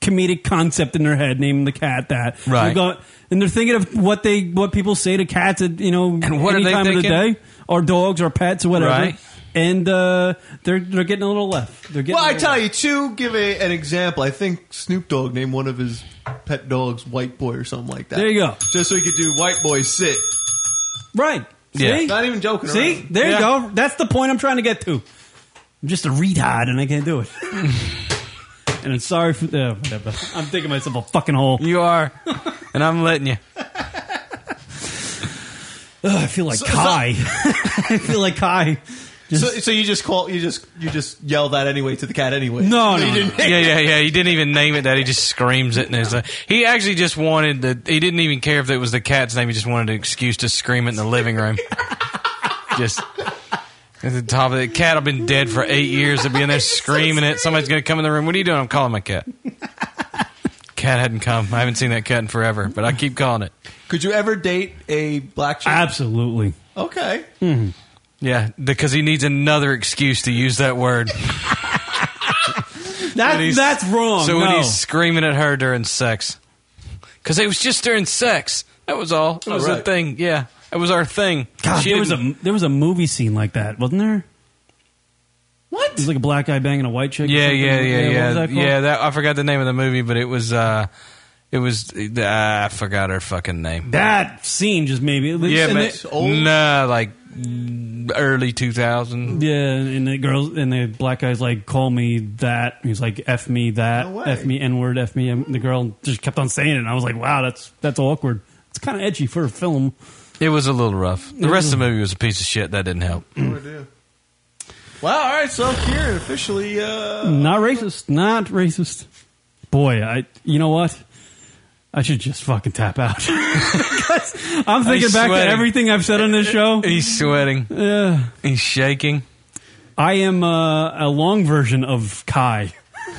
comedic concept in their head, naming the cat that. Right. They're go- and they're thinking of what they what people say to cats at you know And what are any they time of the thinking? day, or dogs, or pets, or whatever. Right. And uh, they're they're getting a little left. They're getting Well, a I little tell you, to give a, an example, I think Snoop Dogg named one of his pet dogs White Boy or something like that. There you go. Just so he could do White Boy sit. Right. Yeah. See? Not even joking See? around. There Yeah. you go. That's the point I'm trying to get to. I'm just a retard and I can't do it. and I'm sorry for uh, whatever. I'm digging myself a fucking hole. You are, and I'm letting you. Ugh, I feel like Kai. I feel like Kai. so, so you just call you just you just yell that anyway to the cat anyway. No, no, You no. didn't- yeah, yeah, yeah. He didn't even name it that. He just screams it. And it's like, he actually just wanted the. He didn't even care if it was the cat's name. He just wanted an excuse to scream it in the living room. just at the top of the cat. I've been dead for eight years. I'll be in there screaming it. Somebody's gonna come in the room. What are you doing? I'm calling my cat. cat hadn't come. I haven't seen that cat in forever, but I keep calling it. Could you ever date a black chick? Absolutely. Hmm. Okay. Yeah, because he needs another excuse to use that word. That, When he's- that's wrong. So when No. he's screaming at her during sex, because it was just during sex. That was all. It was Oh, a right. thing. Yeah, it was our thing. God, She there was didn't- a there was a movie scene like that, wasn't there? What? It was like a black guy banging a white chick. or yeah, something. yeah, yeah, what yeah, was yeah. that called? that I forgot the name of the movie, but it was. uh It was. Uh, I forgot her fucking name. That scene just maybe. yeah, and but it- nah, like mm, early two thousand. Yeah, and the girls and the black guy's like, "Call me that." He's like, "F me that." No way. F me n word. F me. And the girl just kept on saying it. And I was like, "Wow, that's that's awkward. It's kind of edgy for a film." Mm-hmm. It was a little rough. The rest of the movie was a piece of shit. That didn't help. Well, all right. So Kieran officially. Uh, Not racist. Not racist. Boy, I. You know what? I should just fucking tap out. I'm thinking He's back sweating. to everything I've said on this show. He's sweating. Yeah. He's shaking. I am uh, a long version of Kai.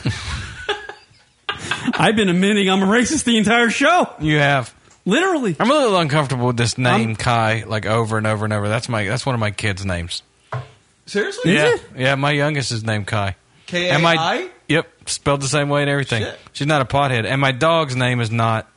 I've been admitting I'm a racist the entire show. You have. Literally. I'm a little uncomfortable with this name Kai, like over and over and over. That's my that's one of my kids' names. Seriously? Yeah. Yeah, my youngest is named Kai. K A And my- I? Yep. Spelled the same way and everything. Shit. She's not a pothead. And my dog's name is not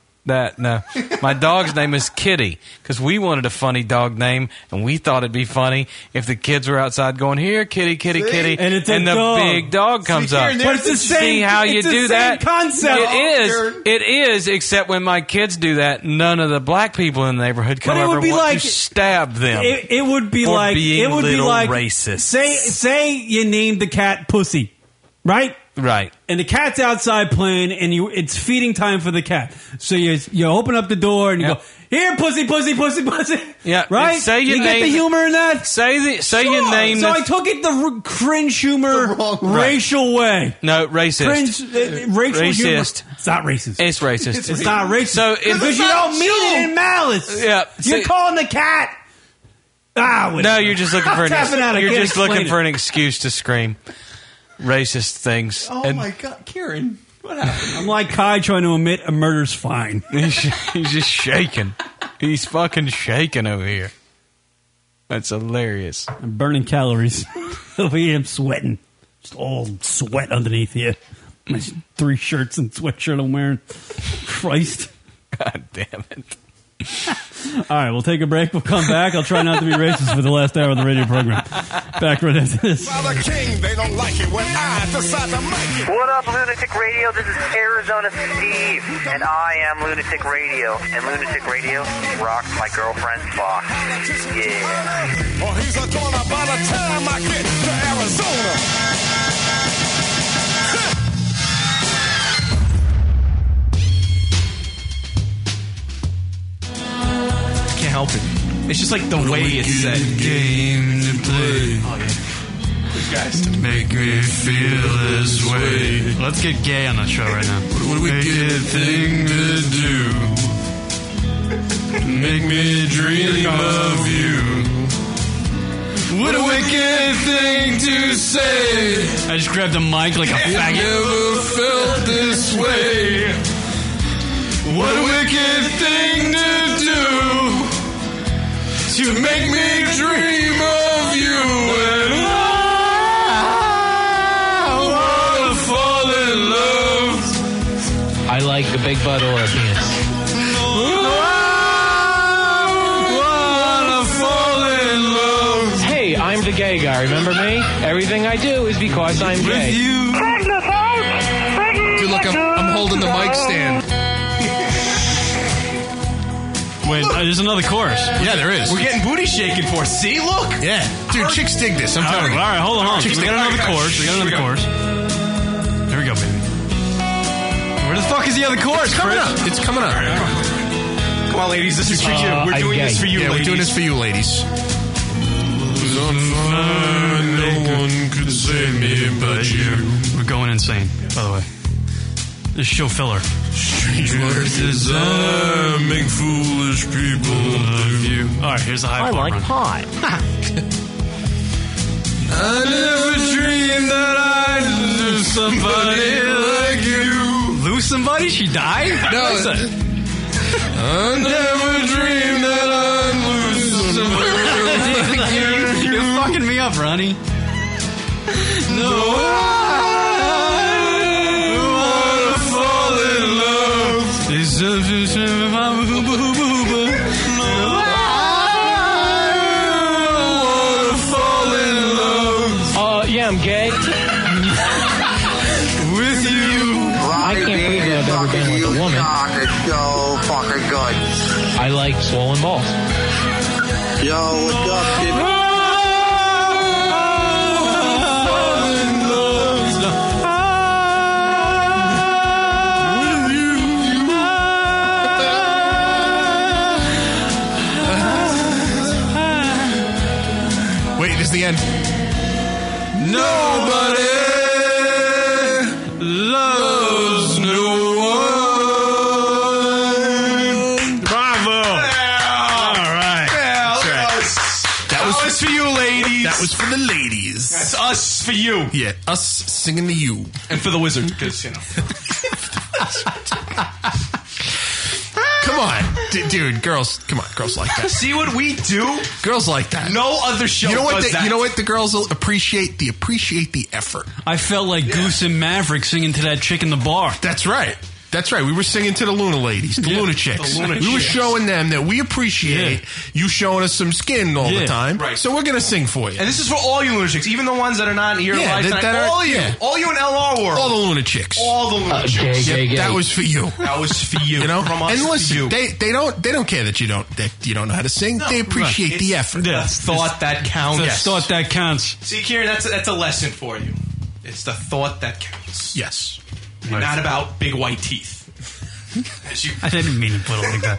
that. No. my dog's name is Kitty because we wanted a funny dog name and we thought it'd be funny if the kids were outside going, here, kitty, kitty, See? kitty. And it's a the dog. big dog See, comes Karen, up. there's But it's the See same- how you it's the do same that? concept. It Oh, is. Karen. It is, except when my kids do that, none of the black people in the neighborhood come But it over would be want like- to stab them. It, it would be for like being it would be little like racist. Say say you named the cat pussy, right? Right. And the cat's outside playing, and you it's feeding time for the cat. So you you open up the door and you go here, pussy, pussy, pussy, pussy. Yeah, right. Say you you get the name- humor in that. Say the say you Sure. name So the- I took it the r- cringe humor, racial way. No, racist. Cringe, uh, racial humor. racist. It's not racist. It's racist. It's, not racist. So if- because you don't mean it in malice. Yeah. You're See- calling the cat. Ah, wait. No, you're just looking for an I'm tapping out. I you're can't just looking explain for it. an excuse to scream racist things. Oh and my God, Kieran! What happened? I'm like Kai trying to admit a murder's fine. he's, he's just shaking. He's fucking shaking over here. That's hilarious. I'm burning calories. over here, I'm sweating. Just all sweat underneath here. My s- three shirts and sweatshirt I'm wearing. Christ. God damn it. All right, we'll take a break. We'll come back. I'll try not to be racist for the last hour of the radio program. Back right after this. Father King, they don't like it when I decide to make it. What up, Lunatic Radio? This is Arizona Steve, and I am Lunatic Radio. And Lunatic Radio rocks my girlfriend's box. Yeah. Or he's a donor by the time I get to Arizona. I can't help it. It's just like the way it's said. Oh, Game to play. Guys. To make me feel this way. Let's get gay on the show right now. What do we get a thing to do? Make me dream of you. What a wicked thing to say. I just grabbed a mic like a faggot. Never felt this way. What a wicked thing to do to make me dream of you and I wanna fall in love. I like a big butt or a penis. Hey, I'm the gay guy. Remember me? Everything I do is because I'm gay. Dude, look, I'm, I'm holding the mic stand. Wait, uh, there's another chorus. Yeah, there is. We're getting booty shaken for. See, look. Yeah. Dude, chicks dig this. I'm all telling right, you. all right, hold on. hold on. Chicks We dig- got another all right, chorus. We got shh, another here chorus. There we go, baby. Where the fuck is the other chorus, It's coming Chris? up. It's coming up. Come on, ladies. This is for you. Uh, We're I'm doing gay. this for you. Yeah, we're ladies. doing this for you, ladies. was on fire, no one could save me but you. We're going insane, by the way. This show filler. Strange words desire make foolish people love you. All right, here's the high I point run. like pot. I never dreamed that I'd lose somebody like you. Lose somebody? She died? No. I never dreamed that I'd lose somebody like you. You're fucking me up, Ronnie. No, I wanna fall in love. It's just a shame if I'm a hooba hooba hooba. No, I wanna fall in love. Uh, yeah, I'm gay. With you. I can't believe that I've ever been with a woman. so fucking good. I like swollen balls. Yo, what's up, dude? Wait, this is the end. loves no one. Bravo! All right. That's right. That was for you, ladies. That was for the ladies. That's us for you. Yeah, us singing to you. And for the wizard, because, you know. Come on, D- dude, girls, come on, girls like that. See what we do? Girls like that. No other show You know what? does the, that. You know what? The girls will appreciate the appreciate the effort. I felt like Goose and Maverick singing to that chick in the bar. That's right. That's right. We were singing to the Luna ladies, the Luna chicks. we were showing them that we appreciate you showing us some skin all Yeah. the time. Right. So we're gonna sing for you. And this is for all you lunatics, even the ones that are not here Yeah, live that- tonight. that are- all you, yeah. all you in LR world, all the lunatics, all the lunatics. Yep, That was for you. That was for you. You know, From us and to listen, you. they they don't they don't care that you don't that you don't know how to sing. No, they appreciate right. the It's- effort. yeah, it's thought that counts. Yes. It's thought that counts. See, Kieran, that's that's a lesson for you. It's the thought that counts. Yes, And not about big white teeth. As you I didn't mean to put it like that.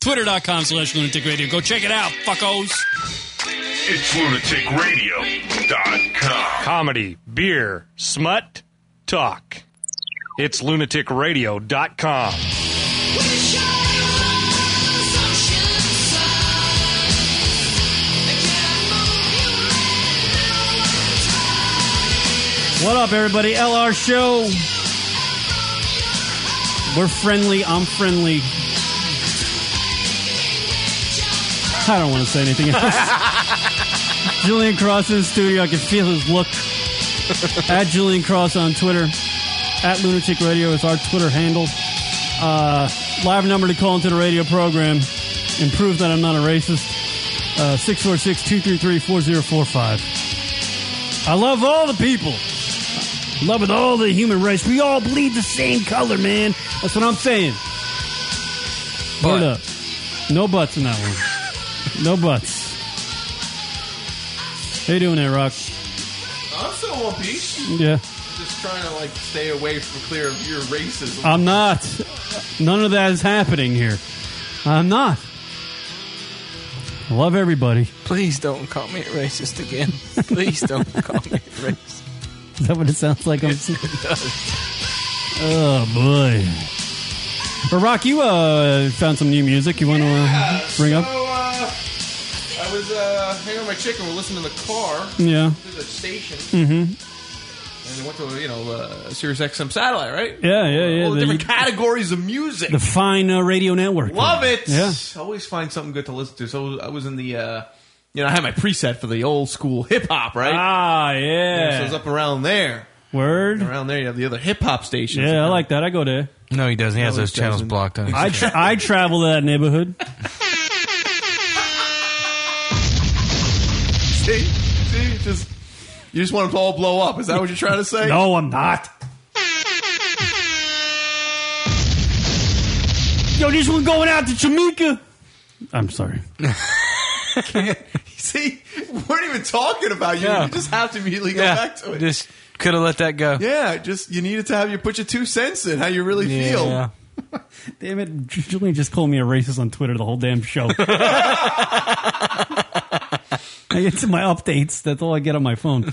Twitter.com slash lunatic radio. Go check it out, fuckos. It's lunaticradio.com. Comedy, beer, smut, talk. It's lunaticradio.com. What up, everybody? LR Show. We're friendly. I'm friendly. I don't want to say anything else. Julian Cross in the studio. I can feel his look. at Julian Cross on Twitter. At Lunatic Radio is our Twitter handle. Uh, live number to call into the radio program and prove that I'm not a racist. Uh, 646 233 4045. I love all the people. Love with all the human race. We all bleed the same color, man. That's what I'm saying. Word up. No butts in that one. no butts. How you doing there, Rock? I'm still one piece. Yeah. Just trying to like stay away from clear of your racism. I'm not. None of that is happening here. I'm not. I love everybody. Please don't call me a racist again. Please don't call me a racist. Is that what it sounds like? I'm It does. Oh boy. But Rock, you uh, found some new music you want to uh, bring so, up? Uh, I was uh, hanging out with my chick and we're listening to the car. Yeah. To the station. Mm-hmm. And we went to you know uh, Sirius XM satellite, right? Yeah, yeah, yeah. All the The- Oh, different categories of music. The fine uh, radio network. Love it. Yeah. Always find something good to listen to. So I was in the, uh, you know, I had my preset for the old school hip hop, right? Ah, yeah. So I was up around there. Word. around there, you have the other hip hop stations. Yeah, I like that. I go there. No, he doesn't. He has No, he those channels doesn't. blocked. Out. I tra- I travel to that neighborhood. See, see, just you just want to all blow up. Is that what you're trying to say? No, I'm not. Yo, this one going out to Jamaica. I'm sorry. see, we weren't even talking about you. Yeah. You just have to immediately go back to it. Just could have let that go. yeah, just you needed to have you put your two cents in how you really feel. Damn it, J- Julian just called me a racist on Twitter the whole damn show. I get to my updates. That's all I get on my phone.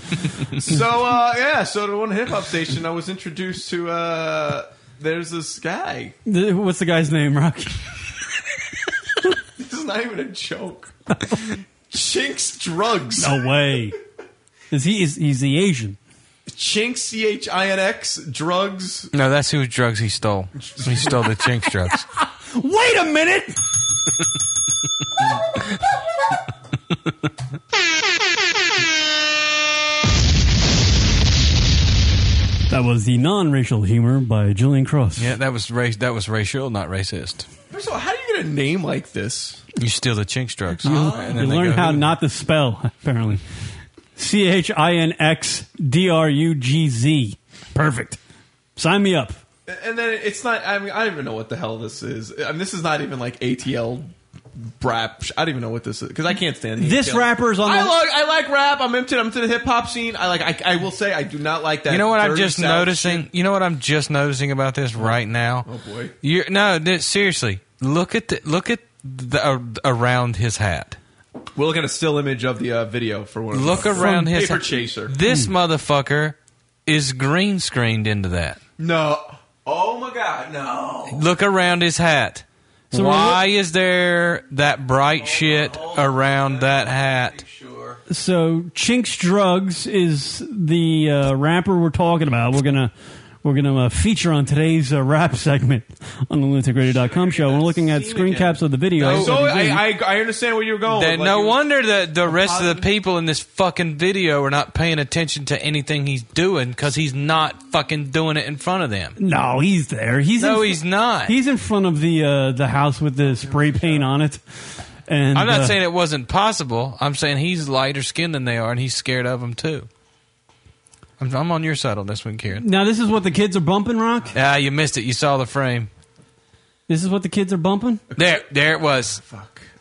so uh, yeah, so to one hip hop station, I was introduced to. Uh, there's this guy. Th- What's the guy's name, Rock? This is not even a joke. Chinks Drugs. No way. Is he is he's the Asian? Chinks C H I N X Drugs. No, that's whose drugs he stole. He stole the Chinks drugs. Wait a minute. That was the non-racial humor by Julian Cross. Yeah, that was race. That was racial, not racist. First of all, how do you get a name like this? You steal the Chinks drugs. You, And you then they learn go, how not to spell, apparently. C H I N X D R U G Z. Perfect. Sign me up. And then it's not. I mean, I don't even know what the hell this is. I mean, this is not even like ATL rap. sh- I don't even know what this is because I can't stand the This ATL. rapper's on I the- like, I like rap. I'm into. I'm into the hip hop scene. I like. I, I will say I do not like that. You know what I'm dirty just South noticing? You know what I'm just noticing about this right now? Oh, boy. You're, no, th- seriously. Look at the, look at the, uh, around his hat. shit. We're looking at a still image of the uh, video for one. of Look those. around his paper hat. chaser. Mm. Hmm. This motherfucker is green screened into that. No. Oh my god. No. Look around his hat. So we're Why is there that bright shit around that hat? So Chinks Drugs is the uh, rapper we're talking about. We're gonna we're gonna uh, feature on today's uh, rap segment on the lunaticradio.com show. We're looking at screen caps of the video. So of the I, game. I, I understand where you're going. Oh, Then with, like, no you- wonder that the rest of the people in this fucking video are not paying attention to anything he's doing because he's not fucking doing it in front of them. no, he's there. He's No, in, fr- he's not. He's in front of the uh, the house with the spray paint on it. And I'm not uh, saying it wasn't possible. I'm saying he's lighter skinned than they are, and he's scared of them too. I'm, I'm on your side on this one, Kieran. Now this is what the kids are bumping, Rock. Ah, you missed it. You saw the frame. This is what the kids are bumping. There, there it was.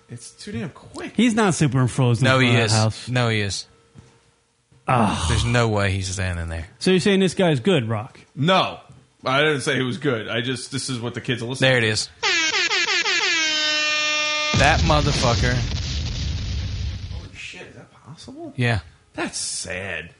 It's too damn quick. He's not super frozen. No, in he front of is. the house. No, he is. Ah. There's no way he's standing there. So you're saying this guy's good, Rock? No, I didn't say it was good. I just this is what the kids are listening. There it is. That motherfucker. Shit, is that possible? Yeah. That's sad.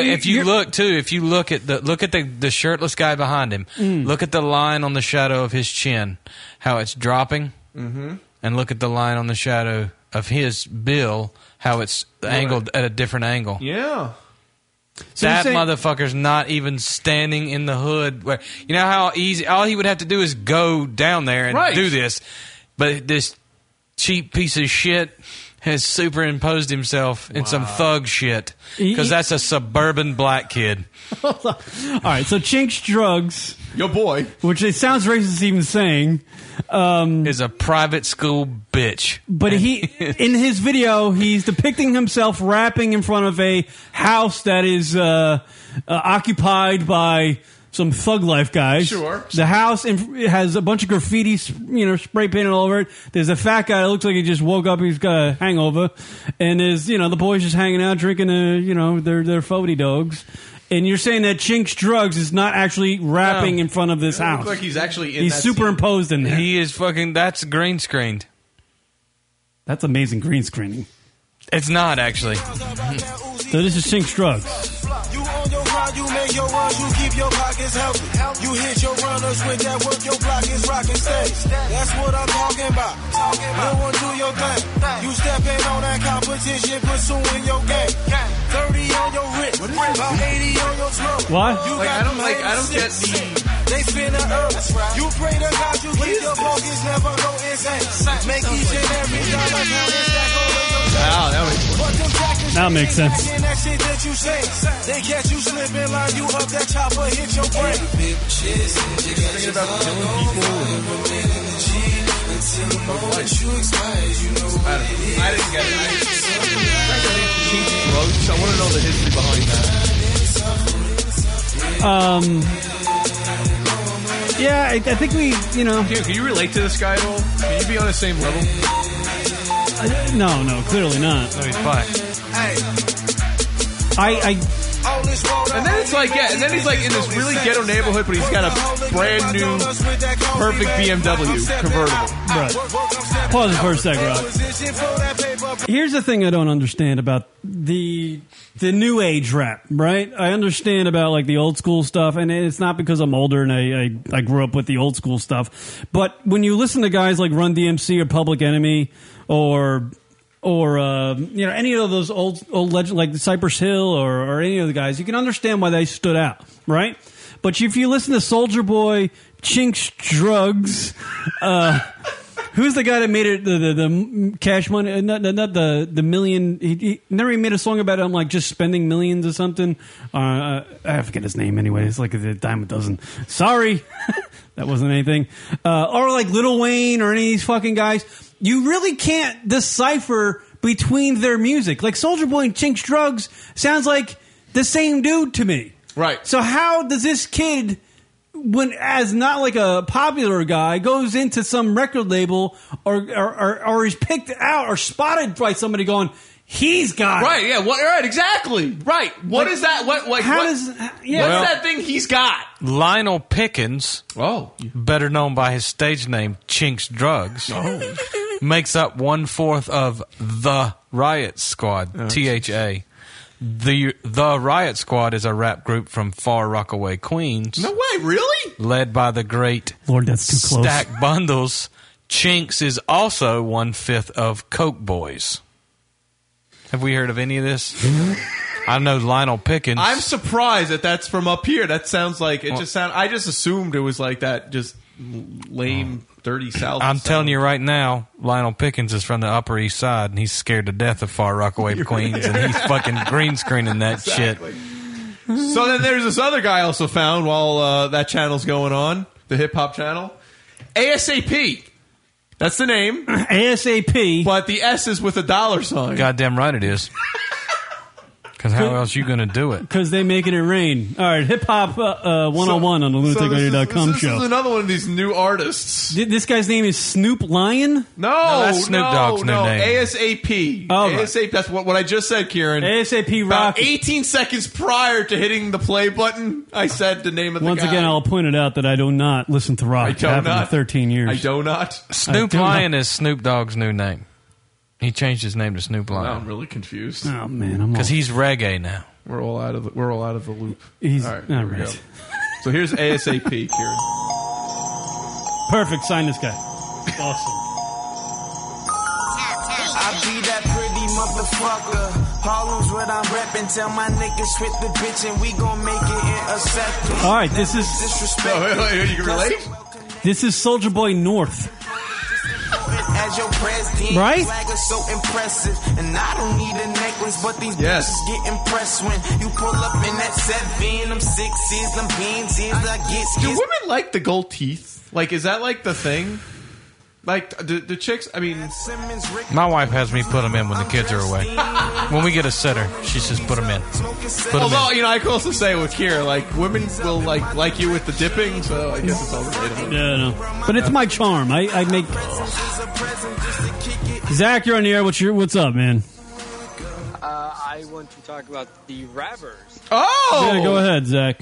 So if you look too, if you look at the look at the, the shirtless guy behind him, Mm. look at the line on the shadow of his chin, how it's dropping, Mhm. and look at the line on the shadow of his bill, how it's angled at a different angle. Yeah. So you're that saying- motherfucker's not even standing in the hood. Where you know how easy all he would have to do is go down there and Right. do this, but this cheap piece of shit has superimposed himself in some thug shit because that's a suburban black kid. All right, so Chinks Drugs, your boy, which it sounds racist even saying, um, is a private school bitch. But he, in his video, he's depicting himself rapping in front of a house that is uh, uh, occupied by some thug life guys. Sure. The house in, has a bunch of graffiti, s- you know, spray painted all over it. There's a fat guy that looks like he just woke up. He's got a hangover, and there's you know the boys just hanging out drinking, uh, you know, their their fody dogs. And you're saying that Chinks Drugs is not actually rapping No. in front of this It looks house? like he's actually in he's that superimposed in there. He is fucking. That's green screened. That's amazing green screening. It's not actually. So this is Chinks Drugs. You make your runs, you keep your pockets healthy. You hit your runners with that work, your block is rocking steady. That's what I'm talking about. No one do your thing. You stepping on that competition, pursuing your game. 30 on your wrist, about 80 on your throat. What? You Like, got I don't- them like, I don't get 86. They spin the earth. You pray to God you keep your pockets never go insane. Make each and every dollar count and stack all of your Wow, that was. That makes sense. and that shit that you say, they catch you slipping like you up that chopper, hit your brain. Thinking about killing people. Until the moment you expire, you know what it is. I didn't get it. I want to know the history behind Um. that. Yeah, I, I think we, you know. Dude, can you relate to this guy at all? Can you be on the same level? I- no, no, clearly not. No, he's fine. I, And then it's like, yeah, and then he's like in this really ghetto neighborhood, but he's got a brand new, perfect BMW convertible. I, right. Pause it for a second, Rob. Here's the thing I don't understand about the the new age rap, right? I understand about like the old school stuff, and it's not because I'm older and I, I, I grew up with the old school stuff. But when you listen to guys like Run DMC or Public Enemy or or uh, you know any of those old old legend like Cypress Hill or, or any of the guys, you can understand why they stood out, right? But if you listen to Soldier Boy, Chinks Drugs, uh, who's the guy that made it the the, the Cash Money? uh, Not, not, not the the million. He, he never even made a song about it. I'm like just spending millions or something. Uh, I forget his name anyway. It's like a dime a dozen. Sorry, that wasn't anything. Uh, or like Little Wayne or any of these fucking guys. You really can't decipher between their music. Like Soldier Boy and Chinks Drugs sounds like the same dude to me. Right. So how does this kid when as not like a popular guy goes into some record label or or, or, or is picked out or spotted by somebody going, he's got it." Right, yeah, what, right, exactly. Right. What Like, is that? What, like, how what- does- yeah. What's Well- that thing he's got? Lionel Pickens, oh, better known by his stage name Chinks Drugs, makes up one fourth of the Riot Squad. THA. The the Riot Squad is a rap group from Far Rockaway, Queens. No way, really? Led by the great Lord, that's too close. Stack Bundles. Chinks is also one fifth of Coke Boys. Have we heard of any of this? I know Lionel Pickens. I'm surprised that that's from up here. That sounds like it just sound. I just assumed it was like that, just lame, dirty South. I'm telling you right now, Lionel Pickens is from the Upper East Side, and he's scared to death of Far Rockaway Queens, and he's fucking green screening that shit. so then there's this other guy I also found while uh, that channel's going on, the hip hop channel, ASAP. That's the name, ASAP. But the S is with a dollar sign. Goddamn right it is. Because how else you gonna do it? Because they making it rain. All right, hip hop uh, uh, 101 on the So this is- lunaticradio.com this show. is another one of these new artists. Th- this guy's name is Snoop Lion? No, no, no, ASAP. All Oh, right. ASAP. That's what, what I just said, Kieran. ASAP About Rocky. 18 seconds prior to hitting the play button, I said the name of Once the guy. again, I'll point it out that I do not listen to rock. I It do happened not. for 13 years. I do not. Snoop I do Lion is Snoop Dogg's new name. He changed his name to Snoop Wow, Lion I'm really confused. Oh, man, I'm all- because he's reggae now. We're all out of the, we're all out of the loop. He's- all right. all here we right. go. So here's ASAP, Kieran. Perfect. Sign this guy. Awesome. I be that pretty motherfucker. Harlem's what I'm reppin'. Tell my niggas hit the bitch and we gon' make it in a second. All right, this is- disrespect. This is Soldier Boy North. As your president, Right? flag is so impressive. And I don't need a necklace, but these Yes. bitches get impressed when you pull up in that seven, them sixes, them beans, I get Do women like the gold teeth? Like, is that like the thing? Like the, the chicks? I mean, My wife has me put them in when the kids are away. When we get a sitter, she says put them in. Put 'em although in. you know, I could also say with Kira, like women will like like you with the dipping. So I guess it's all relatable. Yeah, no. But it's my charm. I, I make. Zach, you're on the air. What's your What's up, man? Uh, I want to talk about the rappers Oh! Yeah, go ahead, Zach.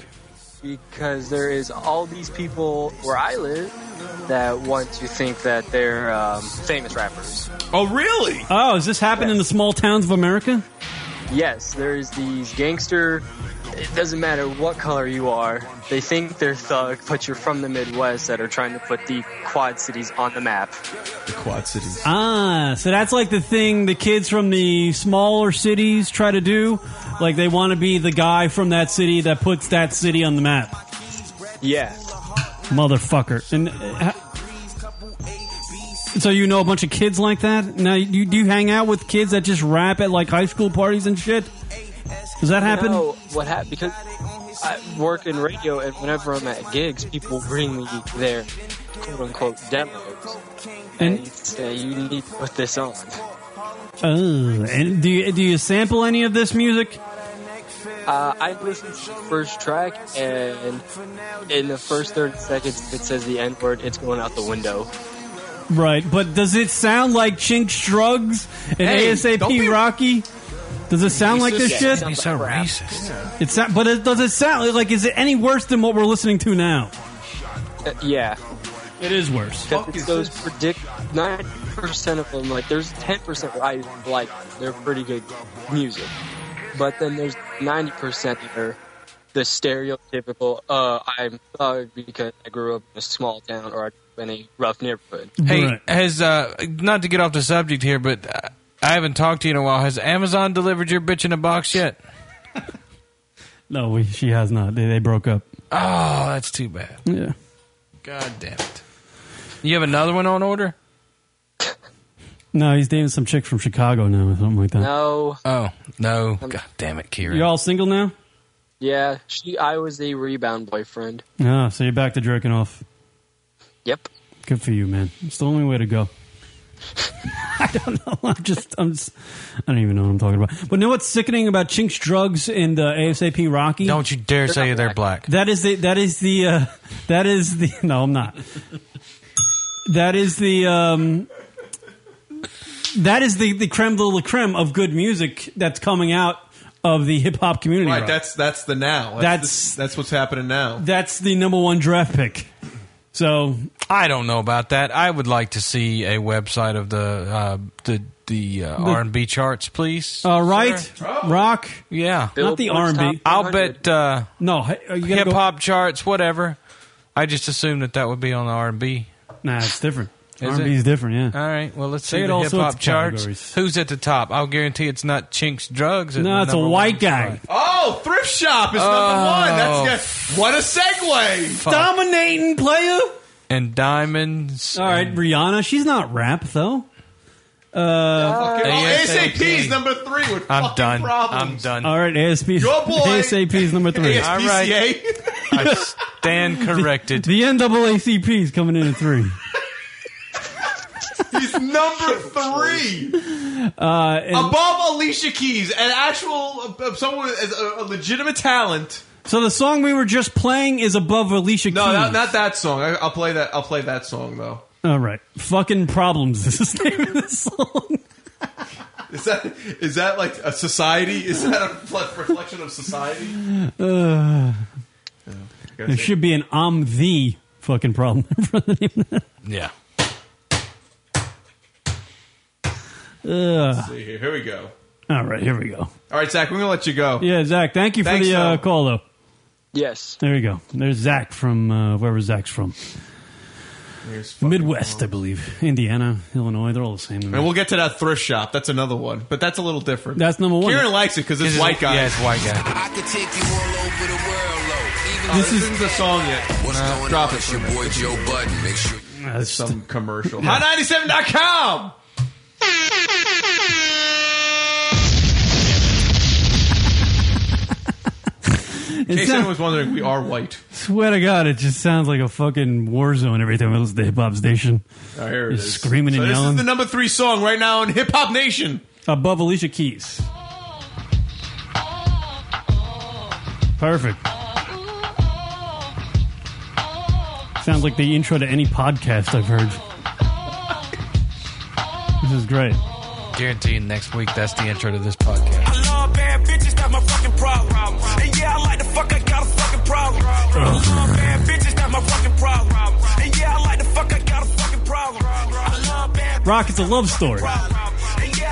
because there is all these people where I live that want to think that they're um, famous rappers. Oh, really? Oh, does this happen in the small towns of America? Yes, there is these gangster. It doesn't matter what color you are. They think they're thug, but you're from the Midwest that are trying to put the Quad Cities on the map. The Quad Cities. Ah, so that's like the thing the kids from the smaller cities try to do. Like they want to be the guy from that city that puts that city on the map. Yeah. Motherfucker. And uh, so you know a bunch of kids like that? Now you do you hang out with kids that just rap at like high school parties and shit? Does that happen? No, what happened? Because I work in radio, and whenever I'm at gigs, people bring me their quote unquote demos. And, say, you need to put this on. Oh, and do you, do you sample any of this music? Uh, I listened to the first track, and in the first 30 seconds, if it says the N word, it's going out the window. Right, but does it sound like Chink's Drugs and Hey, ASAP don't be- Rocky? Does it sound like this Yeah, shit? sounds like crap. Uh, It's not, but it, does it sound like? Is it any worse than what we're listening to now? Uh, yeah. It is worse. It's those predict 9% of them, like, there's 10% that I like. They're pretty good music. But then there's 90% that are the stereotypical, uh, I'm thug because I grew up in a small town or I grew up in a rough neighborhood. Hey, has uh, not to get off the subject here, but uh, I haven't talked to you in a while. Has Amazon delivered your bitch in a box yet? No, we, she has not. They, they broke up. Oh, that's too bad. Yeah. God damn it. You have another one on order? No, he's dating some chick from Chicago now or something like that. No. Oh no! God damn it, Kieran. You're all single now. Yeah, she, I was the rebound boyfriend. Ah, so you're back to jerking off. Yep. Good for you, man. It's the only way to go. I don't know. I'm just, I'm just, I don't even know what I'm talking about. But know what's sickening about Chinks Drugs and uh, ASAP Rocky? Don't you dare say they're black. That is the, that is the, uh, that is the, no, I'm not. That is the, um, that is the, the creme de la creme of good music that's coming out of the hip hop community. Right, right? that's that's the now. That's- That's that's what's happening now. that's the number one draft pick. So I don't know about that. I would like to see a website of the uh, the the uh, The- R and B charts, please. Uh, right, rock. Yeah, not the R and B. I'll bet uh, no hip hop charts, whatever. I just assumed that that would be on the R and B. Nah, it's different. Is R&B is it? different, yeah. All right. Well, let's They see had the all hip hop sorts of charts. categories. Who's at the top? I'll guarantee it's not Chinks Drugs. at No, it's a number white one guy. spot. Oh, thrift shop is number Oh, one. That's yeah. what a segue. Dominating player. And diamonds. All right, Rihanna. She's not rap though. Uh, Oh, ASAP is number three with I'm fucking done. problems. done. All right, ASP. Your boy. ASAP is number three. All right. I stand corrected. The NAACP is coming in at three. He's number three. Uh, and- Above Alicia Keys, an actual uh, someone as a, a legitimate talent. so the song we were just playing is above Alicia No, Keys. not, not that song. I, I'll play that. I'll play that song though. All right, fucking problems. This is the name of the song. Is that is that like a society? Is that a refle- reflection of society? Uh, there see. should be an I'm the fucking problem in front of Uh, the name of that. Yeah. Ugh. Let's see here. Here we go. All right, here we go. All right, Zach, we're gonna let you go. Yeah, Zach, thank you for Thanks, the uh, though. call, though. Yes. There you go. There's Zach from uh, wherever Zach's from. The Midwest, I believe. Indiana, Illinois, they're all the same. to me. And we'll get to that thrift shop. That's another one, but that's a little different. That's number one. Kieran likes it because it's white guy. Yeah, it's white guy. I could take you all over the world, though. Even This isn't the song yet. What's Nah, going drop on? it It's for your me. boy Joe Budden. Make sure. That's some commercial. Yeah. Hot97.com. In case not- anyone was wondering, we are white. Swear to God, it just sounds like a fucking war zone every time I listen to hip hop station. All right, Ah, here it Just is. Screaming So and this is yelling the number three song right now in Hip Hop Nation. above Alicia Keys. Perfect. Sounds like the intro to any podcast I've heard. This is great. Guaranteed next week that's the intro to this podcast. I love bad bitches, that's my fucking problem. And yeah, I like the fuck, I got a fucking problem. I love bad bitches, that's my fucking problem. And yeah, I like the fuck, I got a fucking problem. I love bad Rock, it's a love and story. yeah,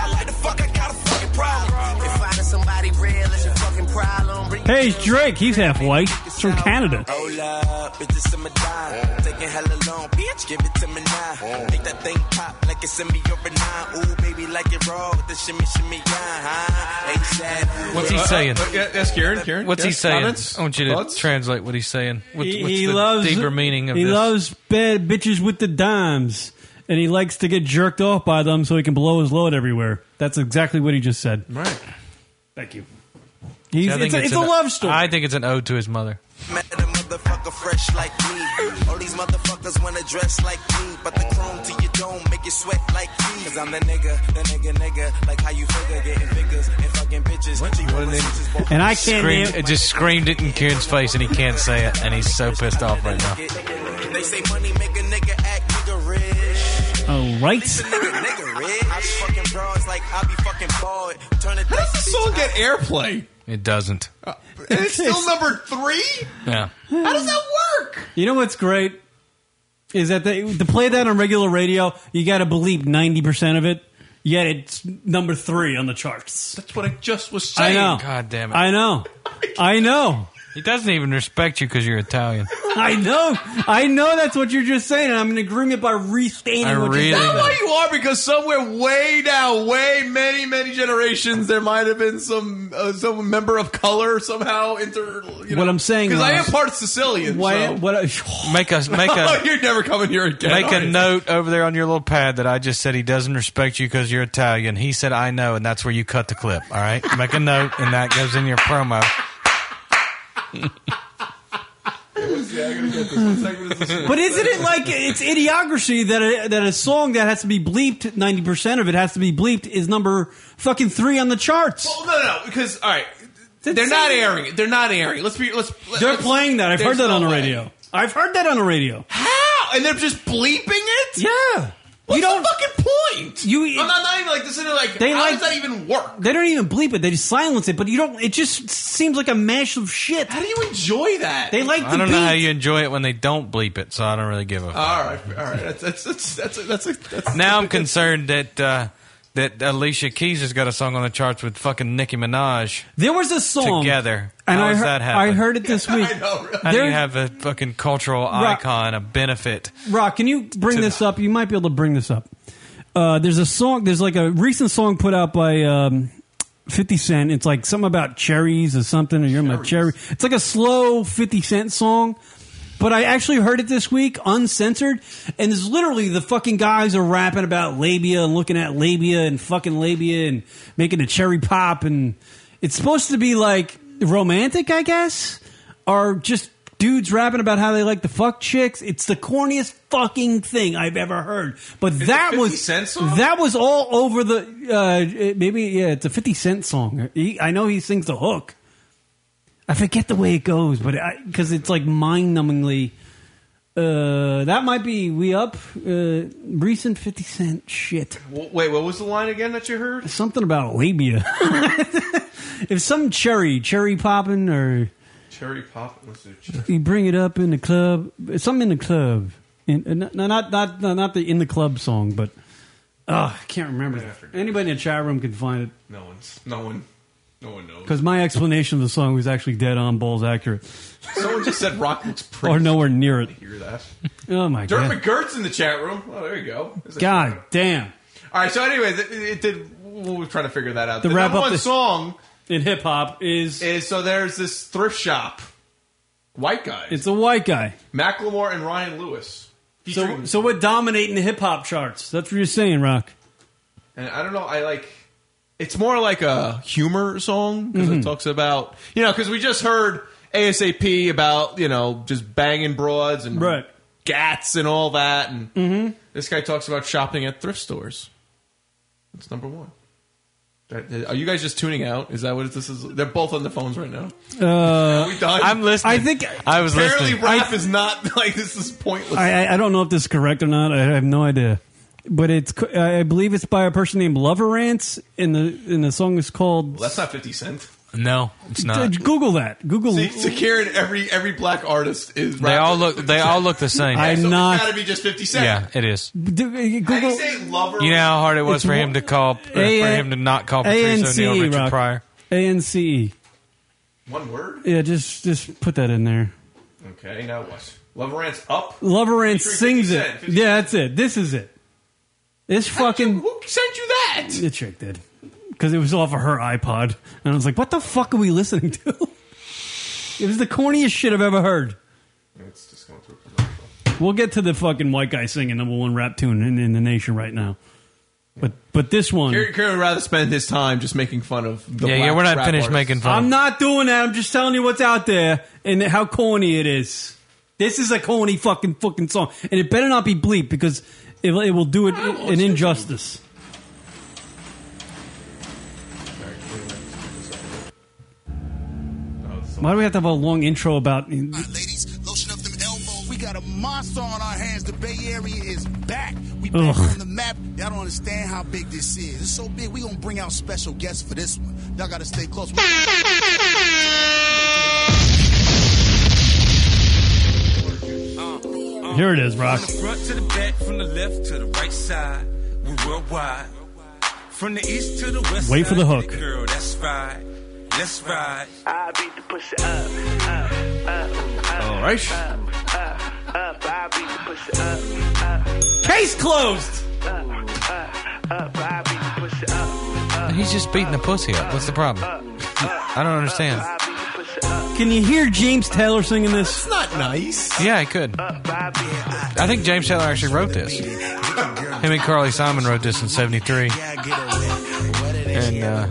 I like the fuck, I got a fucking problem. If finding somebody real is your fucking problem, bring Hey, it's Drake. He's half white. He's from Canada. Hold up, bitches, I'ma die. Taking hella long, bitch, give it to me now. Make that thing pop like it's in me over nine. Ooh, baby, like it raw with the shimmy, shimmy, yeah, huh? ASAP. Uh, What's he saying? that's Kieran. Kieran. What's he yes, saying? comments? I want you to Thoughts? translate what he's saying. What, He- what's he the loves deeper meaning of he this? loves bad bitches with the dimes, and he likes to get jerked off by them so he can blow his load everywhere. That's exactly what he just said. Right. Thank you. I He's, think it's, a, it's a an- love story. I think it's an ode to his mother. Met a motherfucker fresh like me. All these motherfuckers wanna dress like me. But the chrome to your dome make you sweat like me. Cause I'm the nigga, the nigga, nigga. Like how you figure getting figures and fucking bitches. What a nigga. And I can't Screamed- name- it just screamed it in Kieran's face, and he can't say it, and he's so pissed off right now. They say money make a nigga act nigga rich. All right. Nigga, nigga rich. I be fucking broads like I be fucking bored. Turn it How does this song get airplay? It doesn't. And it's still number three? Yeah. How does that work? You know what's great is that they, to play that on regular radio, you got to believe ninety percent of it. Yet it's number three on the charts. That's what I just was I know. God damn it. I know. I know. He doesn't even respect you because you're Italian. I know. I know that's what you're just saying, and I'm in agreement by restating I what really you're That's saying. why you are because somewhere way down, way many many generations, there might have been some uh, some member of color somehow inter. You know, What I'm saying because I am was- part Sicilian. Why? so. What? Make a make Oh, a you're never coming here again. make are a you? note over there on your little pad that I just said he doesn't respect you because you're Italian. He said I know, and that's where you cut the clip. All right, make a note, and that goes in your promo. Yeah, I'm gonna get this one segment. Is this But isn't it like it's idiocracy that a, that a song that has to be bleeped, ninety percent of it has to be bleeped, is number fucking three on the charts? Well, no, no, no, because all right, they're not airing it. They're not airing. it. Let's be. Let's. let- They're let's- playing that. I've heard that there's on no the way. radio. I've heard that on the radio. How? And they're just bleeping it. Yeah. What's the fucking point? You. I'm not, not even like this. Is like They how like- does that even work? They don't even bleep it. They just silence it. But you don't. It just seems like a mash of shit. How do you enjoy that? They like. I the don't know beat. how you enjoy it when they don't bleep it, so I don't really give a. fuck. All right, all right. That's that's that's that's that's, that's, that's Now I'm concerned that uh, that Alicia Keys has got a song on the charts with fucking Nicki Minaj. There was a song together. And how I does heard, that happen? I heard it this week. How do There- you have a fucking cultural Right. icon, a benefit? Rock, can you bring this up? You might be able to bring this up. Uh, there's a song. There's like a recent song put out by um, Fifty Cent. It's like something about cherries or something. Or you're my cherry. It's like a slow Fifty Cent song. But I actually heard it this week, uncensored, and it's literally the fucking guys are rapping about labia and looking at labia and fucking labia and making a cherry pop, and it's supposed to be like romantic, I guess, or just dudes rapping about how they like to fuck chicks. It's the corniest fucking thing I've ever heard. But that was that was all over the uh, it- maybe yeah, it's a Fifty Cent song. He, I know he sings the hook. I forget the way it goes, but because it's like mind numbingly. Uh, that might be we up uh, recent Fifty Cent shit. W- Wait, what was the line again that you heard? Something about labia. if some cherry cherry popping or Cherry pop. What's it? you bring it up in the club, something in the club. In, uh, no, not not no, not the in the club song, but uh, I can't remember. Anybody in the chat room can find it. No one's. No one. No one knows. Because my explanation of the song was actually dead on balls accurate, Someone just said rock looks pretty. or nowhere near it. Hear that? Oh my Dirt god! McGirt's in the chat room. Oh, there you go. There's a- God damn! All right. So, anyways, it, it did. We were trying to figure that out. To the wrap number up one the- song in hip hop is is so. There's this thrift shop. White guy, It's a white guy. Macklemore and Ryan Lewis. So, so we're dominating the hip hop charts. That's what you're saying, Rock. And I don't know. I like. It's more like a humor song because Mhm. it talks about you know because we just heard ASAP about you know just banging broads and Right. Mm-hmm. gats and all that, and this guy talks about shopping at thrift stores. That's number one. That- Are you guys just tuning out? Is that what this is? They're both on the phones right now. Uh, Are we done? I'm listening. I think- I was apparently listening. rap is not like this is pointless. I, I, I don't know if this is correct or not. I have no idea. But it's co- I I believe it's by a person named Loverance, and the and the song is called. Well, that's not Fifty Cent. No, it's not. Dude, Google that. Google. See, so Karen, every every black artist is. They all look. They all look the same. I'm so not- It's got to be just Fifty Cent. Yeah, it is. Do- How do you Google. say lover? You know how hard it was It's for wa- him to call, for A- him to not call Patrice O'Neal, A-N-C-E, Richard Rock. Pryor. A-N-C-E. One word. E. Yeah, just just put that in there. Okay, now what? Loverance up. Loverance Featuring sings 50 it. Cent. 50 Yeah, that's it. This is it. This fucking. Who sent you that? The chick did. Because it was off of her iPod. And I was like, what the fuck are we listening to? It was the corniest shit I've ever heard. It's just going through. We'll get to the fucking white guy singing number one rap tune in, in the nation right now. But but this one. Karen, Karen would rather spend his time just making fun of the. Yeah, yeah, black we're not rap finished artists. making fun. I'm not doing that. I'm just telling you what's out there and how corny it is. This is a corny fucking fucking song, and it better not be bleep because it, it will do it an injustice. Why do we have to have a long intro about? We got a monster on our hands. The Bay Area is back. We Ugh. back on the map. Y'all don't understand how big this is. It's so big. We gonna bring out special guests for this one. Y'all gotta stay close. Here it is, Rock. From the front to the back, from the left to the right side, we worldwide. From the east to the west. Wait for side, the hook. Girl, that's right. Let's ride. I beat the pussy All right. Case closed. He's just beating the pussy up. What's the problem? I don't understand. Can you hear James Taylor singing this? It's not nice. Yeah, I could. I think James Taylor actually wrote this. Him and Carly Simon wrote this in '73. And uh,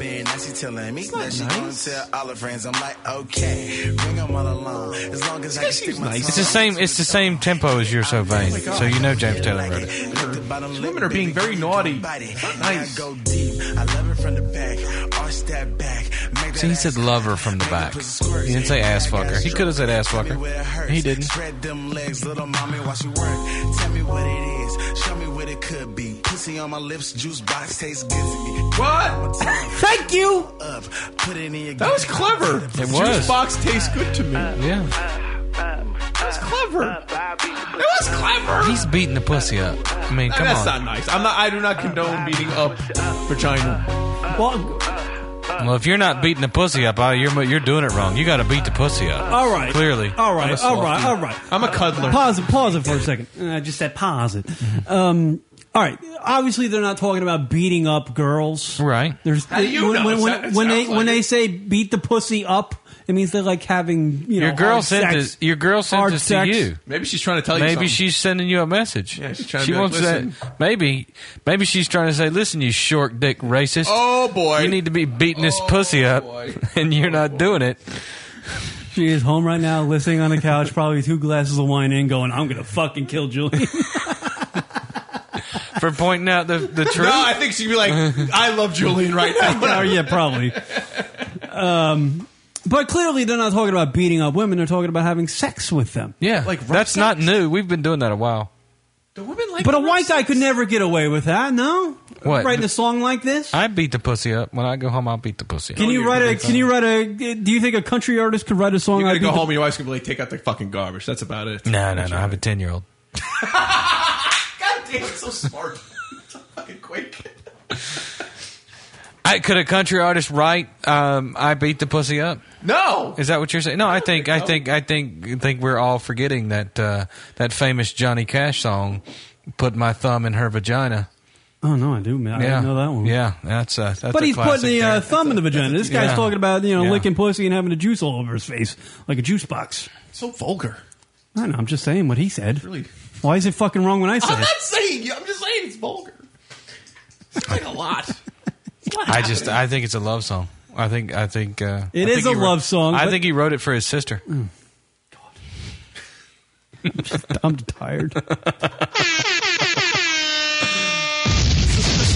killing me. Then she gonna tell all her friends. I'm like, okay, bring 'em all along. As long as I can speak my It's the same. It's the same tempo as "You're So Vain," so you know James Taylor wrote it. Women are being very naughty. Nice. go deep. I love it from the back. Arch that back. Make See, he said "lover" from the back. He didn't say "ass fucker." He could have said "ass fucker." He didn't. Spread them legs, little mommy, while she work. Tell me what it is. Show me what it could be. Pussy on my lips, juice box tastes good to me. What? Thank you. Up, put it in your That was clever. It Juice was. box tastes good to me. Yeah. That was clever. That was clever. He's beating the pussy up. I mean, come That's on. not nice. I'm not. I do not condone beating up vagina. Well, Well, if you're not beating the pussy up, I- you're you're doing it wrong. You got to beat the pussy up. All right. Clearly. All right. I'm a All slut. right. All right. I'm a cuddler. Pause it. Pause it for a second. Uh, I just said pause it. Um, all right. Obviously, they're not talking about beating up girls. Right. There's How do you when, know? when, It when, when they sounds like when it. they say beat the pussy up, it means they're like having you know your girl hard sent sex. this. Your girl sent Hard this sex. to you. Maybe she's trying to tell you Maybe something. she's sending you a message. Yeah, she's trying to She be like, wants "Listen." that. Maybe, maybe she's trying to say, "Listen, you short dick racist. Oh, boy. Oh, you need to be beating this pussy up, and you're not doing it." She is home right now, listening on the couch, probably two glasses of wine in, going, "I'm gonna fucking kill Julie." For pointing out the the truth. No, I think she'd be like, I love Julian right yeah, now. yeah, probably. Um, but clearly, they're not talking about beating up women. They're talking about having sex with them. Yeah, like that's not new. We've been doing that a while. but a white guy could never get away with that. No, What? Writing a song like this? I beat the pussy up when I go home. I'll beat the pussy. Oh, Can up. you write a? Can you write a? Do you think a country artist could write a song? You're like gonna go home and your wife's gonna be like, take out the fucking garbage. That's about it. No, no, no. I have a ten year old. God damn, it's so smart. so fucking quick. I, could a country artist write um, "I beat the pussy up"? No, is that what you're saying? No, I think I think I think I think we're all forgetting that uh, that famous Johnny Cash song, "Put My Thumb in Her Vagina." Oh no, I do, man. I yeah, didn't know that one. Yeah, that's a. That's but a he's classic putting the there. uh, thumb in the vagina. This guy's yeah. talking about you know Yeah. licking pussy and having the juice all over his face like a juice box. So vulgar. I know. I'm just saying what he said. Really? Why is it fucking wrong when I say I'm it? not saying. I'm just saying it's vulgar. It's like a lot. I just I think it's a love song. I think I think uh, It I is think a he wrote- love song, I but- Oh, think he wrote it for his sister. I'm tired.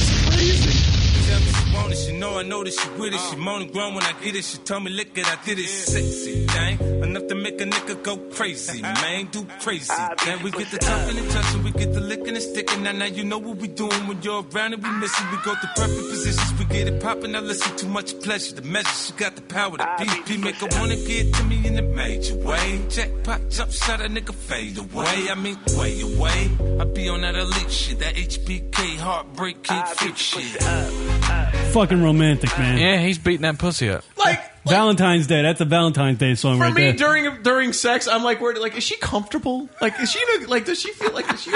Tell me she want it, she know I know that she with it. She moan and groan when I get it. She told me lick it, I did it. Sexy thing, enough to make a nigga go crazy, man, do crazy. Then we get the talking and touching, we get the licking and sticking. Now, now you know what we doing when you're around and we missing. We go to perfect positions, we get it popping. Now listen, too much pleasure to measure. She got the power to beat, beat make her wanna get to me in a major way. Jackpot jump shot, a nigga fade away. I mean, way away. I be on that elite shit, that HBK heartbreak kid freak shit. fucking romantic, man. Yeah, he's beating that pussy up. Like Valentine's Day. That's a Valentine's Day song for right me there. during during sex, I'm like, where? Like, is she comfortable? Like, is she? in a- Like, does she feel like? Is she,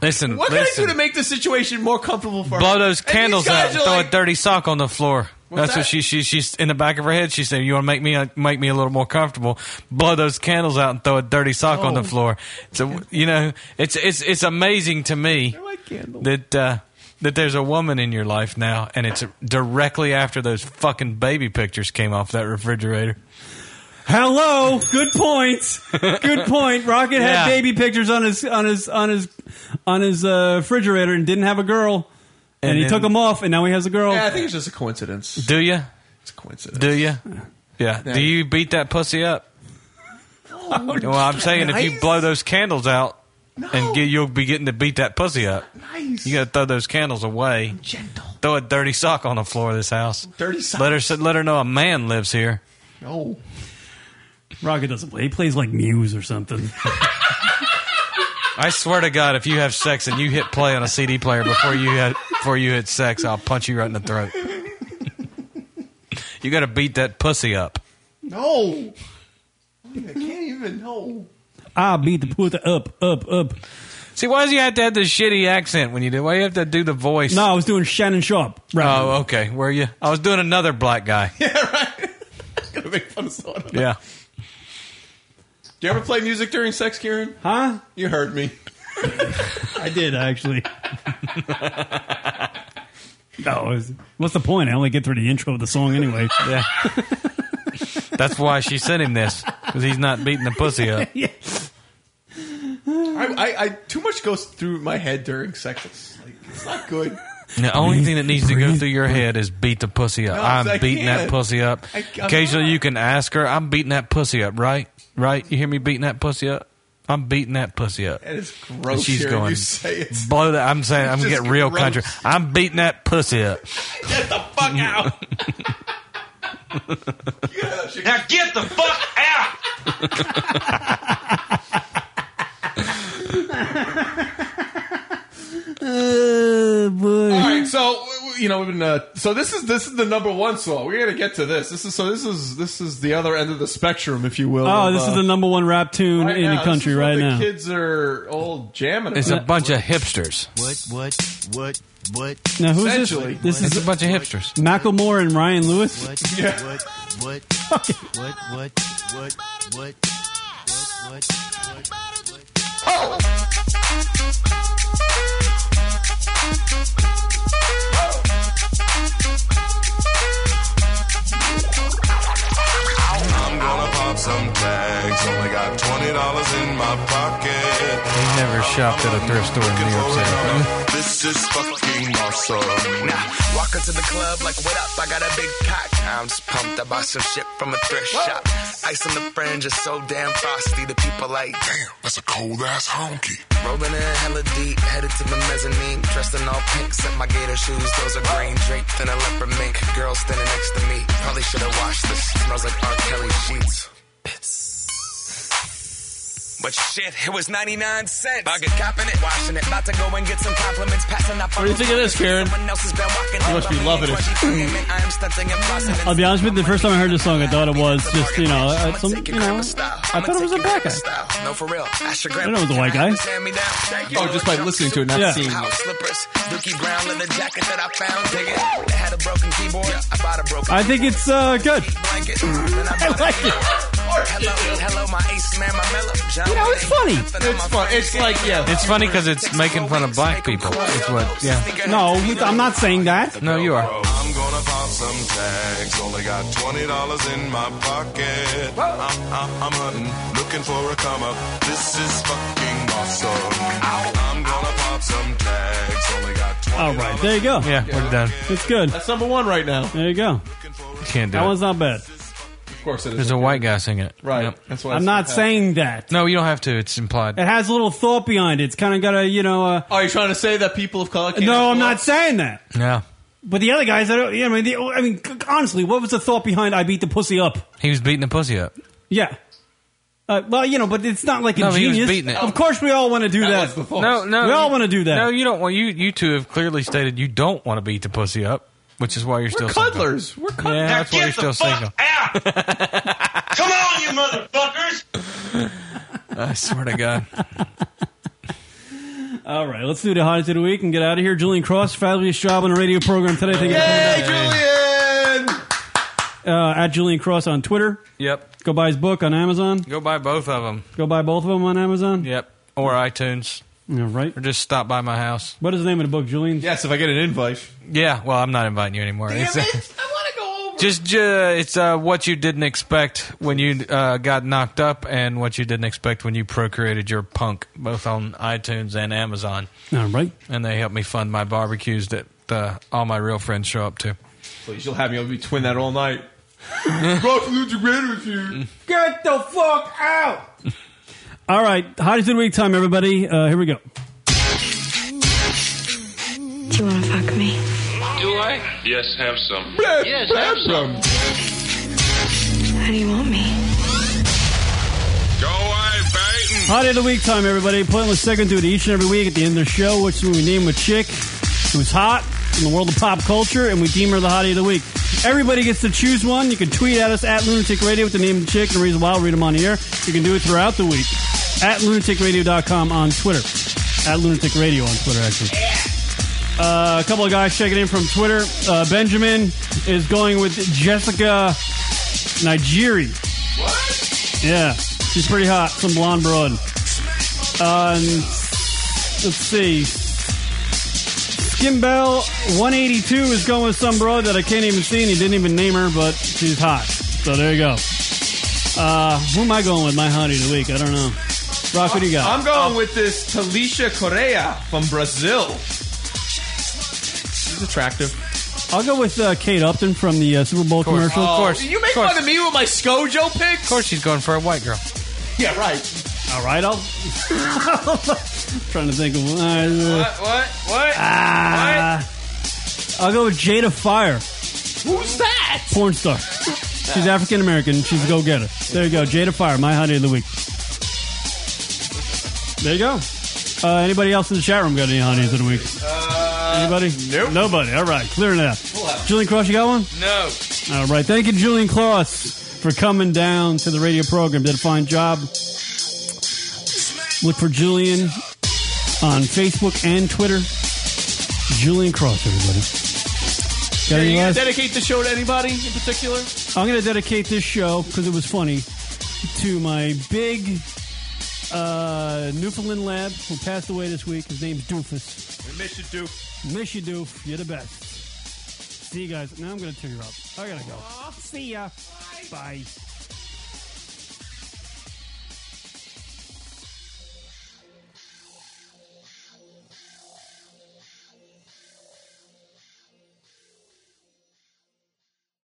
Listen, what can I listen. do to make the situation more comfortable for her? Blow those And these candles out guys and are throw like, a dirty sock on the floor. What's That's what that? she, she she's in the back of her head. She said, "You want to make me a- make me a little more comfortable? Blow those candles out and throw a dirty sock on the Oh. floor." So you know, it's it's it's amazing to me that uh, that there's a woman in your life now, and it's directly after those fucking baby pictures came off that refrigerator. Hello. Good point. Good point. Rocket Yeah. had baby pictures on his on his on his on his uh, refrigerator and didn't have a girl, and, And he then- took them off, and now he has a girl. Yeah, I think it's just a coincidence. Do you? It's a coincidence. Do you? Yeah. Yeah. Do you beat that pussy up? well, I'm saying if you Oh, nice. blow those candles out, and get, you'll be getting to beat that pussy up. Nice. You got to throw those candles away. Gentle. Throw a dirty sock on the floor of this house. Dirty sock. Let her s- let her know a man lives here. No. Rocket doesn't play. He plays like Muse or something. I swear to God, if you have sex and you hit play on a CD player before you hit, before you hit sex, I'll punch you right in the throat. you got to beat that pussy up. No. I can't even know. I beat the pussy up, up, up. See, why does you have to have this shitty accent when you do? Why you have to do the voice? No, I was doing Shannon Sharp. Oh, okay. Where you? I was doing another black guy. Gonna make fun of someone. Yeah. Do you ever play music during sex, Kieran? Huh? You heard me. I did actually. No, it's- what's the point? I only get through the intro of the song anyway. Yeah. That's why she sent him this because he's not beating the pussy up. I, I, I too much goes through my head during sex. It's, like, it's not good. The only thing that needs to go through your head is beat the pussy up. No, I'm I beating that can't. pussy up. I- I'm Occasionally, you can ask her, "I'm beating that pussy up, right? Right? You hear me beating that pussy up? I'm beating that pussy up." And it's And gross. she's hearing going You say it. blow that. I'm saying It's I'm gonna just get real gross. country. I'm beating that pussy up. Get the fuck out. Now get the fuck out! Uh, boy. All right, so w- w- you know we've been. Uh, so this is this is the number one song. We're gonna get to this. This is so this is this is the other end of the spectrum, if you will. Oh, of, this uh, is the number one rap tune right in now, the this country is what right the now. Kids are all jamming. It's a about. bunch of hipsters. What? What? What? What? Now who's this? Essentially. This It's is a bunch of hipsters. Macklemore and Ryan Lewis. Yeah. What? What? What? What? What? What? Oh! I'm gonna pop some tags. Only got twenty dollars in my pocket. He never shopped at a thrift store in New York City. This is fucking awesome. Now, walk into the club like, what up? I got a big pack. I'm just pumped. I bought some shit from a thrift shop. Ice on the fringe is so damn frosty. The people like, damn, that's a cold ass honky. Rolling in hella deep, headed to the mezzanine. Dressed in all pink, set my gator shoes. Those are green draped in a leopard mink. Girl standing next to me. Probably should have washed this. Smells like R. Kelly sheets. But shit, it was 99 cents. I get copping it, washing it. About to go and get some compliments. Passing up What do you think of this, Karen? Someone else has been walking You must be loving it. I am stunting and flossing. I'll be honest with you. The first time I heard this song, I thought it was just you know, uh, some you know, I thought it was a black guy. No, for real. Ask your I didn't know it was a white guy. Hand me down. Thank you. Oh, just by listening to it, not Yeah. seeing. it. House slippers, Dookie Brown leather jacket that I found. Dig it. It had a broken keyboard. I bought a broken I think it's uh, good. blanket. Then I bought like a- Hello, hello, my ace man, my mellow. John You know, it's funny. It's fun. It's like yeah. It's funny because it's making fun of black people. It's what. Yeah. No, I'm not saying that. No, you are. I'm gonna pop some tags. Only got twenty dollars in my pocket. I'm, I'm, I'm hunting, looking for a come up. This is fucking awesome. I'm gonna pop some tags. Only got twenty. All right, there you go. Yeah, we're done. It's good. That's number one right now. There you go. Can't do That it. one's not bad. Of course it is. There's a white guy singing it. Right. That's why I'm not saying that. No, you don't have to. It's implied. It has a little thought behind it. It's kind of got a you know. Uh, Are you trying to say that people of color? Can't no, I'm not saying that. No. But the other guys, I don't. I mean, the, I mean, honestly, what was the thought behind "I beat the pussy up"? He was beating the pussy up. Yeah. Uh, well, you know, but it's not like No, he was ingenious. beating it. Of course, we all want to do that. No, no. we all you- want to do that. No, you don't want you. You two have clearly stated you don't want to beat the pussy up, which is why you're still cuddlers. We're cuddlers. Yeah, Now that's why get you're still the fuck single. Come on, you motherfuckers! I swear to God. All right, let's do the hottest of the week and get out of here. Julian Cross, fabulous job on the radio program today. Thank you for coming Yay, down. Julian! Uh, at Julian Cross on Twitter. Yep. Go buy his book on Amazon. Go buy both of them. Go buy both of them on Amazon. Yep. Or iTunes. All right. Or just stop by my house. What is the name of the book, Julian? Yes, if I get an invite. Yeah. Well, I'm not inviting you anymore. It's- uh, I want to go over. Just, ju- it's uh, what you didn't expect when you uh, got knocked up, and what you didn't expect when you procreated your punk, both on iTunes and Amazon. All right. And they help me fund my barbecues that uh, all my real friends show up to. Please, you'll have me. I'll be twin that all night. Rock Luther Grand with you. Get the fuck out! All right, hottest of the week time, everybody. Uh, here we go. Do you want to fuck me? Do I? Yes, have some. Yes, have some. How do you want me? Go away, Baton. Hot of the week time, everybody. Pointless segment do it each and every week at the end of the show, which we name a chick who's hot in the world of pop culture, and we deem her the hottie of the week. Everybody gets to choose one. You can tweet at us at Lunatic Radio with the name of the chick and the reason why I'll read them on the air. You can do it throughout the week at lunaticradio.com on Twitter. At Lunatic Radio on Twitter, actually. Uh, a couple of guys checking in from Twitter. Uh, Benjamin is going with Jessica Nigeri. What? Yeah, she's pretty hot. Some blonde broad. Uh, and let's see. Skimbell 182 is going with some broad that I can't even see, and he didn't even name her, but she's hot. So there you go. Uh, who am I going with? My honey of the week? I don't know. Rock, what do you got? I'm going with this Talisha Correa from Brazil. She's attractive. I'll go with uh, Kate Upton from the uh, Super Bowl commercial. Oh, You make fun of me with my Scojo pick? Of course, she's going for a white girl. Yeah, right. All right, I'll. trying to think of What? uh, What? What? Ah. I'll go with Jada Fire, Who's that? porn star. She's African American. She's a go getter. There you go, Jada Fire, my honey of the week. There you go. Uh, anybody else in the chat room got any honeys of the week? anybody? Nope. Nobody. All right, clear it out. Julian Cross, you got one? No. All right. Thank you, Julian Cross, for coming down to the radio program. Did a fine job. Look for Julian on Facebook and Twitter. Julian Cross, everybody. Got Are any you gonna last- dedicate the show to anybody in particular? I'm going to dedicate this show because it was funny to my big uh, Newfoundland lab who passed away this week. His name's Doofus. We miss you, Doof. Miss you, Doof. You're the best. Oh, See you guys. Now I'm going to tear up. I got to go. See ya. Bye.